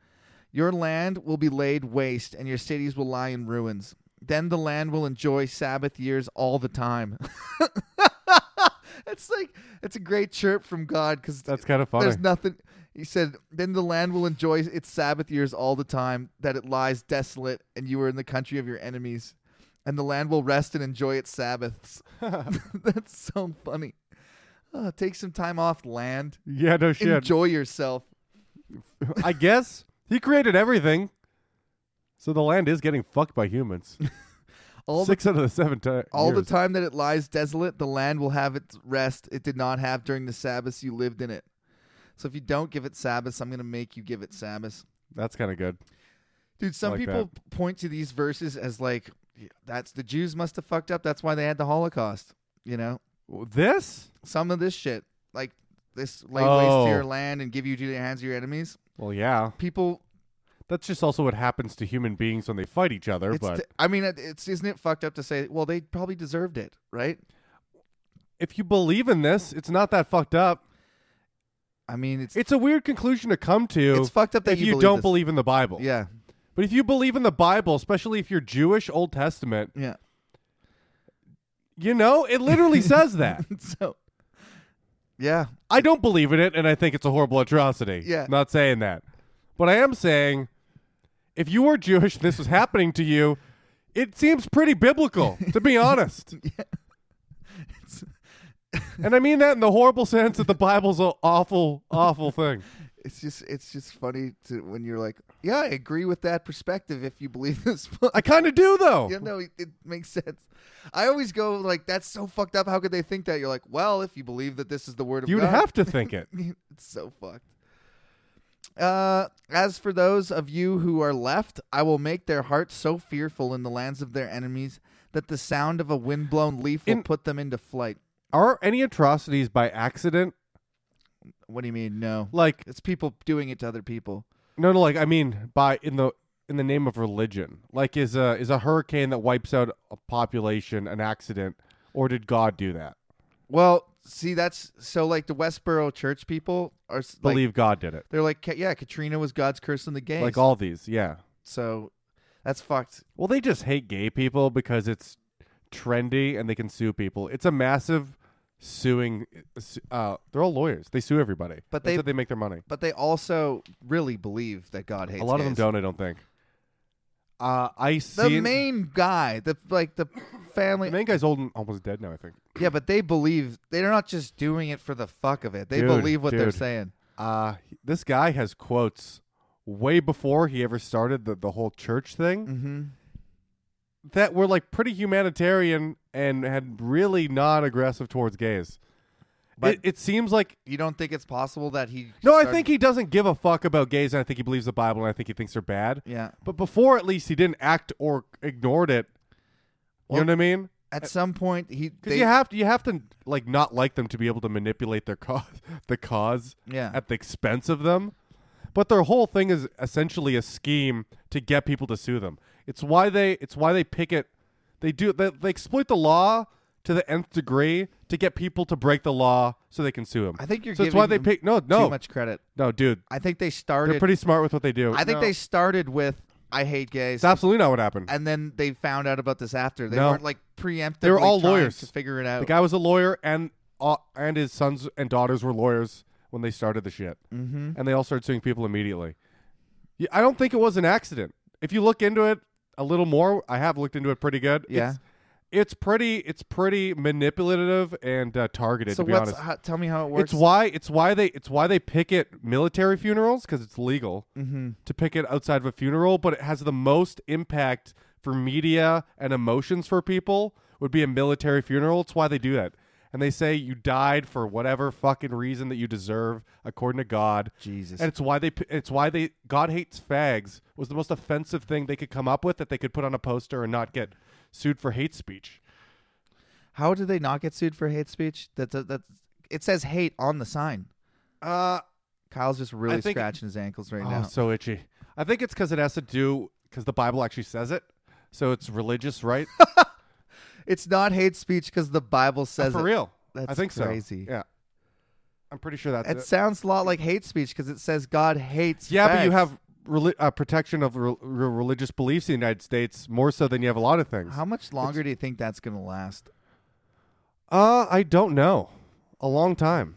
Speaker 1: Your land will be laid waste and your cities will lie in ruins. Then the land will enjoy Sabbath years all the time. it's like it's a great chirp from God because
Speaker 2: That's kind of funny.
Speaker 1: there's nothing. He said, "Then the land will enjoy its Sabbath years all the time that it lies desolate, and you are in the country of your enemies, and the land will rest and enjoy its Sabbaths." That's so funny. Oh, take some time off, land.
Speaker 2: yeah, no shit.
Speaker 1: Enjoy yourself.
Speaker 2: I guess he created everything. So the land is getting fucked by humans.
Speaker 1: All the
Speaker 2: Six out of the seven times.
Speaker 1: all the time that it lies desolate, the land will have its rest it did not have during the Sabbaths you lived in it. So if you don't give it Sabbaths, I'm going to make you give it Sabbaths.
Speaker 2: That's kind of good.
Speaker 1: Dude, some
Speaker 2: like
Speaker 1: people p- point to these verses as like, that's the Jews must have fucked up. That's why they had the Holocaust. You know,
Speaker 2: This?
Speaker 1: some of this shit, like this, lay waste
Speaker 2: Oh.
Speaker 1: to your land and give you to the hands of your enemies.
Speaker 2: Well, yeah.
Speaker 1: People,
Speaker 2: That's just also what happens to human beings when they fight each other.
Speaker 1: it's
Speaker 2: but
Speaker 1: t- I mean, it- it's isn't it fucked up to say, well, they probably deserved it, right?
Speaker 2: if you believe in this, it's not that fucked up.
Speaker 1: I mean, it's it's,
Speaker 2: It's a weird conclusion to come to.
Speaker 1: fucked up that
Speaker 2: if you,
Speaker 1: believe
Speaker 2: don't
Speaker 1: this.
Speaker 2: believe in the Bible.
Speaker 1: Yeah,
Speaker 2: But if you believe in the Bible, especially if you're Jewish, Old Testament,
Speaker 1: yeah.
Speaker 2: you know, it literally says that.
Speaker 1: so, yeah,
Speaker 2: I don't believe in it, and I think it's a horrible atrocity.
Speaker 1: Yeah.
Speaker 2: Not saying that. But I am saying if you were Jewish and this was happening to you, it seems pretty biblical, to be honest. and I mean that in the horrible sense that the Bible's an awful, awful thing.
Speaker 1: it's just it's just funny to when you're like, yeah, I agree with that perspective. If you believe this book,
Speaker 2: I kind of do, though.
Speaker 1: Yeah, no, it, it makes sense. I always go like, "That's so fucked up. How could they think that?" You're like, "Well, if you believe that this is the word of
Speaker 2: you would
Speaker 1: God,
Speaker 2: have to think it.
Speaker 1: it's so fucked." Uh, as for those of you who are left, I will make their hearts so fearful in the lands of their enemies that the sound of a windblown leaf will
Speaker 2: In-
Speaker 1: put them into flight.
Speaker 2: Are any atrocities by accident?
Speaker 1: What do you mean? No,
Speaker 2: Like,
Speaker 1: it's people doing it to other people.
Speaker 2: No, no, like I mean by in the in the name of religion. Like is a is a hurricane that wipes out a population an accident or did God do that?
Speaker 1: Well, see, that's so like the Westboro church people are s- like,
Speaker 2: Believe God did it.
Speaker 1: they're like, "Ca- yeah, Katrina was God's curse on the gays.
Speaker 2: Like all these, yeah.
Speaker 1: so that's fucked.
Speaker 2: Well, they just hate gay people because it's trendy and they can sue people. It's a massive suing uh they're all lawyers. They sue everybody.
Speaker 1: But
Speaker 2: That's
Speaker 1: they-
Speaker 2: how they make their money.
Speaker 1: But they also really believe that God hates.
Speaker 2: A lot of them
Speaker 1: gays.
Speaker 2: don't, I don't think. Uh I see
Speaker 1: The main guy, the like the family.
Speaker 2: the main guy's old and almost dead now, I think.
Speaker 1: yeah, but they believe they're not just doing it for the fuck of it. They
Speaker 2: Dude,
Speaker 1: believe what they're
Speaker 2: dude.
Speaker 1: saying.
Speaker 2: uh this guy has quotes way before he ever started the, the whole church thing
Speaker 1: Mm-hmm.
Speaker 2: that were like pretty humanitarian and had really not aggressive towards gays
Speaker 1: But-
Speaker 2: but it, it seems like
Speaker 1: You don't think it's possible that he?
Speaker 2: no i
Speaker 1: started-
Speaker 2: think he doesn't give a fuck about gays and i think he believes the bible and i think he thinks they're bad
Speaker 1: Yeah.
Speaker 2: but before at least he didn't act or ignored it you
Speaker 1: Well,
Speaker 2: know what i mean
Speaker 1: At some point, he.
Speaker 2: because
Speaker 1: They,
Speaker 2: Uh, you have to you have to like not like them to be able to manipulate their cause the cause
Speaker 1: yeah.
Speaker 2: at the expense of them. But their whole thing is essentially a scheme to get people to sue them. It's why they it's why they picket they do they, they exploit the law to the nth degree to get people to break the law so they can sue them.
Speaker 1: I think you're
Speaker 2: so that's
Speaker 1: giving
Speaker 2: why they
Speaker 1: them
Speaker 2: pick no
Speaker 1: too
Speaker 2: no
Speaker 1: much credit.
Speaker 2: no dude.
Speaker 1: I think they
Speaker 2: They're
Speaker 1: started.
Speaker 2: pretty smart with what they do.
Speaker 1: I think
Speaker 2: No.
Speaker 1: they started with I hate gays,
Speaker 2: It's absolutely not what happened.
Speaker 1: and then they found out about this after. They
Speaker 2: No.
Speaker 1: weren't like preemptive.
Speaker 2: They were all lawyers.
Speaker 1: to figure it out.
Speaker 2: The guy was a lawyer and uh, and his sons and daughters were lawyers when they started the shit.
Speaker 1: mm-hmm.
Speaker 2: and they all started suing people immediately. Yeah, I don't think it was an accident. If you look into it a little more, I have looked into it pretty good.
Speaker 1: Yeah.
Speaker 2: It's, It's pretty. It's pretty manipulative and uh, targeted.
Speaker 1: so
Speaker 2: to be
Speaker 1: what's
Speaker 2: honest,
Speaker 1: how, tell me how it works?
Speaker 2: it's why. It's why they. It's why they picket military funerals because it's legal to picket outside of a funeral. But it has the most impact for media and emotions for people would be a military funeral. It's why they do that. And they say you died for whatever fucking reason that you deserve, according to God.
Speaker 1: Jesus.
Speaker 2: And it's why they. p- It's why they. God hates fags was the most offensive thing they could come up with that they could put on a poster and not get sued for hate speech.
Speaker 1: How did they not get sued for hate speech? That that, that it says hate on the sign.
Speaker 2: Uh,
Speaker 1: Kyle's just really
Speaker 2: think-
Speaker 1: scratching his ankles right
Speaker 2: oh,
Speaker 1: now.
Speaker 2: so itchy. I think it's because it has to do because the Bible actually says it, so it's religious, right?
Speaker 1: It's not hate speech because the Bible says
Speaker 2: Oh, for
Speaker 1: it.
Speaker 2: real. I
Speaker 1: That's
Speaker 2: think
Speaker 1: crazy.
Speaker 2: so. Yeah, I'm pretty sure that's
Speaker 1: It
Speaker 2: it.
Speaker 1: sounds a lot like hate speech because it says God hates.
Speaker 2: Yeah, but you
Speaker 1: fags.
Speaker 2: have reli- uh, protection of re- re- religious beliefs in the United States more so than you have a lot of things.
Speaker 1: How much longer do you think that's going to last?
Speaker 2: Uh, I don't know. A long time.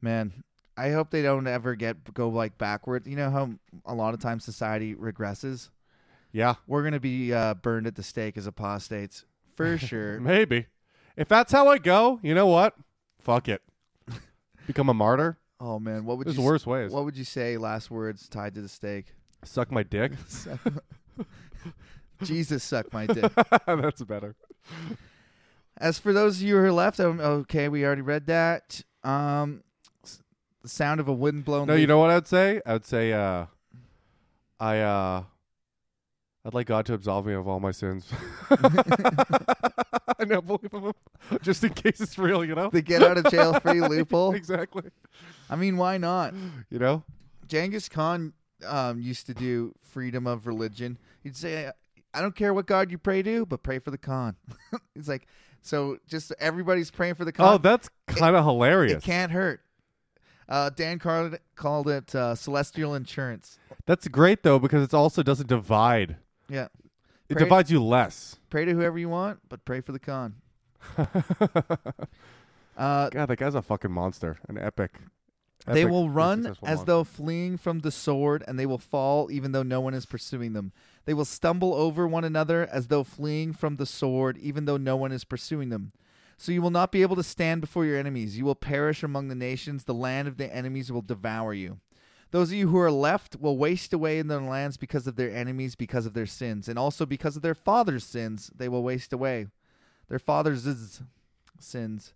Speaker 1: Man, I hope they don't ever get go like backward. You know how a lot of times society regresses.
Speaker 2: Yeah,
Speaker 1: We're going to be uh, burned at the stake as apostates for sure.
Speaker 2: maybe. If that's how I go, you know what? Fuck it. Become a martyr.
Speaker 1: Oh man, what would
Speaker 2: There's
Speaker 1: you s-
Speaker 2: worse ways.
Speaker 1: What would you say? Last words tied to the stake.
Speaker 2: Suck my dick.
Speaker 1: Jesus suck my dick.
Speaker 2: that's better.
Speaker 1: As for those of you who are left, um, okay, we already read that. Um, s- the sound of a wind blown.
Speaker 2: No, you know what I'd say? I'd say uh I uh I'd like God to absolve me of all my sins. I know, believe him. Just in case it's real, you know?
Speaker 1: the get out of jail free loophole.
Speaker 2: exactly.
Speaker 1: I mean, why not?
Speaker 2: You know?
Speaker 1: Genghis Khan um, used to do freedom of religion. He'd say, "I don't care what god you pray to, but pray for the Khan." He's like, so just everybody's praying for the Khan.
Speaker 2: Oh, that's kind of
Speaker 1: it
Speaker 2: hilarious.
Speaker 1: can't hurt. Uh, Dan Car- called it uh, celestial insurance.
Speaker 2: That's great though because it also doesn't divide.
Speaker 1: Yeah,
Speaker 2: It
Speaker 1: Pray-
Speaker 2: divides you less.
Speaker 1: pray to whoever you want, but pray for the Khan. Uh,
Speaker 2: God, that guy's a fucking monster. An epic.
Speaker 1: they
Speaker 2: epic
Speaker 1: will
Speaker 2: and
Speaker 1: run
Speaker 2: successful
Speaker 1: as
Speaker 2: monster.
Speaker 1: though fleeing from the sword, and they will fall even though no one is pursuing them. They will stumble over one another as though fleeing from the sword, even though no one is pursuing them. So you will not be able to stand before your enemies. You will perish among the nations. The land of the enemies will devour you. Those of you who are left will waste away in their lands because of their enemies, because of their sins, and also because of their father's sins, they will waste away. Their father's sins.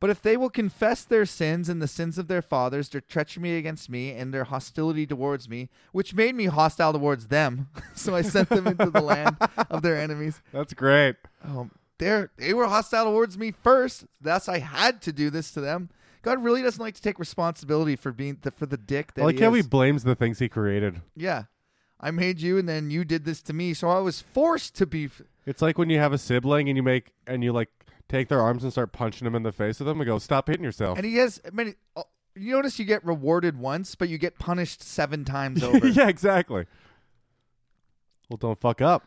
Speaker 1: But if they will confess their sins and the sins of their fathers, their treachery against me, and their hostility towards me, which made me hostile towards them, so I sent them into the land of their enemies.
Speaker 2: That's great.
Speaker 1: Um, they they were hostile towards me first. Thus, I had to do this to them. God really doesn't like to take responsibility for being the, for the dick that
Speaker 2: I like
Speaker 1: he
Speaker 2: how he
Speaker 1: is.
Speaker 2: blames the things he created.
Speaker 1: yeah, I made you, and then you did this to me, so I was forced to be. f-
Speaker 2: It's like when you have a sibling and you make and you like take their arms and start punching them in the face with them and go, "Stop hitting yourself."
Speaker 1: And he has many. oh, You notice you get rewarded once, but you get punished seven times over.
Speaker 2: yeah, exactly. Well, don't fuck up.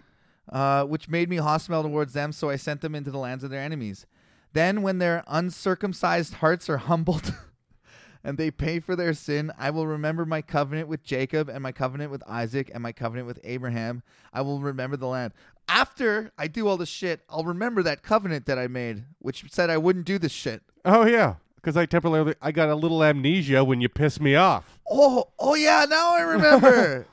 Speaker 1: uh, which made me hostile towards them, so I sent them into the lands of their enemies. Then, when their uncircumcised hearts are humbled and they pay for their sin, I will remember my covenant with Jacob and my covenant with Isaac and my covenant with Abraham. I will remember the land. After I do all this shit, I'll remember that covenant that I made, which said I wouldn't do this shit.
Speaker 2: Oh yeah, because I temporarily I got a little amnesia when you piss me off.
Speaker 1: Oh, oh yeah, now I remember.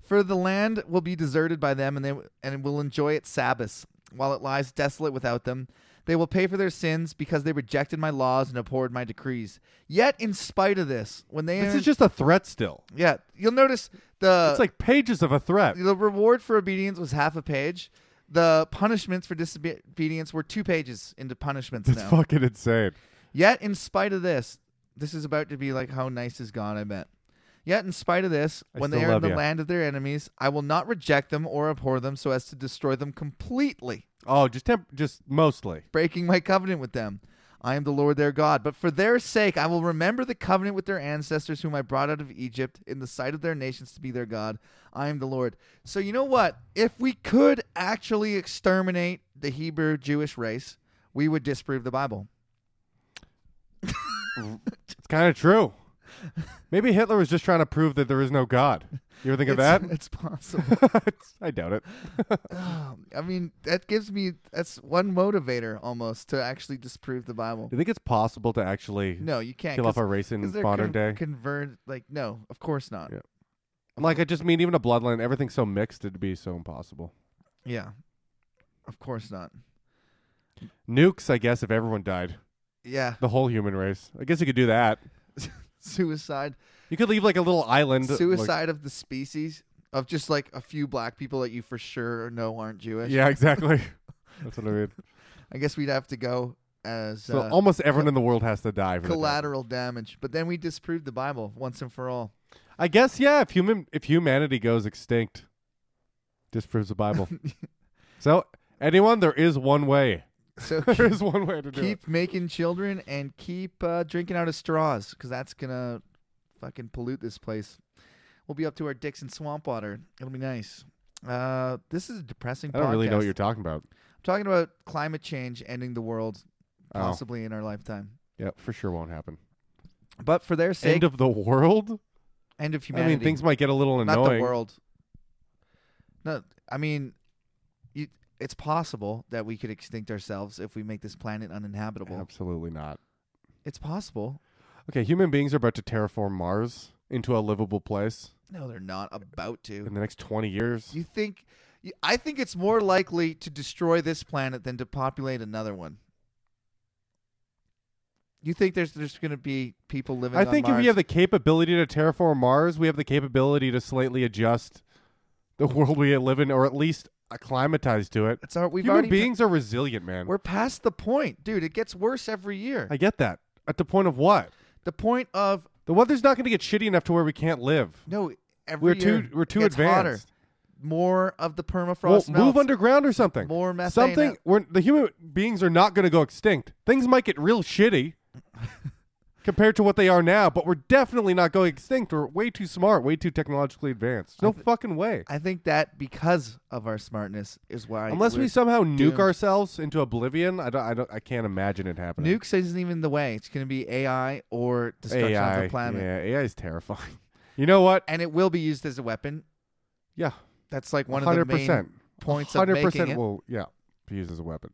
Speaker 1: For the land will be deserted by them, and they and will enjoy its Sabbath, while it lies desolate without them. They will pay for their sins because they rejected my laws and abhorred my decrees. Yet, in spite of this, when they
Speaker 2: This is just a threat. Still,
Speaker 1: yeah, you'll notice the
Speaker 2: it's like pages of a threat.
Speaker 1: the reward for obedience was half a page. The punishments for disobedience were two pages into punishments
Speaker 2: That's
Speaker 1: now.
Speaker 2: fucking insane.
Speaker 1: Yet, in spite of this, this is about to be like how nice is God, I bet. Yet, in spite of this,
Speaker 2: I
Speaker 1: when
Speaker 2: still
Speaker 1: they are in
Speaker 2: love
Speaker 1: the
Speaker 2: ya.
Speaker 1: land of their enemies, I will not reject them or abhor them so as to destroy them completely,
Speaker 2: Oh, just temp- just mostly.
Speaker 1: breaking my covenant with them. I am the Lord their God. But for their sake, I will remember the covenant with their ancestors, whom I brought out of Egypt, in the sight of their nations to be their God. I am the Lord. So, you know what? If we could actually exterminate the Hebrew Jewish race, we would disprove the Bible.
Speaker 2: It's kind of true. Maybe Hitler was just trying to prove that there is no God. You ever think of
Speaker 1: It's-
Speaker 2: that?
Speaker 1: It's possible.
Speaker 2: I doubt it.
Speaker 1: Ah, I mean, that gives me that's one motivator almost to actually disprove the Bible.
Speaker 2: Do you think it's possible to actually
Speaker 1: No, you can't.
Speaker 2: kill off
Speaker 1: 'cause-
Speaker 2: a race in
Speaker 1: 'cause they're
Speaker 2: modern
Speaker 1: con-
Speaker 2: day?
Speaker 1: Converged, like no, of course not.
Speaker 2: Yeah. like, I just mean, even a bloodline, everything's so mixed, it'd be so impossible.
Speaker 1: Yeah. Of course not.
Speaker 2: Nukes, I guess, if everyone died,
Speaker 1: Yeah.
Speaker 2: the whole human race. I guess you could do that.
Speaker 1: Suicide.
Speaker 2: You could leave like a little island. like-
Speaker 1: Suicide of the species of just like a few black people that you for sure know aren't Jewish.
Speaker 2: yeah, exactly. That's what I mean.
Speaker 1: I guess we'd have to go as
Speaker 2: So oh
Speaker 1: uh,
Speaker 2: almost everyone in the world has to die. For that to happen.
Speaker 1: collateral damage. But then we disproved the Bible once and for all.
Speaker 2: I guess yeah. If human if humanity goes extinct, disproves the Bible. so anyone, there is one way.
Speaker 1: So
Speaker 2: There is one way to do it.
Speaker 1: keep making children and keep uh, drinking out of straws because that's gonna fucking pollute this place. We'll be up to our dicks in swamp water. It'll be nice. Uh, this is a depressing.
Speaker 2: I don't really know
Speaker 1: podcast.
Speaker 2: what you're talking about.
Speaker 1: I'm talking about climate change ending the world,
Speaker 2: Oh.
Speaker 1: possibly in our lifetime.
Speaker 2: Yeah, for sure won't happen.
Speaker 1: But for their sake,
Speaker 2: End of the world.
Speaker 1: end of humanity.
Speaker 2: I mean, things might get a little
Speaker 1: not
Speaker 2: annoying.
Speaker 1: the world. No, I mean, you, it's possible that we could extinct ourselves if we make this planet uninhabitable.
Speaker 2: Absolutely not.
Speaker 1: It's possible.
Speaker 2: Okay, human beings are about to terraform Mars into a livable place
Speaker 1: No, they're not about to.
Speaker 2: in the next 20 years.
Speaker 1: You think? you- I think it's more likely to destroy this planet than to populate another one. You think there's there's going to be people living?
Speaker 2: I
Speaker 1: on
Speaker 2: think if
Speaker 1: Mars?
Speaker 2: we have the capability to terraform Mars, we have the capability to slightly adjust the world we live in, or at least acclimatize to it.
Speaker 1: it's our, we've
Speaker 2: Human
Speaker 1: already
Speaker 2: beings are resilient, man.
Speaker 1: we're past the point, dude. It gets worse every year.
Speaker 2: I get that. At the point of what?
Speaker 1: the point of
Speaker 2: The weather's not going to get shitty enough to where we can't live.
Speaker 1: no, every
Speaker 2: We're
Speaker 1: year
Speaker 2: too we're too
Speaker 1: gets
Speaker 2: advanced.
Speaker 1: Hotter. More of the permafrost
Speaker 2: Well, move
Speaker 1: melts.
Speaker 2: underground or something.
Speaker 1: More methane
Speaker 2: Something.
Speaker 1: out-
Speaker 2: We're, the human beings are not going to go extinct. Things might get real shitty compared to what they are now, but we're definitely not going extinct. We're way too smart, way too technologically advanced. No fucking way.
Speaker 1: I think that because of our smartness is why
Speaker 2: Unless we
Speaker 1: we're-
Speaker 2: somehow nuke
Speaker 1: doomed.
Speaker 2: ourselves into oblivion, I don't, I don't. I can't imagine it happening.
Speaker 1: nukes isn't even the way. It's going to be AI or destruction of
Speaker 2: AI.
Speaker 1: the planet,
Speaker 2: Yeah, AI is terrifying. You know what?
Speaker 1: and it will be used as a weapon.
Speaker 2: Yeah,
Speaker 1: That's like one of the main
Speaker 2: 100%.
Speaker 1: points of
Speaker 2: hundred
Speaker 1: making
Speaker 2: percent
Speaker 1: it.
Speaker 2: will yeah be used as a weapon.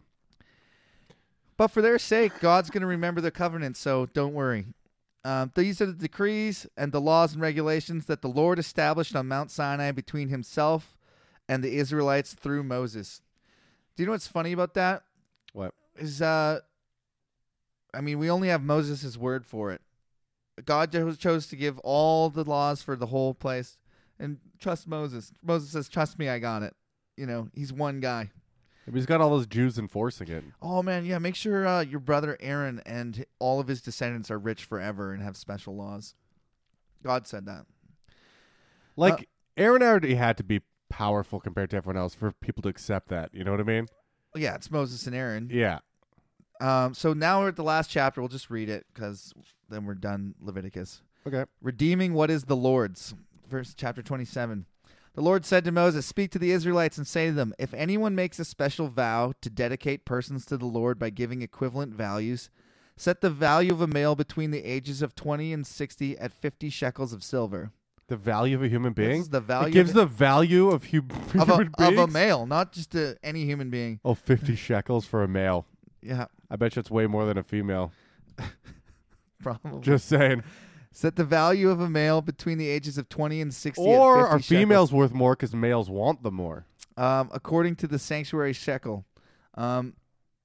Speaker 1: But for their sake, God's going to remember the covenant, so don't worry. Um, these are the decrees and the laws and regulations that the Lord established on Mount Sinai between himself and the Israelites through Moses. Do you know what's funny about that?
Speaker 2: What?
Speaker 1: Is, uh, I mean, we only have Moses' word for it. God cho- chose to give all the laws for the whole place and trust Moses. Moses says, Trust me, I got it. You know, he's one guy.
Speaker 2: Maybe he's got all those Jews enforcing it.
Speaker 1: Oh man, yeah. Make sure uh, your brother Aaron and all of his descendants are rich forever and have special laws. God said that. Uh,
Speaker 2: Like Aaron already had to be powerful compared to everyone else for people to accept that. You know what I mean?
Speaker 1: Yeah, it's Moses and Aaron.
Speaker 2: Yeah.
Speaker 1: Um, so now we're at the last chapter. We'll just read it because then we're done Leviticus.
Speaker 2: Okay.
Speaker 1: Redeeming what is the Lord's. Verse chapter 27. The Lord said to Moses, Speak to the Israelites and say to them, If anyone makes a special vow to dedicate persons to the Lord by giving equivalent values, set the value of a male between the ages of 20 and 60 at 50 shekels of silver.
Speaker 2: The value of a human being.
Speaker 1: is the value
Speaker 2: It gives
Speaker 1: of-
Speaker 2: the value of hu-
Speaker 1: of
Speaker 2: human
Speaker 1: a, of
Speaker 2: beings.
Speaker 1: a male, not just a, any human being.
Speaker 2: Oh, 50 shekels for a male.
Speaker 1: Yeah,
Speaker 2: I bet you it's way more than a female.
Speaker 1: probably.
Speaker 2: Just saying.
Speaker 1: Set the value of a male between the ages of 20 and 60. at
Speaker 2: Or
Speaker 1: 50
Speaker 2: are
Speaker 1: shekels.
Speaker 2: females worth more because males want them more?
Speaker 1: Um, according to the sanctuary shekel. Um,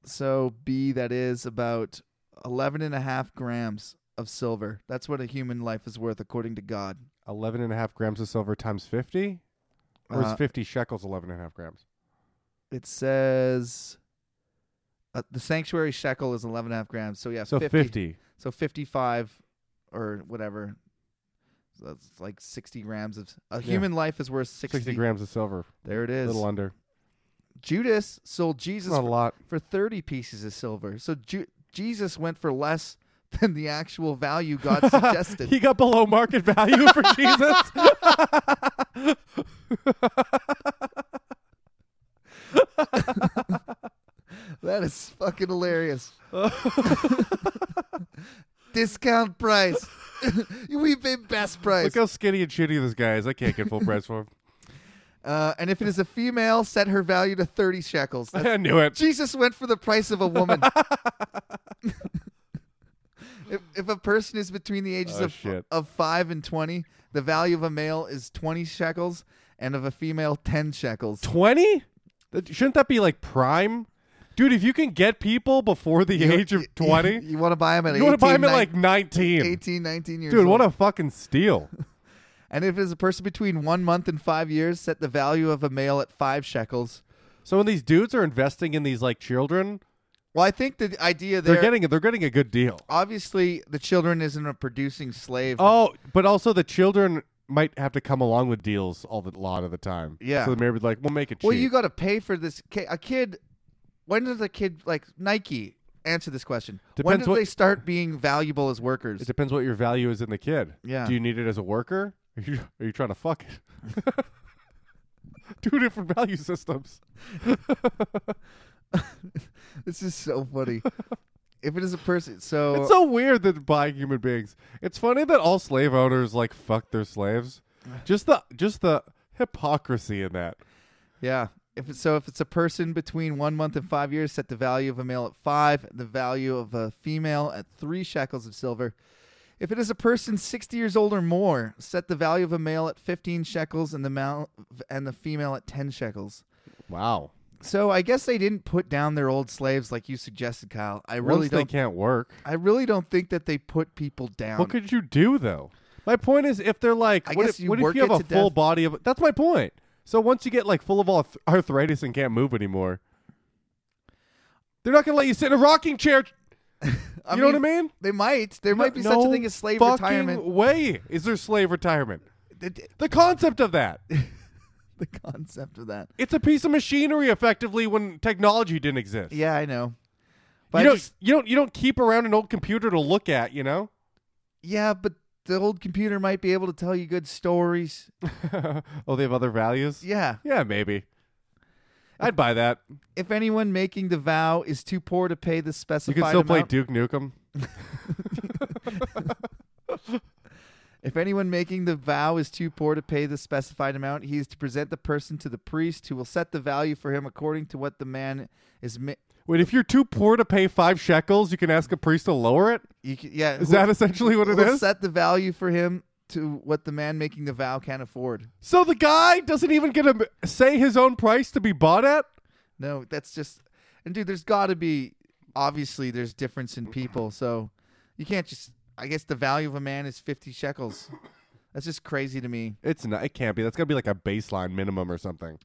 Speaker 1: so B, that is about 11 and a half grams of silver. That's what a human life is worth according to God.
Speaker 2: 11 and a half grams of silver times 50? Or is
Speaker 1: Uh,
Speaker 2: 50 shekels 11 and a half grams?
Speaker 1: It says uh, the sanctuary shekel is 11 and a half grams. So yeah,
Speaker 2: So 50.
Speaker 1: So 55 or whatever. So that's like 60 grams of a
Speaker 2: Yeah.
Speaker 1: human life is worth 60,
Speaker 2: 60, grams of silver.
Speaker 1: There it
Speaker 2: A
Speaker 1: is.
Speaker 2: little under.
Speaker 1: Judas sold
Speaker 2: It's
Speaker 1: Jesus
Speaker 2: not a
Speaker 1: for,
Speaker 2: lot.
Speaker 1: for 30 pieces of silver. So Ju- Jesus went for less than the actual value God suggested.
Speaker 2: he got below market value for Jesus.
Speaker 1: that is fucking hilarious. Discount price. we paid best price.
Speaker 2: Look how skinny and shitty this guy is. I can't get full price for him.
Speaker 1: Uh, and if it is a female, set her value to 30 shekels. That's-
Speaker 2: I knew it.
Speaker 1: Jesus went for the price of a woman. if, if a person is between the ages
Speaker 2: Oh,
Speaker 1: of,
Speaker 2: shit.
Speaker 1: of 5 and 20, the value of a male is 20 shekels and of a female, 10 shekels.
Speaker 2: Twenty? Shouldn't that be like prime, dude? If you can get people before the age of twenty,
Speaker 1: You, want to buy them at
Speaker 2: you want to buy
Speaker 1: 18,
Speaker 2: them at
Speaker 1: nine-
Speaker 2: like nineteen.
Speaker 1: 18, 19 years
Speaker 2: Dude,
Speaker 1: old.
Speaker 2: what a fucking steal!
Speaker 1: and if it is a person between one month and five years, set the value of a male at 5 shekels.
Speaker 2: So when these dudes are investing in these like children,
Speaker 1: Well, I think the idea
Speaker 2: they're,
Speaker 1: there,
Speaker 2: getting they're getting a good deal.
Speaker 1: obviously, the children isn't a producing slave.
Speaker 2: Oh, but also the children might have to come along with deals all the lot of the time.
Speaker 1: Yeah.
Speaker 2: So maybe like we'll make it cheap.
Speaker 1: Well, you got to pay for this. Ki- a kid. When does a kid like Nike? Answer this question. when
Speaker 2: Depends
Speaker 1: do
Speaker 2: what-
Speaker 1: they start being valuable as
Speaker 2: it
Speaker 1: workers?
Speaker 2: depends what your value is in the kid.
Speaker 1: Yeah.
Speaker 2: Do you need it as a worker? Are you, are you trying to fuck it? Two different value systems.
Speaker 1: This is so funny. if it is a person, so,
Speaker 2: It's so weird that buying human beings. It's funny that all slave owners like fuck their slaves. Just the just the hypocrisy in that.
Speaker 1: yeah. If it's, so, if it's a person between one month and five years, set the value of a male at five, the value of a female at three shekels of silver. If it is a person sixty years old or more, set the value of a male at fifteen shekels and the male and the female at ten shekels.
Speaker 2: Wow.
Speaker 1: So I guess they didn't put down their old slaves like you suggested, Kyle. I really
Speaker 2: Once they
Speaker 1: don't.
Speaker 2: can't work.
Speaker 1: I really don't think that they put people down.
Speaker 2: What could you do though? My point is, if they're like,
Speaker 1: Um, I
Speaker 2: what
Speaker 1: guess
Speaker 2: if
Speaker 1: you
Speaker 2: what
Speaker 1: work
Speaker 2: if you have
Speaker 1: it
Speaker 2: a
Speaker 1: to
Speaker 2: full
Speaker 1: death.
Speaker 2: body of? That's my point. So once you get like full of arth- arthritis and can't move anymore, they're not gonna let you sit in a rocking chair. you know what I mean?
Speaker 1: They might. There might be
Speaker 2: No
Speaker 1: such a thing as slave
Speaker 2: fucking
Speaker 1: retirement.
Speaker 2: Way is there slave retirement?
Speaker 1: The, the-
Speaker 2: The concept of that.
Speaker 1: the concept of that.
Speaker 2: It's a piece of machinery, effectively, when technology didn't exist.
Speaker 1: Yeah, I know. But
Speaker 2: you
Speaker 1: I
Speaker 2: don't,
Speaker 1: just-
Speaker 2: you don't, you don't keep around an old computer to look at. You know,
Speaker 1: yeah, but the old computer might be able to tell you good stories.
Speaker 2: oh, they have other values.
Speaker 1: Yeah.
Speaker 2: yeah maybe. I'd buy that.
Speaker 1: If anyone making the vow is too poor to pay the
Speaker 2: You
Speaker 1: specified
Speaker 2: can still play
Speaker 1: amount,
Speaker 2: Duke Nukem.
Speaker 1: if anyone making the vow is too poor to pay the specified amount, he is to present the person to the priest, who will set the value for him according to what the man is. Ma-
Speaker 2: Wait, if you're too poor to pay five shekels, you can ask a priest to lower it.
Speaker 1: You can, yeah,
Speaker 2: Is
Speaker 1: who-
Speaker 2: that essentially what it
Speaker 1: who'll
Speaker 2: is?
Speaker 1: set the value for him to what the man making the vow can afford.
Speaker 2: So the guy doesn't even get to m- say his own price to be bought at.
Speaker 1: No, that's just and dude, there's got to be obviously there's difference in people, so you can't just. I guess the value of a man is fifty shekels. That's just crazy to me.
Speaker 2: It's not. It can't be. That's got to be like a baseline minimum or something.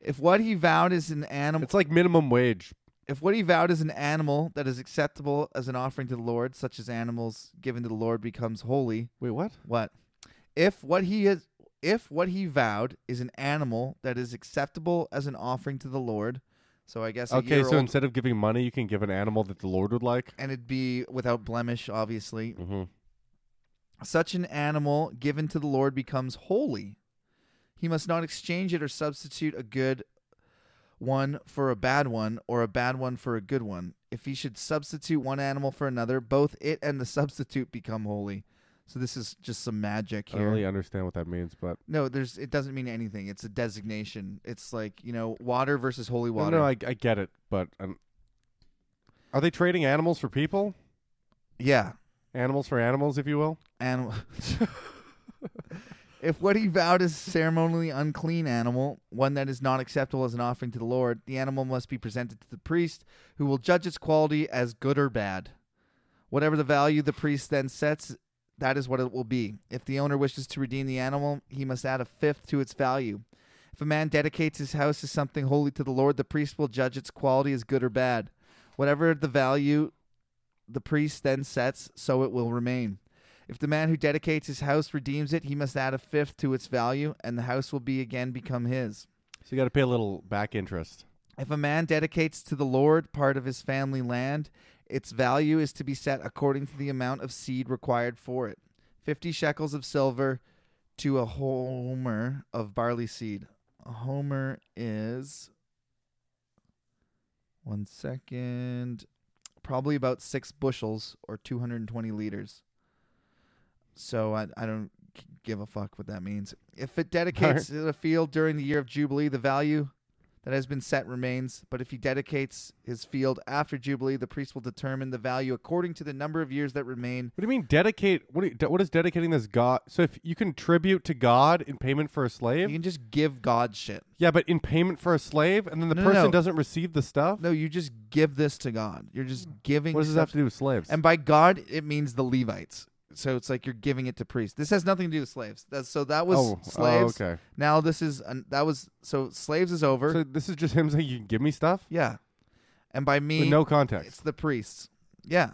Speaker 1: If what he vowed is an animal,
Speaker 2: It's like minimum wage.
Speaker 1: if what he vowed is an animal that is acceptable as an offering to the Lord, such as animals given to the Lord becomes holy,
Speaker 2: Wait, what?
Speaker 1: What? If what he is if what he vowed is an animal that is acceptable as an offering to the Lord, so I guess a
Speaker 2: okay,
Speaker 1: year
Speaker 2: so
Speaker 1: old,
Speaker 2: instead of giving money, you can give an animal that the Lord would like.
Speaker 1: and it'd be without blemish, obviously.
Speaker 2: Mm-hmm.
Speaker 1: Such an animal given to the Lord becomes holy. He must not exchange it or substitute a good one for a bad one or a bad one for a good one. If he should substitute one animal for another, both it and the substitute become holy. So this is just some magic
Speaker 2: I
Speaker 1: here.
Speaker 2: don't really understand what that means, but
Speaker 1: No, there's it doesn't mean anything. It's a designation. It's like, you know, water versus holy
Speaker 2: no,
Speaker 1: water.
Speaker 2: no, I, I get it. But um, are they trading animals for people?
Speaker 1: yeah.
Speaker 2: Animals for animals, if you will.
Speaker 1: Animal If what he vowed is ceremonially unclean animal, one that is not acceptable as an offering to the Lord, the animal must be presented to the priest, who will judge its quality as good or bad. Whatever the value the priest then sets, that is what it will be. If the owner wishes to redeem the animal, he must add a fifth to its value. If a man dedicates his house to something holy to the Lord, the priest will judge its quality as good or bad. Whatever the value the priest then sets, so it will remain. If the man who dedicates his house redeems it, he must add a fifth to its value, and the house will be again become his.
Speaker 2: So you got to pay a little back interest.
Speaker 1: If a man dedicates to the Lord part of his family land, its value is to be set according to the amount of seed required for it. Fifty shekels of silver to a homer of barley seed. A homer is one second, probably about six bushels or 220 liters. So I, I don't c- give a fuck what that means. If it dedicates to the field during the year of Jubilee, the value that has been set remains. But if he dedicates his field after Jubilee, the priest will determine the value according to the number of years that remain.
Speaker 2: What do you mean dedicate? What do you, de- what is dedicating this God? So if you can tribute to God in payment for a
Speaker 1: You
Speaker 2: slave,
Speaker 1: can just give God shit.
Speaker 2: yeah, but in payment for a slave, and then the
Speaker 1: No, no,
Speaker 2: person
Speaker 1: no.
Speaker 2: doesn't receive the stuff.
Speaker 1: No, you just give this to God. You're just giving.
Speaker 2: what does this
Speaker 1: stuff
Speaker 2: have to do with slaves?
Speaker 1: And by God, it means the Levites. So it's like you're giving it to priests. This has nothing to do with slaves. That's, so that was
Speaker 2: oh, oh,
Speaker 1: slaves.
Speaker 2: okay.
Speaker 1: Now this is an, that was so slaves is over.
Speaker 2: So this is just him saying, "You can give me stuff."
Speaker 1: yeah, and by me,
Speaker 2: With no context.
Speaker 1: it's the priests. Yeah.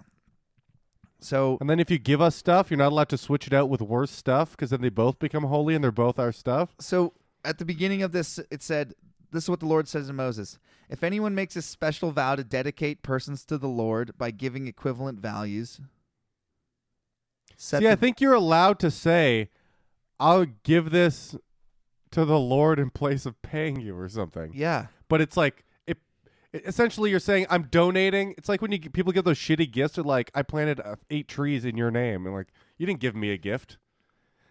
Speaker 1: So
Speaker 2: And then if you give us stuff, you're not allowed to switch it out with worse stuff because then they both become holy and they're both our stuff.
Speaker 1: so at the beginning of this, it said, "This is what the Lord says to Moses: If anyone makes a special vow to dedicate persons to the Lord by giving equivalent values." Set
Speaker 2: See, I
Speaker 1: the-
Speaker 2: think you're allowed to say, "I'll give this to the Lord in place of paying you" or something.
Speaker 1: yeah.
Speaker 2: But it's like it, it- essentially you're saying I'm donating. It's like when you g- people get those shitty gifts. They're like, "I planted uh, eight trees in your name," and like you didn't give me a gift.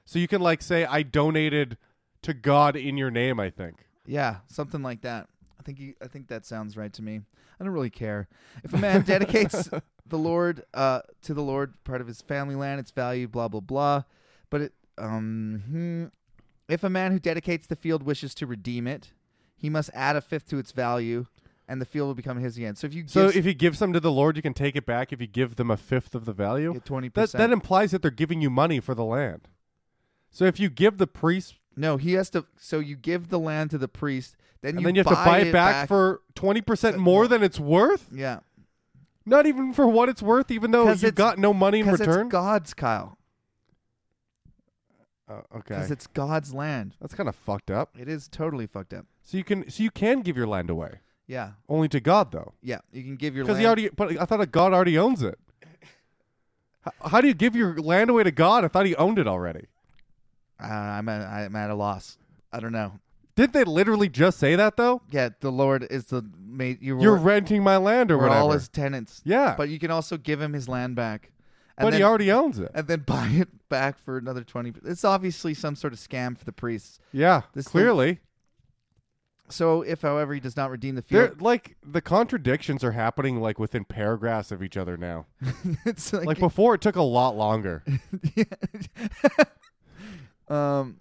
Speaker 2: So you can like say, "I donated to God in your name." I think.
Speaker 1: Yeah, something like that. I think you, I think that sounds right to me. I don't really care if a man dedicates the Lord uh, to the Lord, part of his family land, its value, blah blah blah. But it, um, hmm, if a man who dedicates the field wishes to redeem it, he must add a fifth to its value, and the field will become his again. So if you
Speaker 2: So
Speaker 1: give
Speaker 2: if you give some to the Lord, you can take it back. If you give them a fifth of the value,
Speaker 1: twenty
Speaker 2: that that
Speaker 1: percent,
Speaker 2: implies that they're giving you money for the land. So if you give the priest,
Speaker 1: no, he has to. So you give the land to the priest, then
Speaker 2: and
Speaker 1: you
Speaker 2: then you have to buy it back,
Speaker 1: back
Speaker 2: for twenty percent
Speaker 1: So-
Speaker 2: more than it's worth,
Speaker 1: yeah,
Speaker 2: not even for what it's worth, even though
Speaker 1: 'Cause
Speaker 2: you
Speaker 1: it's-
Speaker 2: got no money in
Speaker 1: because
Speaker 2: return.
Speaker 1: it's God's, Kyle,
Speaker 2: Oh, okay,
Speaker 1: because it's God's land.
Speaker 2: that's kind of fucked up.
Speaker 1: It is totally fucked up.
Speaker 2: So you can so you can give your land away
Speaker 1: Yeah,
Speaker 2: only to God though,
Speaker 1: yeah. You can give your
Speaker 2: because
Speaker 1: land.
Speaker 2: he already. But I thought God already owns it. How, how do you give your land away to God? I thought he owned it already.
Speaker 1: I don't know, Uh, I'm at, I'm at a loss. I don't know.
Speaker 2: Didn't they literally just say that though?
Speaker 1: Yeah, the Lord is the mate. You
Speaker 2: You're
Speaker 1: were,
Speaker 2: renting my land or
Speaker 1: we're
Speaker 2: whatever.
Speaker 1: all his tenants.
Speaker 2: yeah, but,
Speaker 1: But you can also give him his land back, and then
Speaker 2: he already owns it.
Speaker 1: and then buy it back for another twenty. It's obviously some sort of scam for the priests.
Speaker 2: Yeah,
Speaker 1: This thing-
Speaker 2: clearly,
Speaker 1: So if, however, he does not redeem the
Speaker 2: they're
Speaker 1: field,
Speaker 2: like the contradictions are happening like within paragraphs of each other now.
Speaker 1: it's like,
Speaker 2: Like before, it took a lot longer.
Speaker 1: um,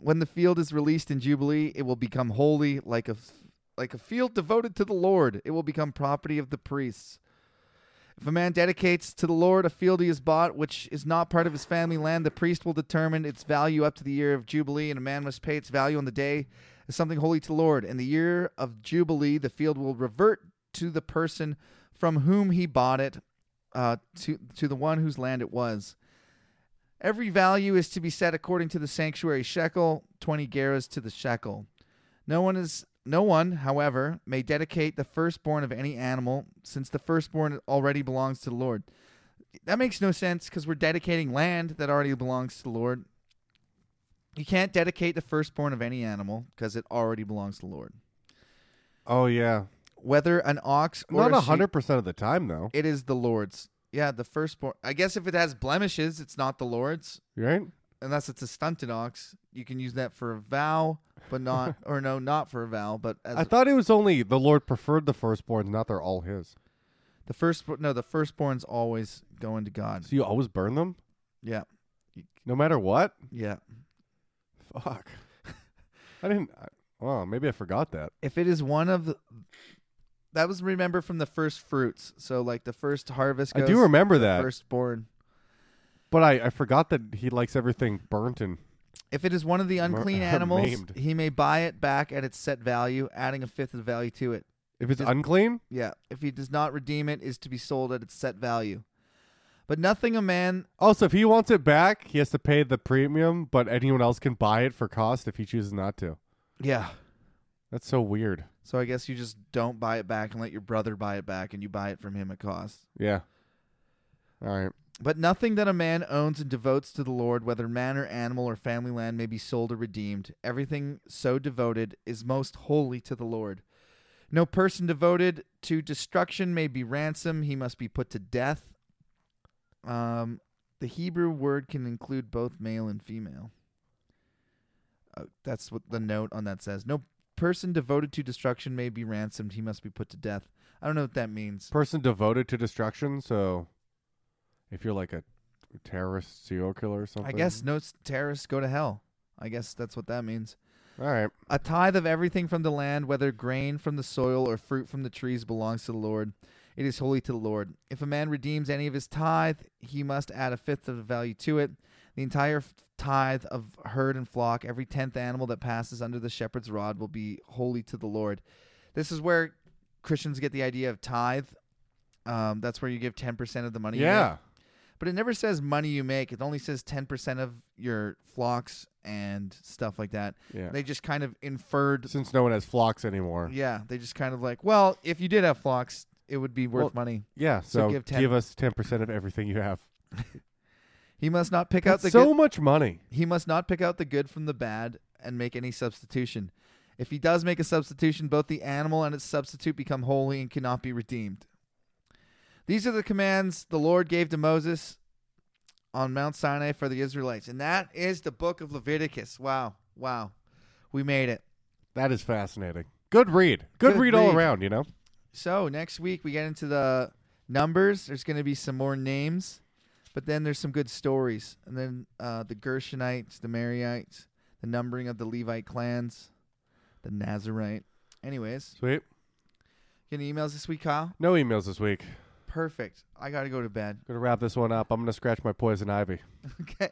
Speaker 1: when the field is released in jubilee, it will become holy, like a f- like a field devoted to the Lord. It will become property of the priests. If a man dedicates to the Lord a field he has bought, which is not part of his family land, the priest will determine its value up to the year of Jubilee, and a man must pay its value on the day as something holy to the Lord. In the year of Jubilee, the field will revert to the person from whom he bought it, uh, to, to the one whose land it was. Every value is to be set according to the sanctuary shekel, 20 gerahs to the shekel. No one is no one, however, may dedicate the firstborn of any animal, since the firstborn already belongs to the Lord. That makes no sense because we're dedicating land that already belongs to the Lord. You can't dedicate the firstborn of any animal because it already belongs to the Lord.
Speaker 2: Oh yeah,
Speaker 1: Whether an ox or
Speaker 2: not
Speaker 1: a
Speaker 2: a
Speaker 1: sheep,
Speaker 2: hundred percent of the time though,
Speaker 1: it is the Lord's. Yeah, the firstborn. I guess if it has blemishes, it's not the Lord's.
Speaker 2: right?
Speaker 1: unless it's a stunted ox, you can use that for a vow, but not or no, not for a vow, but as
Speaker 2: I thought it was only the Lord preferred the firstborns, not they're all His.
Speaker 1: the first no, the firstborn's always going to God.
Speaker 2: So you always burn them,
Speaker 1: Yeah.
Speaker 2: no matter what.
Speaker 1: Yeah.
Speaker 2: Fuck, I didn't. I, well, maybe I forgot that.
Speaker 1: If it is one of the, that was remember from the first fruits. So like the first harvest
Speaker 2: I
Speaker 1: goes
Speaker 2: do remember
Speaker 1: to the
Speaker 2: that,
Speaker 1: firstborn.
Speaker 2: but I, I forgot that he likes everything burnt and
Speaker 1: If it is one of the unclean
Speaker 2: Mer-
Speaker 1: animals,
Speaker 2: maimed.
Speaker 1: he may buy it back at its set value, adding a fifth of the value to it.
Speaker 2: if it's
Speaker 1: Just-
Speaker 2: unclean.
Speaker 1: Yeah. If he does not redeem it, is to be sold at its set value. But nothing a man
Speaker 2: Also, if he wants it back, he has to pay the premium, but anyone else can buy it for cost if he chooses not to.
Speaker 1: Yeah.
Speaker 2: That's so weird.
Speaker 1: So I guess you just don't buy it back and let your brother buy it back and you buy it from him at cost.
Speaker 2: Yeah. All right.
Speaker 1: But nothing that a man owns and devotes to the Lord, whether man or animal or family land, may be sold or redeemed. Everything so devoted is most holy to the Lord. No person devoted to destruction may be ransomed. He must be put to death. Um, The Hebrew word can include both male and female. Uh, that's what the note on that says. No person devoted to destruction may be ransomed. He must be put to death. I don't know what that means.
Speaker 2: Person devoted to destruction. So, if you're like a terrorist, serial killer, or something.
Speaker 1: I guess no s- terrorists go to hell. I guess that's what that means.
Speaker 2: All right.
Speaker 1: A tithe of everything from the land, whether grain from the soil or fruit from the trees, belongs to the Lord. It is holy to the Lord. If a man redeems any of his tithe, he must add a fifth of the value to it. The entire f- tithe of herd and flock, every tenth animal that passes under the shepherd's rod, will be holy to the Lord. This is where Christians get the idea of tithe. Um, that's where you give 10% of the money. you make.
Speaker 2: Yeah.
Speaker 1: But it never says money you make. It only says 10% of your flocks and stuff like that.
Speaker 2: Yeah.
Speaker 1: They just kind of inferred
Speaker 2: Since no one has flocks anymore.
Speaker 1: yeah, they just kind of like, well, if you did have flocks, it would be worth
Speaker 2: Well-
Speaker 1: money.
Speaker 2: Yeah. So,
Speaker 1: So give
Speaker 2: give,
Speaker 1: 10.
Speaker 2: us ten percent of everything you have.
Speaker 1: He must not pick out
Speaker 2: That's
Speaker 1: the
Speaker 2: so
Speaker 1: good.
Speaker 2: much money.
Speaker 1: He must not pick out the good from the bad and make any substitution. If he does make a substitution, both the animal and its substitute become holy and cannot be redeemed. These are the commands the Lord gave to Moses on Mount Sinai for the Israelites, and that is the book of Leviticus. Wow, wow, we made it.
Speaker 2: That is fascinating. Good read. Good,
Speaker 1: Good
Speaker 2: read, all
Speaker 1: read.
Speaker 2: around. You know.
Speaker 1: So next week we get into the numbers. There's going to be some more names, but then there's some good stories, and then uh, the Gershonites, the Merarites, the numbering of the Levite clans, the Nazarite. Anyways,
Speaker 2: Sweet.
Speaker 1: getting emails this week, Kyle.
Speaker 2: No emails this week.
Speaker 1: Perfect. I got to go to bed.
Speaker 2: Gonna wrap this one up. I'm gonna scratch my poison ivy.
Speaker 1: okay.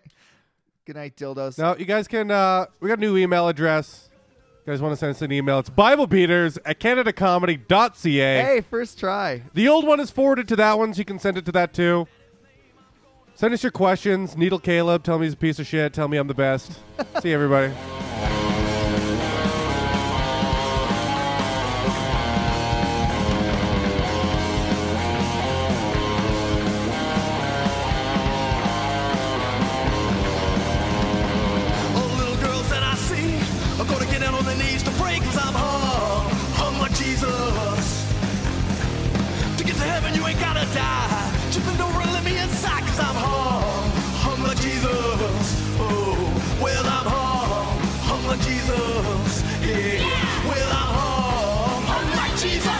Speaker 1: Good night, dildos.
Speaker 2: Now you guys can. uh We got a new email address. You guys want to send us an email? It's BibleBeaters at CanadaComedy.ca.
Speaker 1: Hey, first try.
Speaker 2: The old one is forwarded to that one, so you can send it to that too. Send us your questions. Needle Caleb, tell me he's a piece of shit. Tell me I'm the best. See you, everybody.
Speaker 3: All the little girls that I see are gonna get down on their knees to pray cause I'm hung, hung like Jesus. To get to heaven, you ain't gotta die. Just bend over and let me inside cause I'm hung, hung like Jesus. Oh, well, I'm hung, hung like Jesus. Yeah, well, I'm hung, hung like Jesus.